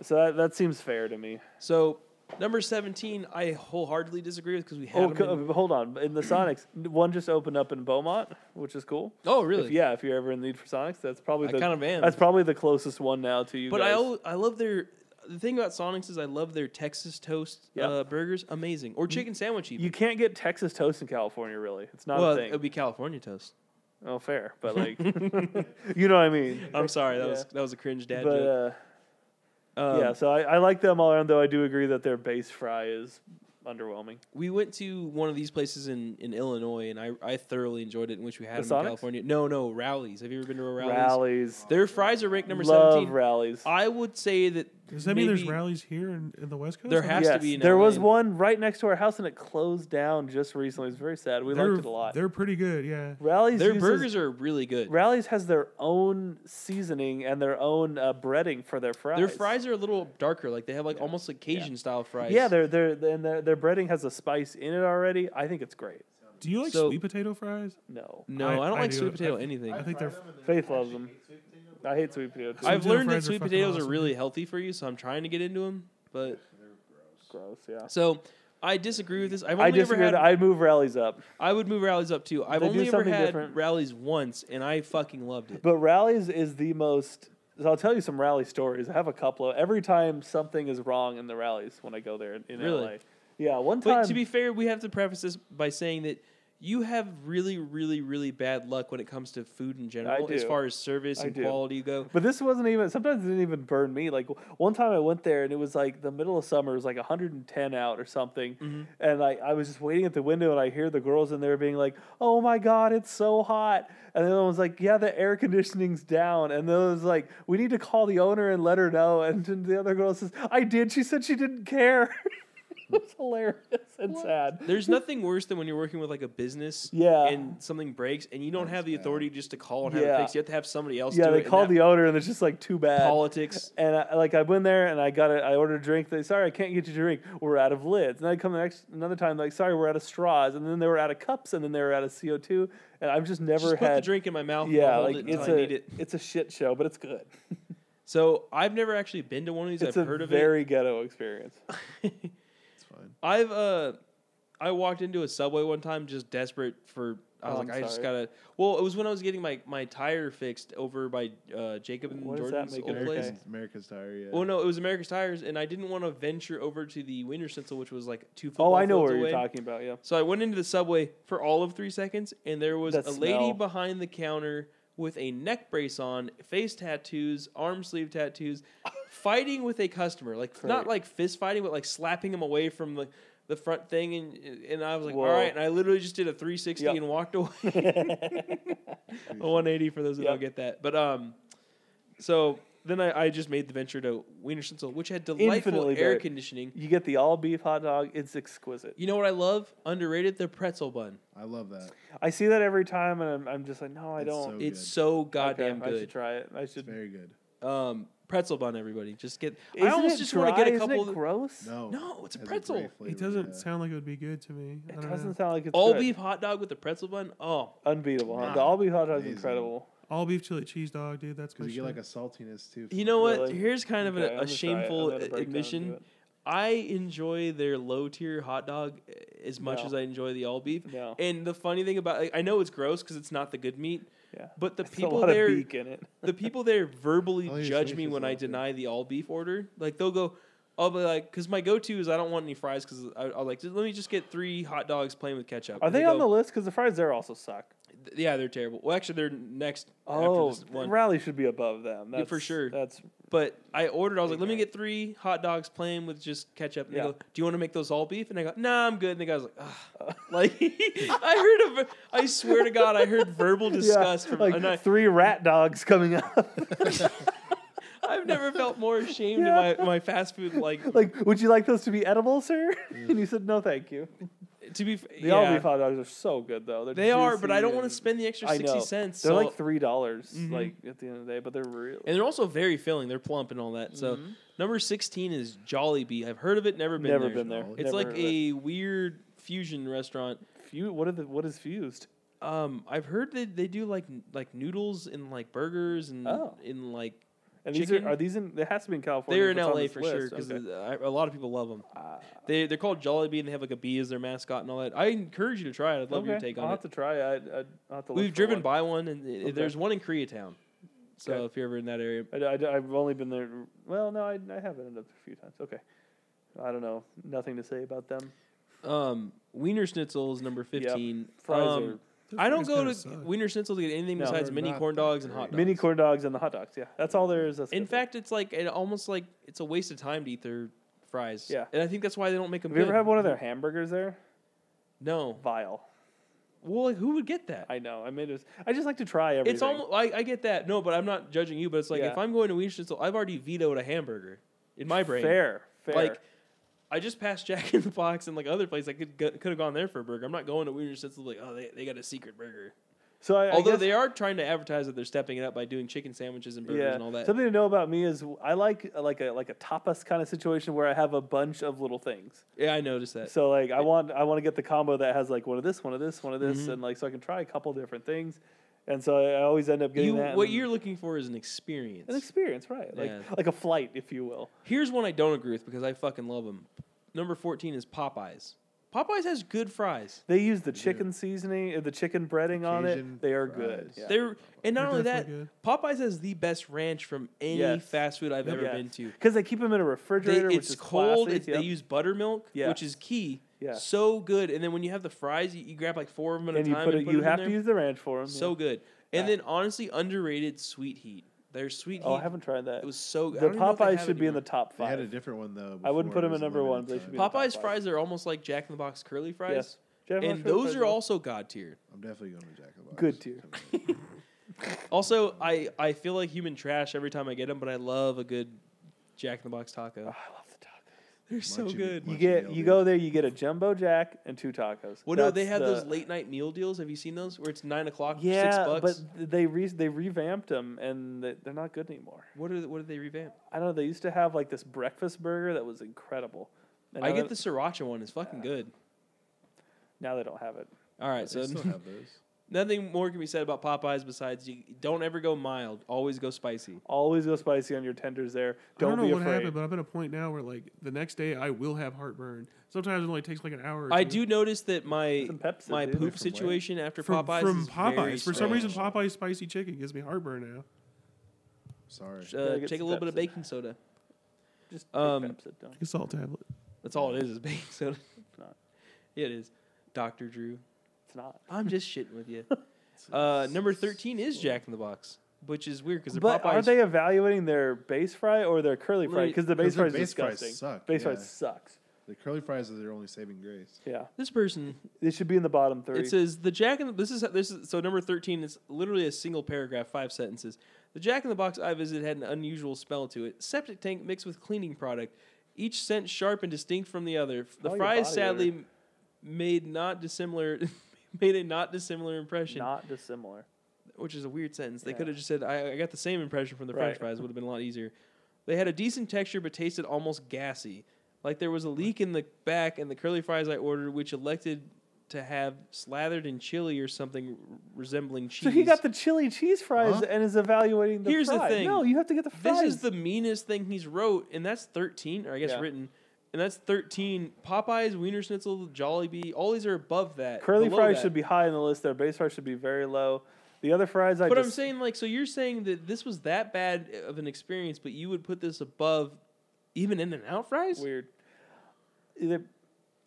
So that, that seems fair to me. So number 17, I wholeheartedly disagree with because we had Oh, 'em co- in- hold on. In the Sonics, one just opened up in Beaumont, which is cool. oh really? If, yeah, if you're ever in need for Sonics, that's probably I the, kind of am. That's probably the closest one now to you. But guys. I al- I love their the thing about Sonics is I love their Texas toast Yeah. uh, burgers, amazing or chicken sandwich even. you can't get Texas toast in California. Really, it's not well, a it would thing. be California toast. Oh, fair, but like, you know what I mean. I'm sorry, that Yeah. was that was a cringe dad But joke. uh, Um, yeah, so I, I like them all around. Though I do agree that their base fry is underwhelming. we went to one of these places in, in Illinois, and I, I thoroughly enjoyed it. In which we had The them in Sonics? California. No, no, Rowley's. Have you ever been to a Rowley's? Rallies, Their fries are ranked number love seventeen. rallies. I would say that Does that mean there's Maybe- rallies here in, in the West Coast? There I has mean, to yes, be in there was LA. one right next to our house and it closed down just recently. It's very sad. We they're, liked it a lot. They're pretty good, yeah. Rallies Their uses- burgers are really good. Rallies has their own seasoning and their own uh, breading for their fries. Their fries are a little darker. Like they have like almost like Cajun style fries. Yeah, they're, they're, and their, their breading has a spice in it already. I think it's great. Do you like So- sweet potato fries? No. no, I- I, don't I like do. sweet potato I- anything. I I think they're Faith loves them. I hate sweet potato. too. I've- have potato learned that fries are sweet fucking potatoes are awesome. really healthy for you, so I'm trying to get into them. But gross. Yeah. so I disagree with this. I've I only ever disagree. had. with- I, I'd move rallies up, would move rallies up too. I've They do only ever something had different. rallies once, and I fucking loved it. but rallies is the most. So I'll tell you some rally stories. I have a couple. Of, every time something is wrong in the rallies when I go there in, in Really? LA. Yeah, one time. But to be fair, we have to preface this by saying that you have really, really, really bad luck when it comes to food in general, as do. far as service I and do. quality go. But this wasn't even. Sometimes it didn't even burn me. Like one time I went there and it was like the middle of summer. It was like 110 out or something, Mm-hmm. and I, I was just waiting at the window and I hear the girls in there being like, "Oh my god, it's so hot!" And the other one was like, "Yeah, the air conditioning's down." And the other was like, "We need to call the owner and let her know." And then the other girl says, "I did. She said she didn't care." it was hilarious and sad. There's nothing worse than when you're working with like a business Yeah. and something breaks and you don't have the authority just to call and have it Yeah. fixed. You have to have somebody else Yeah, do they it. and called that the owner and it's just like too bad. politics. And I, like I went there and I got it. I ordered a drink. They sorry I can't get you a drink. We're out of lids. And I come the next another time like sorry we're out of straws. And then they were out of cups. And then they were out of CO two. And I've just never Just put the had drink in my mouth and yeah hold like it until it's I a need it. it's a shit show, but it's good. So I've never actually been to one of these. It's a I've heard of it. very ghetto experience. It's fine. I've uh, I walked into a subway one time just desperate for. I was Oh, like, I'm I just sorry. gotta. Well, it was when I was getting my, my tire fixed over by uh, Jacob and What does that Jordan's make old it? place. Okay. American's, America's Tire, yeah. Well, no, it was America's Tires, and I didn't want to venture over to the Wiener Schnitzel, which was like two. Oh, Football I know fields what you're away. talking about. Yeah, So I went into the subway for all of three seconds, and there was That a lady smell. behind the counter with a neck brace on, face tattoos, arm sleeve tattoos, fighting with a customer. Like not Great. like fist fighting, but like slapping him away from the, the front thing. And and I was like, Whoa. all right. And I literally just did a three sixty Yep. and walked away. a one eighty for those that don't Yep. get that. But um, so. Then I, I just made the venture to Wiener Schnitzel, which had delightful Infinitely air better. conditioning. you get the all beef hot dog. It's exquisite. You know what I love? Underrated the pretzel bun. I love that. I see that every time, and I'm, I'm just like, no, I It's don't. so It's good. so Oh, Okay, goddamn I good. should try it. I It's should. very good. um, pretzel bun, everybody. Just get. Isn't I almost it just want to get dry? a couple. Isn't it of- gross. No. No, it's a has pretzel. great flavor, It doesn't yeah. sound like it would be good to me. I It don't doesn't know. sound like it's all good. beef hot dog with a pretzel bun. Oh, Unbeatable. huh? Nah. The all beef hot dog is Amazing. incredible. All beef chili cheese dog, dude. That's my Because you shit. get like a saltiness too. you from know what? Really? Here's kind of Okay, I'm a, a gonna try it. I'm shameful gonna break down and do admission. it. I enjoy their low tier hot dog eh, as much No. as I enjoy the all beef. No. And the funny thing about, like, I know it's gross because it's not the good meat, Yeah. but the It's people a lot there, of beak in it. the people there verbally All your judge me choices when I also. deny the all beef order. Like they'll go, I'll be like, because my go to is I don't want any fries because I'll like let me just get three hot dogs plain with ketchup. Are And they on go, the list? Because the fries there also suck. Th- Yeah, they're terrible. Well, actually, they're next Oh, after this one. Rally should be above them. Yeah, That's, for sure. That's But I ordered. I was like, "Let me Okay. get three hot dogs plain with just ketchup." And they Yeah. go, "Do you want to make those all beef?" And I go, "Nah, I'm good." And the guy's like, Ugh. "Like, I heard of. I swear to God, I heard verbal disgust yeah, from. like and I, three rat dogs coming up. I've never felt more ashamed Yeah. of my, my fast food. Like, like, would you like those to be edible, sir? and you said no, thank you. to be. f- The yeah. all beef hot dogs are so good though. They're They are, but I juicy don't want to and- spend Mm-hmm. the extra I sixty know. cents. They're so- like three dollars, Mhm. like at the end of the day, but they're real. and they're also very filling. They're plump and all that. So number sixteen is Jolly Bee. I've heard of it, never been Mm-hmm. Never there. been there. It's Never like heard of it. a weird fusion restaurant. Fu- what are the what is fused? Um, I've heard that they do like like noodles and like burgers and Oh. in like And these Chicken? are are these in? They has to be in California. they're if in it's on LA this for list. sure because Okay. Ah. a lot of people love them. They they're called Jolly Bee and they have like a bee as their mascot and all that. I encourage you to try it. I'd love your take I'll on have it. to try. I, I, I'll have to look We've for driven one. by one and i- Okay. there's one in Koreatown. So Okay. if you're ever in that area, I, have only been there. Well, no, I, I have ended up a few times. Okay, I don't know. Nothing to say about them. um, Wiener Schnitzel is number fifteen. Fries Um, are- Those I don't fries go kinda to suck. Wiener Schnitzel to get anything No, besides they're mini not corn that dogs and great. hot dogs. mini corn dogs and the hot dogs. Yeah, that's all there is. That's In good. fact, it's like it almost like it's a waste of time to eat their fries. Yeah. and I think that's why they don't make them. have you ever had one of their hamburgers there? No. Vile. Well, like, who would get that? I know. I made it. I just like to try everything. It's almost I, I get that. No, but I'm not judging you. But it's like Yeah. if I'm going to Wiener Schnitzel, I've already vetoed a hamburger. in my brain. Fair, fair. Like, I just passed Jack in the Box and like other place. I could could have gone there for a burger. I'm not going to Wiener Schnitzel. Like, oh, they, they got a secret burger. so I, I Although guess- they are trying to advertise that they're stepping it up by doing chicken sandwiches and burgers yeah. and all that. Something to know about me is I like like a like a tapas kind of situation where I have a bunch of little things. yeah, I noticed that. So like I want I want to get the combo that has like one of this, one of this, one of this, Mm-hmm. and like so I can try a couple different things. And so I, I always end up getting You, that. what and- you're looking for is an experience. an experience, right? Like Yeah. like a flight, if you will. Here's one I don't agree with because I fucking love them. Number 14 is Popeyes. Popeyes has good fries. They use the chicken seasoning, uh, the chicken breading on Cajun it. They are good. fries. Yeah. They're and not They're only that, definitely Popeyes has the best ranch from any Yes. fast food I've ever Yes. been to. Because they keep them in a They, refrigerator, which it's is cold. classy, It's, They yep. use buttermilk, Yeah. which is key. Yeah. So good. And then when you have the fries, you, you grab like four of them at and a you time. put and it. put You them in have there. to use the ranch for them. So good. And then honestly, underrated Sweet Heat. Their Sweet oh, Heat. I haven't tried that. It was so good. I the don't even know if they Popeyes have should it be in the anymore. top They had a five. different one though. I wouldn't before put 'em it was in number one, limited but they should be- time. top Popeyes five. fries are almost like Jack in the Box curly fries. Yes. Jeff, I'm and sure those fries are also god tier. I'm definitely going to Jack in the Box. Good tier. Also, I, I feel like human trash every time I get them, but I love a good Jack in the Box taco. Oh, I love the tacos. They're so Munchie- good. Munchie Ah, You get meal you deal. go there, you get a jumbo jack and two tacos. Well, no, That's they had the- those late night meal deals. Have you seen those? Where it's nine o'clock, for six Yeah, bucks. but they re- they revamped them and they- they're not good anymore. what are the, what did they revamp? I don't know. They used to have like this breakfast burger that was incredible. And I now get they- the sriracha one. It's fucking good. Now they don't have it. All right, so They still have those. nothing more can be said about Popeyes besides you don't ever go mild. Always go spicy. Always go spicy on your tenders there. Don't, I don't know be what afraid. happened, but I'm at a point now where like the next day I will have heartburn. Sometimes it only takes like an hour. Or I do two. notice that my Some Pepsi, my dude. They're poop from situation after from Popeyes from is very Popeyes. For some reason, strange. Popeyes spicy chicken gives me heartburn now. Sorry. uh, I get take a some little bit of Pepsi. baking soda. Just Um, take Pepsi, don't. Take a salt tablet. That's all it is is baking soda. It's not. Yeah, it is. Dr. Drew. It's not. I'm just shitting with you. Uh, number 13 is Jack in the Box, which is weird because the But are Popeyes. they evaluating their base fry or their curly fry? Wait, Because the base 'Cause their fry is base fries disgusting. suck, base fry yeah. sucks. The curly fries are their only saving grace. Yeah, this person, it should be in the bottom three. it says the Jack in the this is this is so number 13 is literally a single paragraph, five sentences. The Jack in the Box I visited had an unusual smell to it. Septic tank mixed with cleaning product, each scent sharp and distinct from the other. The Oh, your fries body sadly made not dissimilar made a not dissimilar impression. not dissimilar. which is a weird sentence. They Yeah. could have just said, I, I got the same impression from the French Right. fries. Would have been a lot easier. They had a decent texture, but tasted almost gassy. Like there was a leak in the back, and the curly fries I ordered, which elected to have slathered in chili or something r- resembling cheese. So he got the chili cheese fries Huh? and is evaluating the Here's the fry. thing. No, you have to get the fries. this is the meanest thing he's wrote, and that's thirteen, or I guess Yeah. written, and that's thirteen. Popeyes, Wiener Schnitzel, Jollibee, all these are above that. curly below fries that. should be high on the list. Their base fries should be very low. The other fries, I But just, I'm saying, like, so you're saying that this was that bad of an experience, but you would put this above even In and Out fries? weird. Either-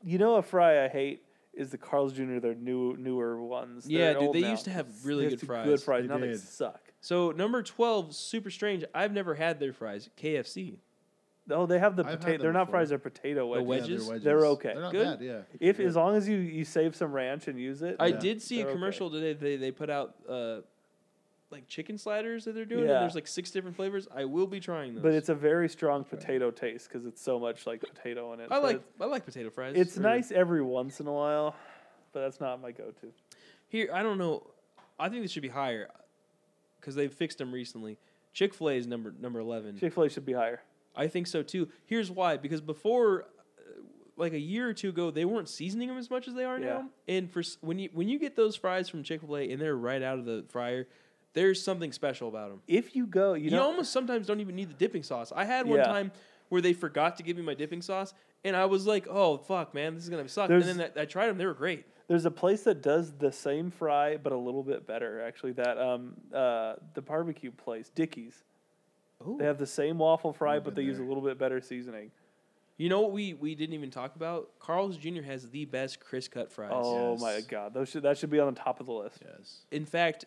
you know, a fry I hate is the Carl's Jr. Their new newer ones. They're Yeah, dude, old they now. used to have really They good used to fries. Good fries. They Now they did. suck. So number twelve, super strange. I've never had their fries. KFC. Oh, they have the I've had potato. them They're not before. fries. They're potato wedges. wedge- Wedges? Yeah, They're okay. They're not Good? bad, yeah. If They're as long as you, you save some ranch and use it. I Yeah. did see a They're okay. commercial today. They they put out uh, like chicken sliders that they're doing. And Yeah. there's like six different flavors. I will be trying those. But it's a very strong That's right. potato taste because it's so much like potato in it. I but like it's- I like potato fries. It's Or- nice every once in a while, but that's not my go-to. Hmm. Here, I don't know. I think this should be higher because they fixed them recently. Chick Fil A is number number eleven. Chick Fil A should be higher. I think so too. Here's why: because before, uh, like a year or two ago, they weren't seasoning them as much as they are Yeah. now. And for s- when you when you get those fries from Chick Fil A and they're right out of the fryer, there's something special about them. If you go, you, You, know, almost sometimes don't even need the dipping sauce. I had one Yeah. time where they forgot to give me my dipping sauce, and I was like, "Oh fuck, man, this is gonna suck." There's- and then I, I tried them; they were great. there's a place that does the same fry but a little bit better. Actually, that um uh the barbecue place, Dickie's. They have the same waffle fry, I've but they been use a there. little bit better seasoning. You know what we we didn't even talk about? Carl's Jr. has the best crisp cut fries. Oh Yes. my god, those should, that should be on the top of the list. good. Yes. In fact,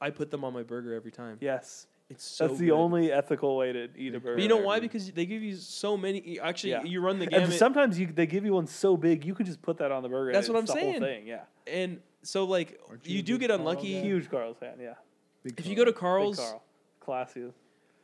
I put them on my burger every time. Yes, It's so that's the good. only ethical way to eat a burger. But you know there, why? dude. Because they give you so many. you- Actually, Yeah. you run the And gamut. sometimes you, they give you one so big you can just put that on the burger. and That's what it's I'm the whole saying. thing, Yeah, and so, like, Aren't you you do big get Carl unlucky. guy? huge Carl's fan. Yeah, Big If you go to Carl. Big Carl's, Carl, classy.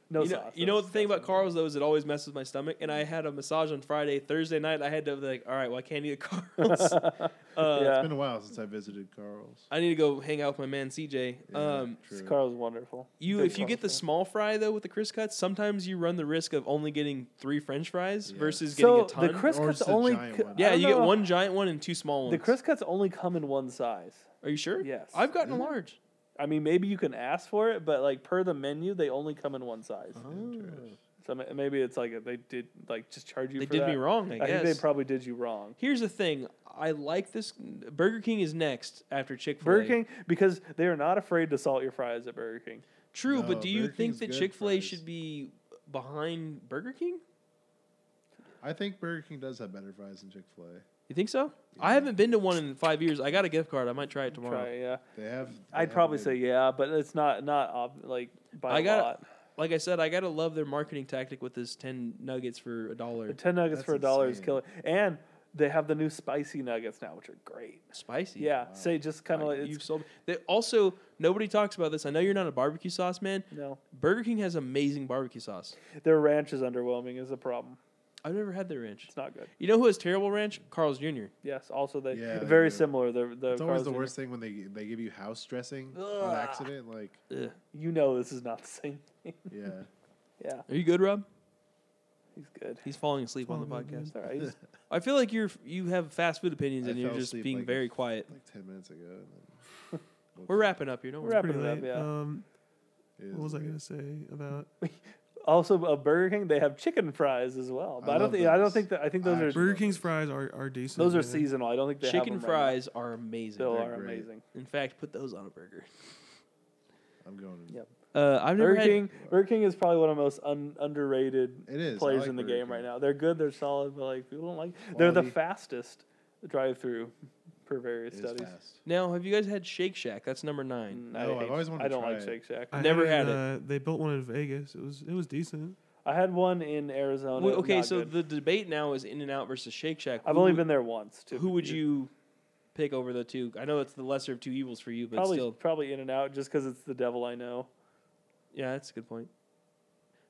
No you know, sauce. You know what the That's- thing about that's what Carl's though is it always messes with my stomach. And I had a massage on Friday, Thursday night. I had to be like, all right, well I can't eat at Carl's. uh, Yeah. It's been a while since I visited Carl's. I need to go hang out with my man CJ. Yeah, um, true. Carl's wonderful. you Big if you get the Carl's small fry though with the crisp cuts, sometimes you run the risk of only getting three French fries Yeah. versus fan. getting a so ton. the crisp Or cuts just a only giant co- one. I yeah, don't you get know- one giant one and two small ones. The crisp cuts only come in one size. Are you sure? Yes. I've gotten Really? large. I mean, maybe you can ask for it, but like per the menu, they only come in one size. Uh-huh. Interesting. So ma- maybe it's like they did like just charge you. They for did that. me wrong. I, I guess. think they probably did you wrong. Here's the thing. I like this. Burger King is next after Chick Fil A. Burger King because they are not afraid to salt your fries at Burger King. True, No, but do you Burger think King's that good Chick Fil A fries. should be behind Burger King? I think Burger King does have better fries than Chick Fil A. You think so? I haven't been to one in five years. I got a gift card. I might try it tomorrow. Try, yeah, They have. they have I'd probably good- say yeah, but it's not not ob- like by I a gotta- lot. Like I said, I gotta love their marketing tactic with this ten nuggets for a dollar. Ten nuggets That's for a dollar is insane. killer, and they have the new spicy nuggets now, which are great. Spicy. Yeah, say just kind of like you've it's, sold. They also nobody talks about this. I know you're not a barbecue sauce man. no, Burger King has amazing barbecue sauce. their ranch is underwhelming is a problem. I've never had their ranch. It's not good. You know who has terrible ranch? Carl's Jr. Yes, also they Yeah, they very do. similar. The the It's always Carl's the Jr. worst thing when they they give you house dressing on Ugh. accident. Like, Ugh. You know this is not the same. yeah. Yeah, Are you good, Rob? he's good. He's falling asleep on the Falling podcast. He's all right. He's- I feel like you're you have fast food opinions I and you're fell just asleep being like- very quiet. Like ten minutes ago. And then We're wrapping up here. Don't We're worry. wrapping Pretty it up. late. Yeah. Um, It is what was I late. gonna say about Also, a Burger King they have chicken fries as well. But I I, don't love think I don't those. think that I think I those are actually- Burger King's fries are are decent. those are yeah. seasonal. I don't think they Chicken have them right now. fries are amazing. Still They're are great. amazing. In fact, put those on a burger. I'm going. Yep. Uh, I've never Burger had. King, Burger King is probably one of the most un- underrated It is I players like in the Burger game right King. now. They're good, they're solid, but like people don't like. They're the Quality. fastest drive-through per various It is studies. fast. Now, have you guys had Shake Shack? That's number nine. Mm, No, I I've hate- always wanted I to don't try like it. Shake Shack. I Never had, had it. Uh, they built one in Vegas. It was it was decent. I had one in Arizona. Well, okay, not so good. the debate now is In and Out versus Shake Shack. I've Who only would- been there once. To Who would you pick over the two? I know it's the lesser of two evils for you, but probably still, probably In and Out just because it's the devil I know. yeah, that's a good point.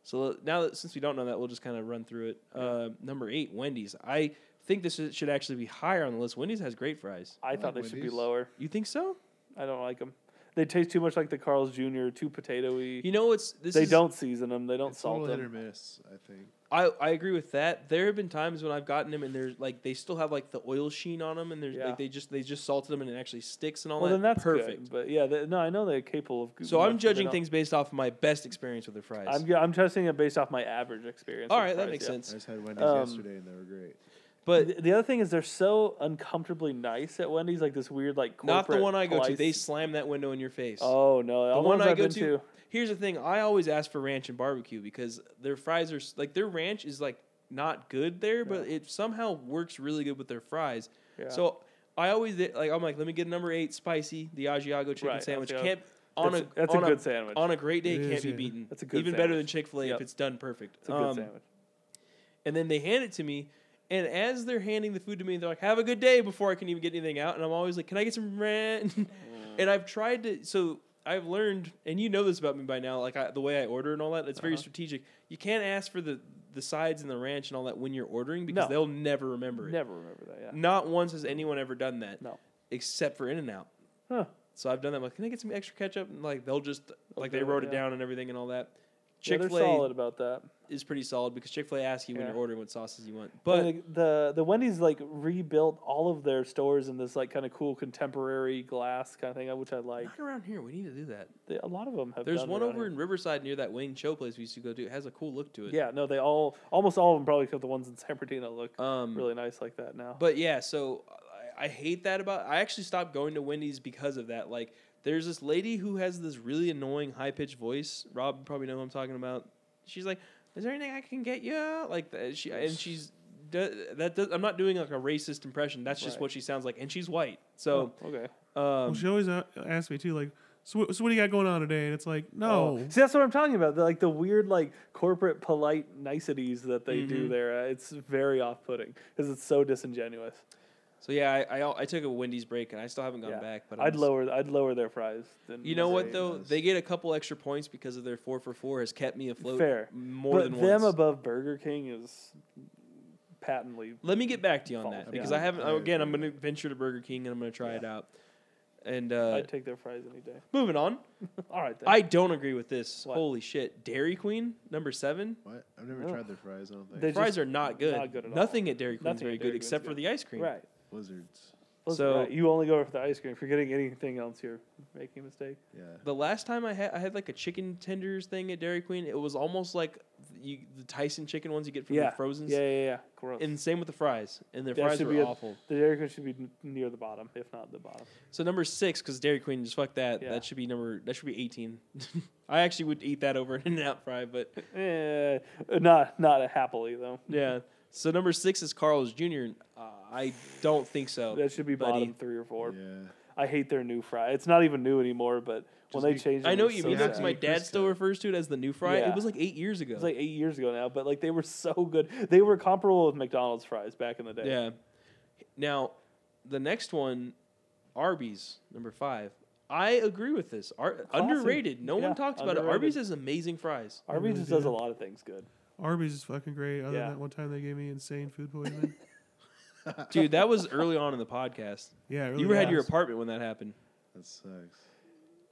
So uh, now, that, since we don't know that, we'll just kind of run through it. Uh, number eight, Wendy's. I think this is- should actually be higher on the list. Wendy's has great fries. I, I thought like they should be Wendy's. lower. You think so? I don't like them. They taste too much like the Carl's Jr. Too potatoey. You know, it's this. they is, don't season them. They don't It's a salt little hit or them. miss. I think. I, I agree with that. There have been times when I've gotten them and there's like they still have like the oil sheen on them and there's Yeah. like they just they just salted them and it actually sticks and all Well, that. then that's good, perfect. But yeah, they, no, I know they're capable of. good So I'm enough, but they judging don't- things based off my best experience with their fries. I'm yeah, I'm testing it based off my average experience. all with right, that fries, makes yeah. I sense. just had Wendy's Um, yesterday and they were great. But the, the other thing is they're so uncomfortably nice at Wendy's, like this weird like not the corporate one I go to. police- They slam that window in your face. oh no, the all one ones I I've go been to. Here's the thing: I always ask for ranch and barbecue because their fries are s- like their ranch is like not good there, but it somehow works really good with their fries. Yeah. So I always like I'm like, let me get a number eight spicy, the Asiago chicken Right, sandwich. Asiago. Can't on That's- a that's a on good sandwich. on a great day It can't is, be yeah. beaten. That's a good even better sandwich. than Chick Fil A Yep. if it's done perfect. it's a good Um, sandwich. And then they hand it to me, and as they're handing the food to me, they're like, "Have a good day" before I can even get anything out. And I'm always like, "Can I get some rent?" and I've tried to so. I've learned, and you know this about me by now, like I, the way I order and all that. It's very Uh-huh. strategic. You can't ask for the the sides and the ranch and all that when you're ordering because No. they'll never remember it. Never remember that. Yeah. Not once has anyone ever done that. No. Except for In and Out. Huh. So I've done that. I'm like, can I get some extra ketchup? And like they'll just like they do it, wrote it yeah. down and everything and all that. Yeah, Chick they're Fil solid A about that. is pretty solid because Chick Fil A asks you when Yeah. you're ordering what sauces you want. But But the the Wendy's like rebuilt all of their stores in this like kind of cool contemporary glass kind of thing, uh, which I like. not around here. We need to do that. They, a lot of them have. There's done one around over here. in Riverside near that Wayne Cho place we used to go to. It has a cool look to it. Yeah, no, they all almost all of them probably except the ones in San Bernardino look Um, really nice like that now. But yeah, so I, I hate that about. I actually stopped going to Wendy's because of that. Like, there's this lady who has this really annoying high pitched voice. Rob you probably know who I'm talking about. She's like, "Is there anything I can get you?" Like that. She and she's do- that. Does, I'm not doing like a racist impression. That's just Right. what she sounds like, and she's white. So, Oh, okay. um, Well, she always a- asks me too, like, so, what- so what do you got going on today? And it's like, no, Oh. See, that's what I'm talking about. The, like the weird, like corporate polite Mm-hmm. niceties that they do there. Uh, It's very off-putting because it's so disingenuous. So yeah, I, I I took a Wendy's break and I still haven't gone Yeah. back. But I'm I'd just- lower I'd lower their fries. Than You know what Very though? nice. They get a couple extra points because of their four for four has kept me afloat. Fair. More but than them once. above Burger King is patently Let me get back to you on Fall that down. because I haven't. I again, I'm agree. going to venture to Burger King and I'm going to try it out. And uh, I'd take their fries any day. moving on, All right then. I don't agree with this. What? Holy shit! Dairy Queen number seven. What? I've never Ugh. tried their fries. I don't think They fries just are not good. not good at all. Nothing at Dairy Queen is Nothing very at Dairy good Queen's except for good. the ice cream. right. Wizards. so So- you only go for the ice cream. If you're getting anything else, you're making a mistake. Yeah. The last time I had, I had like a chicken tenders thing at Dairy Queen. It was almost like you, the Tyson chicken ones you get from yeah. the frozen. Yeah, yeah, yeah. Gross. And same with the fries. And their That fries should were be a- awful. the Dairy Queen should be n- near the bottom, if not the bottom. So number six, because Dairy Queen, just fuck that. Yeah. That should be number. That should be eighteen. I actually would eat that over an out fry, but Eh, not not a happily though. yeah. So number six is Carl's Jr. Uh, I don't think so. That should be buddy. bottom three or four. yeah. I hate their new fry. It's not even new anymore, but Just when they be- changed it, I know it what was you so mean. sad. That's bad. my Eight dad percent. still refers to it as the new fry. Yeah. It was like eight years ago. It was like eight years ago now, but like they were so good. They were comparable with McDonald's fries back in the day. yeah. Now, the next one, Arby's number five. I agree with this. Ar- underrated. No Yeah, one talks about it. underrated. Arby's has amazing fries. Arby's really just does do. a lot of things good. Arby's is fucking great. Other Yeah. than that one time they gave me insane food poisoning. Dude, that was early on in the podcast. yeah, it really You were had your was. apartment when that happened. That sucks.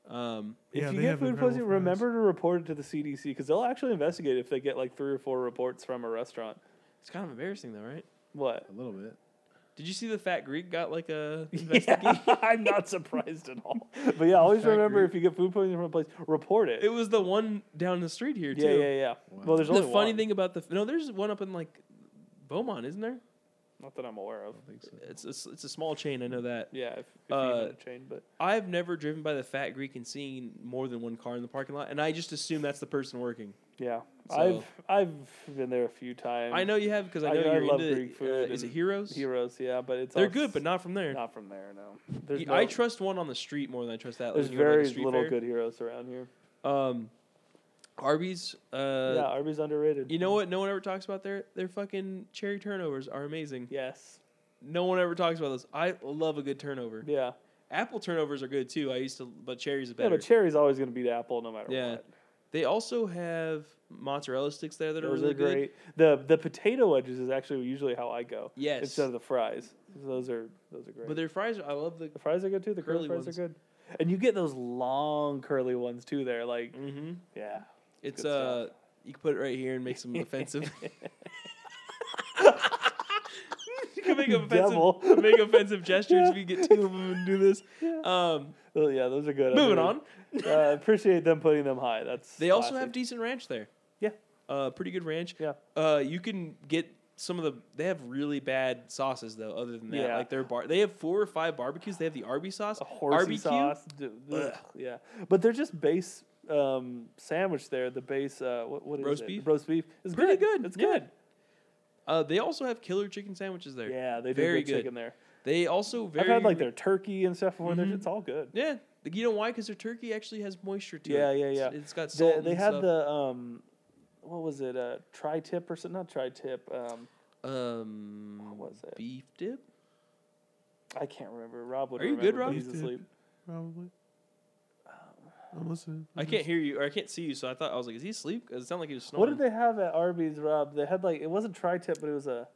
Um, If Yeah, you they get have food incredible poisoning, fries. remember to report it to the CDC because they'll actually investigate if they get like three or four reports from a restaurant. It's kind of embarrassing though, right? What? A little bit. Did you see the fat Greek got like a Yeah, investigation? I'm not surprised at all. But yeah, always Fact remember agree. if you get food poisoning from a place, report it. It was the one down the street here yeah, too. yeah, yeah. Wow. Well, there's The only funny one. thing about the no, there's one up in like Beaumont, isn't there? Not that I'm aware of. I think so. It's it's, it's a small chain. I know that. Yeah, if, if Uh, you even a chain, but I've never driven by the fat Greek and seen more than one car in the parking lot, and I just assume that's the person working. yeah, so- I've I've been there a few times. I know you have because I I- know I you're love into. Greek uh, food is it and Heroes? heroes, yeah, but it's They're all- good, but not from there. not from there. No, there's Y- no- I trust one on the street more than I trust that. like, There's you go to, like, a very street little fair. good heroes around here. Um, Arby's. Uh, yeah, Arby's underrated. You know what? No one ever talks about their their fucking cherry turnovers are amazing. Yes. No one ever talks about those. I love a good turnover. Yeah. Apple turnovers are good too. I used to, but cherries are Yeah, better. but cherry's always going to beat apple no matter Yeah. what. they also have mozzarella sticks there that are Those really are great. The the potato wedges is actually usually how I go good. Yes, instead of the fries. Those are those are great. but their fries. I love the. the fries are good too. The curly curly fries ones. are good. And you get those long curly ones too. There, like hmm yeah. It's Mm-hmm. good uh, you can put it right here and make some offensive. you can make Devil. offensive, make offensive gestures if you get two of them and do this. Yeah. Um, Oh, yeah, those are good. I moving really- on. uh, appreciate them putting them high. That's They also have classy. decent ranch there. Yeah. Uh, pretty good ranch. Yeah. Uh, you can get some of the. They have really bad sauces though. Other than that, Yeah. like their bar, they have four or five barbecues. They have the Arby sauce, a horsey Barbecue? sauce. D- d- Ugh. yeah, but they're just base um, sandwich there. The base uh, what, what is Roast it? beef? Roast beef is Pretty good, It's yeah. good. Uh, they also have killer chicken sandwiches there. Yeah, they do Very good, good. chicken there. They also very. I've had like their turkey and stuff before. They're- Mhm. It's all good. Yeah. Like, You know why? Because their turkey actually has moisture to Yeah, it. yeah, It's- yeah. It's got They, salt. they and had stuff. the um, what was it? Uh, tri tip or something? Not tri tip. Um, um. What was it? Beef dip. I can't remember. Rob would Are you remember, good, but Rob? He's Beef dip. asleep. probably. I'm listening. I can't hear you or I can't see you, so I thought I was like, is he asleep? 'Cause it sounded like he was Mm-hmm. What snoring. did they have at Arby's, Rob? They had like it wasn't tri tip, but it was a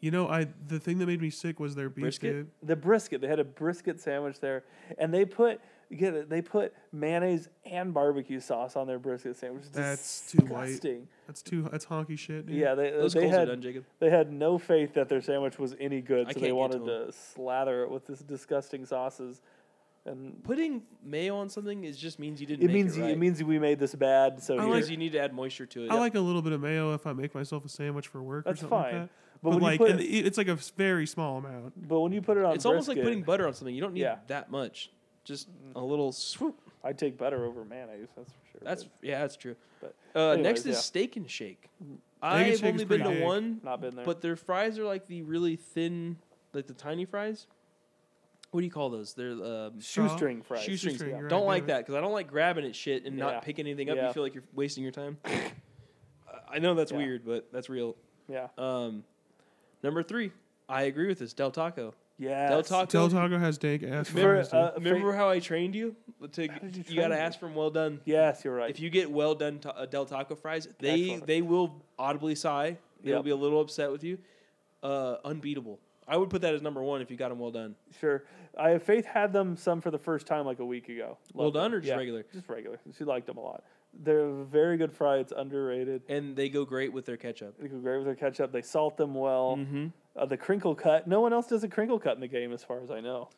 You know, I the thing that made me sick was their beef Brisket? dip. the brisket. They had a brisket sandwich there, and they put get it, they put mayonnaise and barbecue sauce on their brisket sandwich. It's That's too white. disgusting. That's too. That's honky shit. Dude. Yeah, they Those uh, they goals are had done, Jacob. they had no faith that their sandwich was any I good, so can't they get wanted to to slather it with this disgusting sauces, and Putting mayo on something is just means you didn't. it make means it, you- right. it means we made this bad. So I here. Because like- you need to add moisture to it. I like a little bit of mayo if I make myself a sandwich for work. That's or something fine. Like that. But But, when you like, put- and it- it's like a very small amount. but when you put it on, It's almost like brisket, putting butter on something. You don't need Yeah. that much. Just a little swoop. I take butter over mayonnaise. That's for sure. That's but yeah, that's true. But uh, anyways, next is yeah. steak and shake. and I've Shake is only been pretty to big. one, not been there. but their fries are like the really thin, like the tiny fries. What do you call those? They're um, shoestring fries. shoestrings. Shoestring, you're right, Don't yeah. like that because I don't like grabbing at shit and Yeah. not picking anything up. Yeah. You feel like you're wasting your time. I- I know that's Yeah. weird, but that's real. Yeah. Um, number three, I agree with this. Del Taco. Yeah. Del Taco. Del Taco has dank ass. For, fries, dude. uh, Remember how I trained you? To, did you you train gotta me? ask from well done. Yes, you're right. If you get well done ta- uh, Del Taco fries, they Excellent. they will audibly sigh. They'll Yep. be a little upset with you. Uh, unbeatable. I would put that as number one if you got them well done. sure. I Faith had them some for the first time like a week ago. Well Loved done them. or just Yeah, regular? Just regular. She liked them a lot. They're very good fry. It's underrated. And they go great with their ketchup. They go great with their ketchup. They salt them Mm-hmm. well. Uh, the crinkle cut. No one else does a crinkle cut in the game, as far as I know.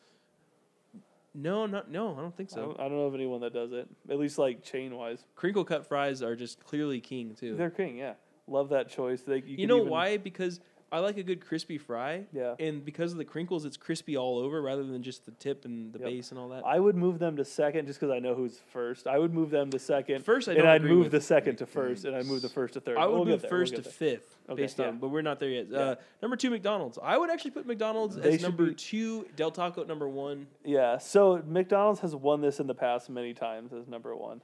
No, not no. I don't think I, so. don't, I don't know of anyone that does it. At least like chain wise, Crinkle cut fries are just clearly king too. they're king. Yeah, love that choice. They, you you can know even- why? Because I like a good crispy fry. Yeah. And because of the crinkles, it's crispy all over rather than just the tip and the Yep. base and all that. I would move them to second just because I know who's first. I would move them to second. First, I and don't I'd agree move with. the second to first, and I'd move the first to third. I would We'll get move there, we'll 1st get to there. fifth Okay, based yeah. on, but we're not there yet. Yeah. Uh, number two, McDonald's. I would actually put McDonald's They as should number be- two, Del Taco at number one. Yeah, so McDonald's has won this in the past many times as number one.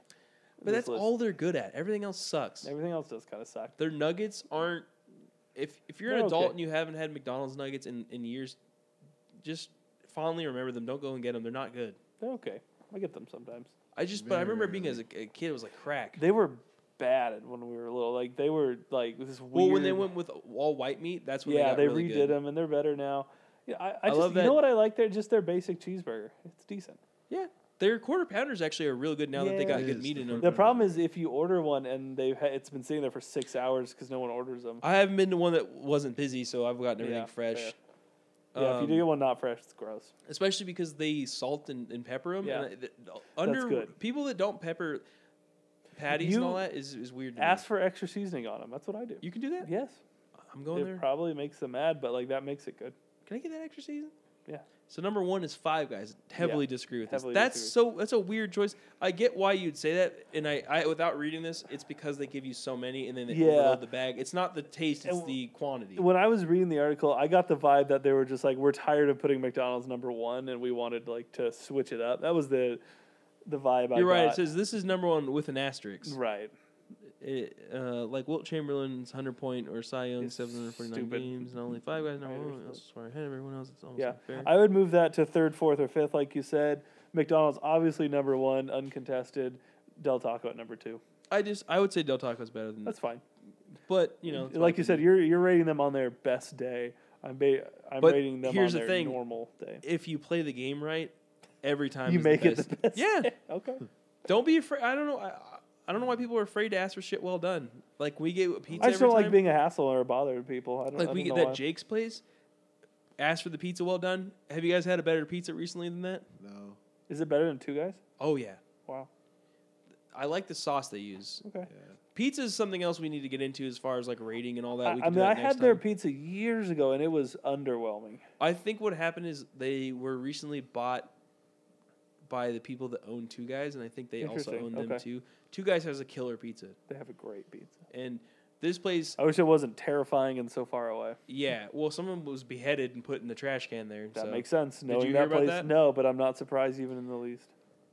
But This that's list. all they're good at. Everything else sucks. Everything else does kind of suck. Their nuggets aren't. If if you're an They're adult okay. and you haven't had McDonald's nuggets in, in years, just fondly remember them. Don't go and get them. They're not good. They're okay. I get them sometimes. I just, but I Very remember being as a, a kid, it was like crack. They were bad when we were little. Like they were like this weird. well, when they went with all white meat, that's when they yeah, got they really redid good. them and they're better now. Yeah, I, I, just, love You that- know what I like? They're just their basic cheeseburger. It's decent. Yeah, their quarter pounders actually are real good now that they Yeah. got It good is. meat in The them. The problem is if you order one and they've ha- it's been sitting there for six hours because no one orders them. I haven't been to one that wasn't busy, so I've gotten everything Yeah, fresh. Yeah, if you do Um, get one not fresh, it's gross. especially because they salt and, and pepper them. Yeah. and I- th- under good. people that don't pepper patties and You all that is, is weird. To Ask me. for extra seasoning on them. That's what I do. you can do that. yes, I'm going it there. probably makes them mad, but like that makes it good. can I get that extra season? Yeah. So number one is Five Guys. Heavily disagree with heavily this. That's disagree. so. That's a weird choice. I get why you'd say that, and I, I without reading this, it's because they give you so many, and then they Yeah. overload the bag. It's not the taste; it's And w- the quantity. When I was reading the article, I got the vibe that they were just like, we're tired of putting McDonald's number one, and we wanted like to switch it up. That was the the vibe. I You're right. It got. says this is number one with an asterisk. right. it, uh, like Wilt Chamberlain's hundred point or Cy Young It's seven hundred forty nine stupid. games, and only five guys number Right, one or else is far ahead of everyone else. It's almost Yeah, unfair. I would move that to third, fourth, or fifth, like you said. McDonald's obviously number one, uncontested. Del Taco at number two. I just I would say Del Taco's better than That's fine. but you know, it's like my you said, opinion. you're you're rating them on their best day. I'm ba- I'm But rating them here's on the their thing. normal day. if you play the game right, every time You is make the it the best. best. Yeah, Okay. don't be afraid. I don't know. I, I- I don't know why people are afraid to ask for shit well done. Like we get pizza. I just every don't time. like being a hassle or a bother to people. I don't, I like don't we get know that why. Jake's place. Ask for the pizza well done. Have you guys had a better pizza recently than that? No. Is it better than two guys? Oh yeah, Wow. I like the sauce they use. Okay. Yeah. Pizza is something else we need to get into as far as like rating and all that. I, We I can do mean, I that next had their time. pizza years ago, and it was underwhelming. I think what happened is they were recently bought by the people that own Two Guys, and I think they also Interesting, own them okay. too. Two Guys has a killer pizza, They have a great pizza. and this place, I wish it wasn't terrifying and so far away. yeah. Well, someone was beheaded and put in the trash can there. That so. makes sense. Knowing you that hear about place, that? no, but I'm not surprised even in the least.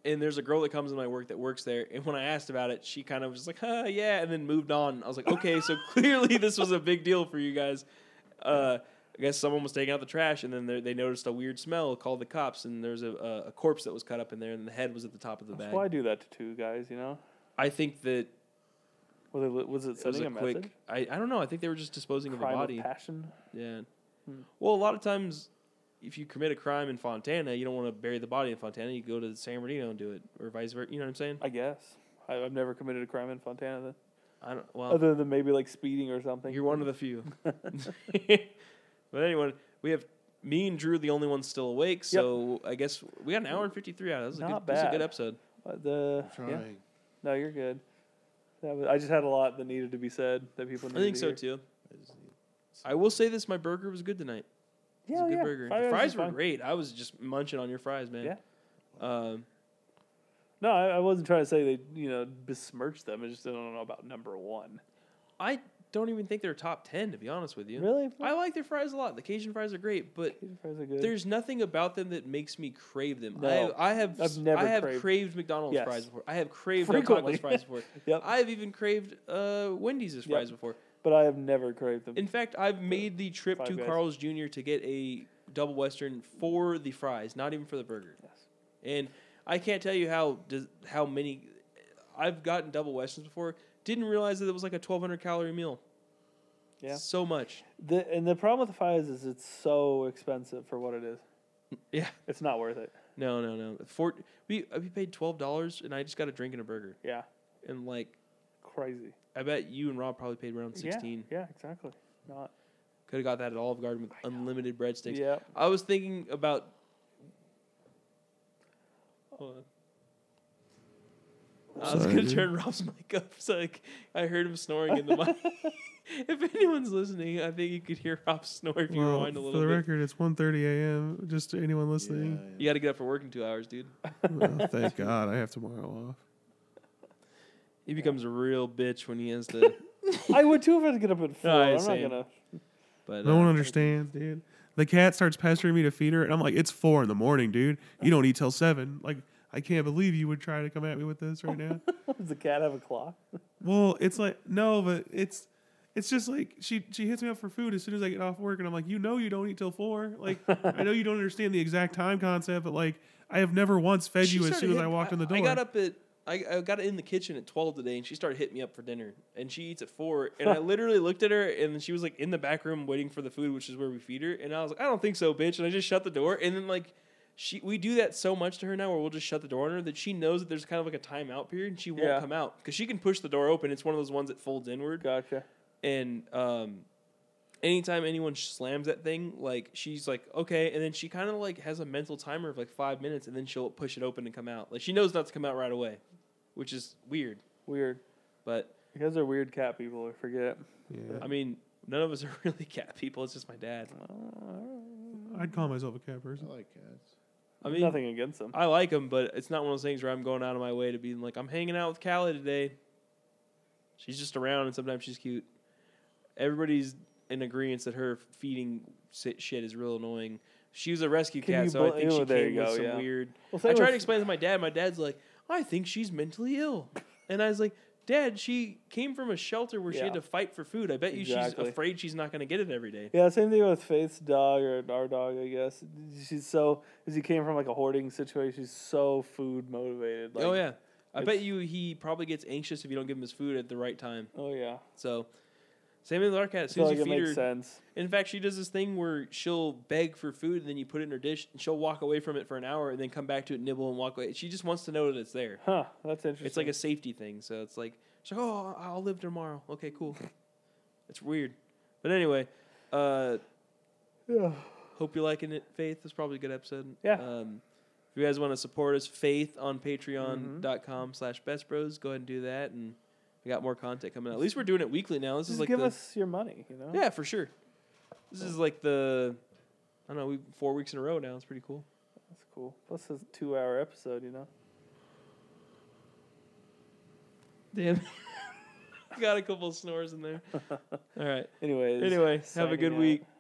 And there's a girl that comes in my work that works there, and when I asked about it, she kind of was like, "Huh, yeah," and then moved on. I was like, "Okay, so clearly this was a big deal for you guys." Uh, I guess someone was taking out the trash, and then they- they noticed a weird smell, called the cops, and there's a, a, a corpse that was cut up in there, and the head was at the top of the That's bag. why I do that to two guys. You know, I think that was it, was it it was sending a, a, quick. message? I, I don't know. I think they were just disposing Crime of a of Hmm. body. passion. yeah. Well, a lot of times, if you commit a crime in Fontana, you don't want to bury the body in Fontana. You go to San Bernardino and do it, or vice versa. You know what I'm saying? I guess. I, I've never committed a crime in Fontana, then. I don't. Well, other than maybe like speeding or something. you're one of the few. but anyway, we have me and Drew, are the only ones still awake. So I guess we got an hour and fifty three out. That was a good. Not That was a bad. good episode. Uh, the I'm yeah. trying. No, you're good. That was, I just had a lot that needed to be said that people. I Needed think to so hear. too. I just need- I will say this: my burger was good tonight. It Yeah, was a good yeah. burger. Five the hours fries is were fine. great. I was just munching on your fries, man. Um, No, I, I wasn't trying to say they you know besmirched them. I just don't know about number one. I don't even think they're top ten, to be honest with you. Really, I like their fries a lot. The Cajun fries are great, but Cajun fries are good. there's nothing about them that makes me crave them. No. I, I have I've never I have craved, craved- McDonald's Yes. fries before. I have craved Frequently. McDonald's fries before. Yep. I have even craved uh, Wendy's fries before. but I have never craved them. In fact, I've made the trip Five to Guys. Carl's Jr. to get a double western for the fries, not even for the burger. Yes. And I can't tell you how does how many I've gotten double westerns before. Didn't realize that it was like a 1200 calorie meal. Yeah. So much. The, and the problem with the fries is it's so expensive for what it is. Yeah. It's not worth it. No, no, no. Four, we uh, we paid $12 and I just got a drink and a burger. Yeah. And like Crazy. I bet you and Rob probably paid around 16. Yeah, yeah exactly. Not. Could have got that at Olive Garden with unlimited breadsticks. Yeah. I was thinking about. Hold on. I was Sorry, gonna dude. turn Rob's mic up so like I heard him snoring in the mic. if anyone's listening, I think you could hear Rob snore if you Well, rewind a for little the bit. record, it's 1.30 a.m. Just to anyone listening, You got to get up for work in two hours, dude. well, thank God I have tomorrow off. He becomes a real bitch when he has to. I would too if I had to get up at four. I'm same. not gonna. But No uh, one understands, dude. The cat starts pestering me to feed her, and I'm like, "It's four in the morning, dude. You don't eat till seven. Like, I can't believe you would try to come at me with this right now." Does the cat have a clock? well, it's like no, but it's it's just like she she hits me up for food as soon as I get off work, and I'm like, "You know, you don't eat till four. Like, I know you don't understand the exact time concept, but like, I have never once fed she you as started soon as I hitting- walked in the door." I got up at. I, I got in the kitchen at 12 today and she started hitting me up for dinner and she eats at 4 and I literally looked at her and she was like in the back room waiting for the food which is where we feed her and I was like I don't think so bitch and I just shut the door and then like she we do that so much to her now where we'll just shut the door on her that she knows that there's kind of like a timeout period and she won't Yeah. come out because she can push the door open it's one of those ones that folds inward Gotcha. and um, anytime anyone slams that thing, like she's like, okay, and then she kind of like has a mental timer of like five minutes, and then she'll push it open and come out. Like she knows not to come out right away, which is weird. Weird. But You guys are weird cat people. I forget. yeah. I mean, none of us are really cat people. It's just my dad. I'd call myself a cat person. I like cats. I mean, nothing against them. I like him, but it's not one of those things where I'm going out of my way to be like, I'm hanging out with Callie today. She's just around, and sometimes she's cute. Everybody's in agreement that her feeding si- shit is real annoying. She was a rescue Can cat, you so I bl- think oh, she there came you with go, some yeah. weird. Well, I tried same to with- explain to my dad. My dad's like, I think she's mentally ill, and I was like, Dad, she came from a shelter where she had Yeah. to fight for food. I bet you Exactly. she's afraid she's not going to get it every day. Yeah, same thing with Faith's dog or our dog, I guess. She's so, because he came from like a hoarding situation, she's so food motivated. Like, oh yeah, I it's- bet you he probably gets anxious if you don't give him his food at the right time. Oh yeah. So, same with our cat. As soon I feel as like you it feed her, makes sense. in fact, she does this thing where she'll beg for food, and then you put it in her dish, and she'll walk away from it for an hour, and then come back to it, nibble, and walk away. She just wants to know that it's there. Huh, that's interesting. It's like a safety thing. So it's like she's like, "Oh, I- I'll live tomorrow." Okay, cool. it's weird, but anyway, uh, Yeah. hope you're liking it. Faith is probably a good episode. Yeah. Um, if you guys want to support us, Faith on Mm-hmm. Patreon.com slash Best Bros, go ahead and do that, and we got more content coming out. At least we're doing it weekly now. This Just is like give the, us your money, you know? yeah, for sure. This is like the I don't know, we four weeks in a row now. It's pretty cool. That's cool. Plus, it's a two hour episode, you know? Damn. Got a couple of snores in there. All right. Anyways. Anyway, have a signing good out. week.